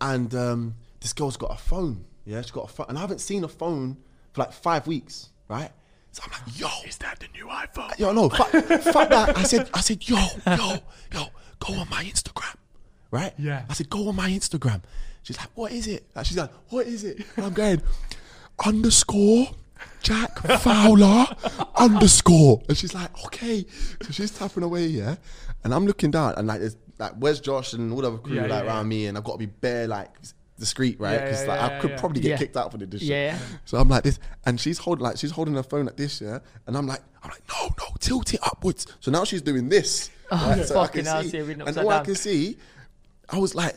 and um, this girl's got a phone. Yeah, she's got a phone, and I haven't seen a phone for like five weeks, right? So I'm like, yo, is that the new iPhone? Yo, no, fuck, fuck that. I said, I said, yo, yo, yo, go on my Instagram, right? Yeah. I said, go on my Instagram. She's like, what is it? Like, she's like, what is it? And I'm going underscore. Jack Fowler underscore, and she's like, okay. So she's tapping away, yeah, and I'm looking down, and like, there's like, where's Josh and all the other crew Yeah, like yeah, around yeah. me, and I've got to be bare like discreet, right? Yeah, Because yeah, like yeah, I could yeah. probably get Yeah. kicked out for this shit. Yeah. So I'm like this, and she's holding like she's holding her phone like this, yeah. And I'm like, I'm like, no, no, tilt it upwards. So now she's doing this. right? So I Oh, fucking can hell, see, see, reading and upside all I down. can see, I was like,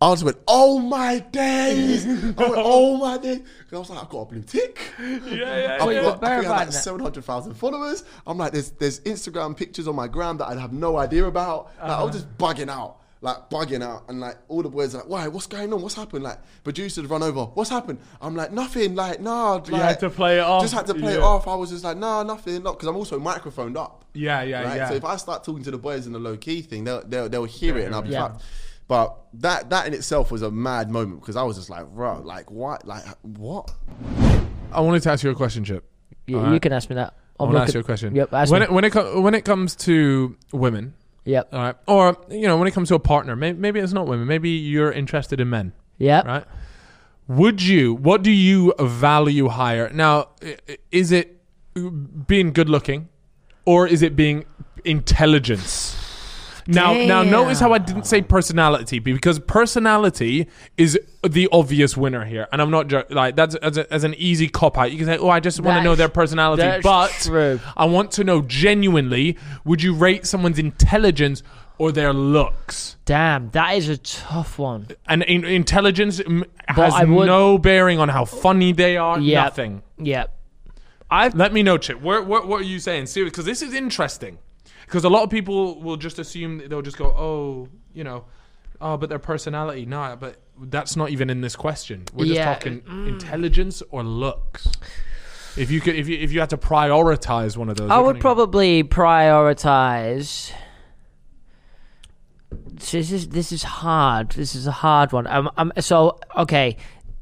I just went, oh my days, I went, oh my days. 'Cause I was like, I've got a blue tick. yeah, I've yeah. got, I bear think I had in like mind that- 700,000 followers. I'm like, there's there's Instagram pictures on my gram that I have no idea about. Like, Uh-huh. I was just bugging out, like bugging out, and like all the boys are like, why? What's going on? What's happened? Like producers run over. What's happened? I'm like, nothing. Like, nah. Like, had to play it off. Just had to play it Yeah. off. I was just like, nah, nothing. Not because I'm also microphoned up. Yeah, yeah, right? yeah. So if I start talking to the boys in the low key thing, they'll they'll, they'll hear it, and I'll be Yeah. fucked. But that that in itself was a mad moment because I was just like, bro, like what, like what? I wanted to ask you a question, Chip. You, Alright. you can ask me I that. I'm want to looking- ask you a question. Yep. Ask when me. it when it com- when it comes to women, yep. all right, or you know, when it comes to a partner, may- maybe it's not women. Maybe you're interested in men. Yep. right? Would you? What do you value higher? Now, i- i- is it being good looking, or is it being intelligence? Now, now, notice how I didn't say personality because personality is the obvious winner here, and I'm not jo- like that's as, a, as an easy cop out. You can say, "Oh, I just want to That's- know their personality," that's but true. I want to know genuinely: Would you rate someone's intelligence or their looks? Damn, that is a tough one. and in- intelligence m- has I would- no bearing on how funny they are. Yep. Nothing. Yep. Let me know, Chip. Where, what, what are you saying? Seriously, because this is interesting. Because a lot of people will just assume they'll just go, oh, you know, oh, but their personality. Nah, but that's not even in this question. We're just Yeah. Mm. talking intelligence or looks. If you could, if you if you had to prioritize one of those, I which would one are probably prioritize. This is this is hard. This is a hard one. Um, um, so okay,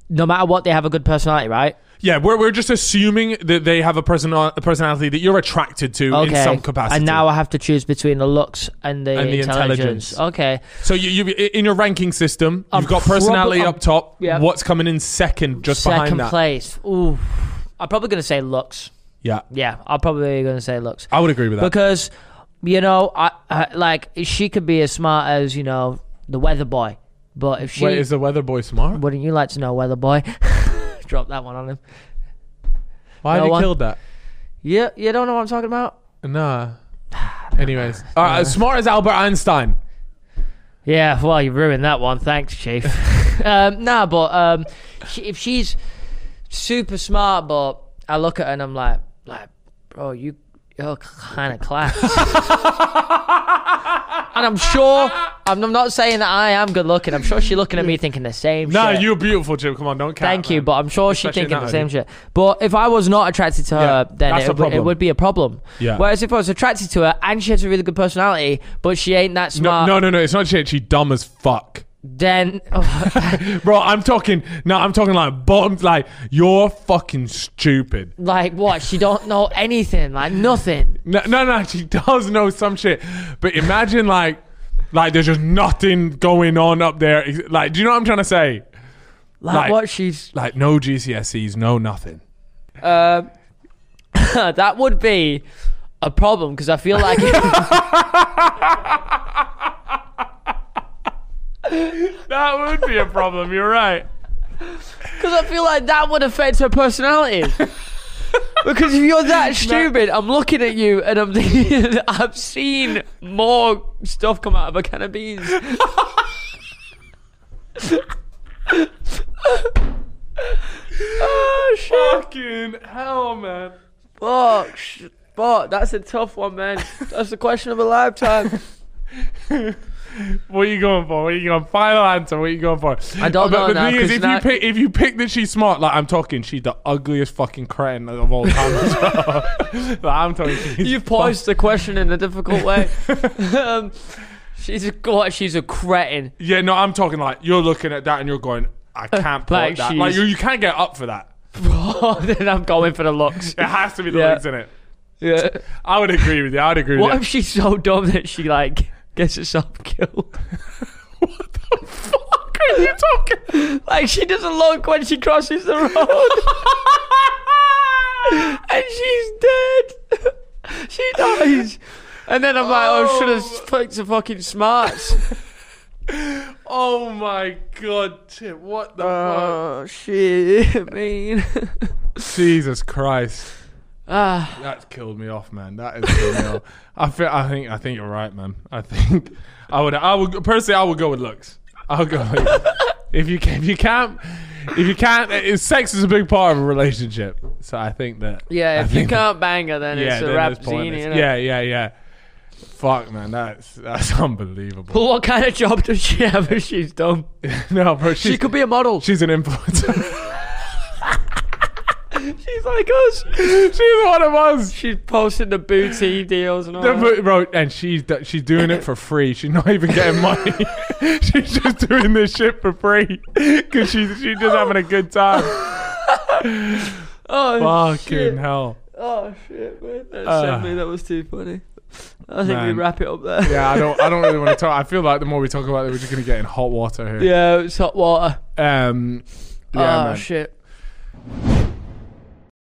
no matter what, they have a good personality, right? Yeah, we're, we're just assuming that they have a, person, a personality that you're attracted to in some capacity. And now I have to choose between the looks and the, And the intelligence. intelligence. Okay. so you, you in your ranking system, you've I'm got personality prob- I'm- up top. yeah. What's coming in second, just Second behind that? place. Ooh. I'm probably going to say looks. Yeah, Yeah, I'm probably going to say looks. I would agree with that. Because, you know, I, I like she could be as smart as, you know, the weather boy. But if she. Wait, is the weather boy smart? Wouldn't you like to know, weather boy? Drop that one on him. Why No have you one- killed that? You, you don't know what I'm talking about? Nah. Anyways, all right, as smart as Albert Einstein. Uh. Yeah, well, you ruined that one. Thanks, Chief. um, nah, but um, she, if she's super smart, but I look at her and I'm like, like, bro, you you're kind of class. and I'm sure I'm, I'm not saying that I am good looking. I'm sure she's looking at me thinking the same. Nah, shit. you're beautiful, Jim. Come on, don't count. Thank you, but I'm sure she's Especially thinking in the that same idea. shit. But if I was not attracted to her, Yeah, then that's it, a would- it problem. would be a problem. Yeah. Whereas if I was attracted to her and she has a really good personality, but she ain't that No, smart, no, no, no. It's not shit. She dumb as fuck. then oh, Bro, I'm talking. No, I'm talking like bottom. Like you're fucking stupid. like what? She don't know anything, like nothing. No, no, no. She does know some shit, but imagine like, like there's just nothing going on up there. Ex- Like, do you know what I'm trying to say? Like, what she's Like no GCSEs, no nothing. Uh, Um, that would be a problem because I feel like That would be a problem. You're right. because I feel like that would affect her personality. because if you're that stupid, I'm looking at you and I'm thinking I've seen more stuff come out of a can of beans. oh shit! Fucking hell, man. Fuck! sh- Fuck! That's a tough one, man. That's the question of a lifetime. What are you going for? What are you going? Final answer. What are you going for? Oh, I don't but know The now, thing is, 'cause if now- you pick, if you pick that she's smart, like I'm talking, she's the ugliest fucking cretin of all time. as well. like, I'm talking. she's You posed the question in a difficult way. um, she's a god. She's a cretin. Uh, Yeah, no, I'm talking like you're looking at that and you're going, I can't put Like that. she's- Like you, you can't get up for that. then I'm going for the looks. It has to be the Yeah. legs in it. Yeah. I would agree with you. I would agree What with if she's so dumb that she like gets herself killed? you. what the fuck are you talking? like she doesn't look when she crosses the road, and she's dead. she dies. And then I'm like, oh, I should have picked the fucking smarts. Oh my god, Tim! What the oh shit, mean. fuck? Jesus Christ, ah. that killed me off, man. That is killed me off. I feel, I think, I think you're right, man. I think I would, I would personally, I would go with looks. I'll go with, if you can, if you can't, if you can't. It, sex is a big part of a relationship, so I think that. I Yeah, if you think that- can't bang her, then it's a then rap it's pointless. zini, innit? Yeah, yeah, yeah. Fuck, man, that's that's unbelievable. But what kind of job does she have if she's dumb? no, bro, she's, She could be a model. she's an influencer. She's like us. she's one of us. She's posting the booty deals and all The that. bo- Bro, and she's do- she's doing it for free. She's not even getting money. she's just doing this shit for free because she's she's just having a good time. Oh, Fucking shit. hell. Oh, shit, man. That, Uh, sent me. that was too funny. I think we man. wrap it up there. Yeah, I don't I don't really want to talk. I feel like the more we talk about it, we're just gonna get in hot water here. Yeah, it's hot water. Um. Yeah, oh, man. shit.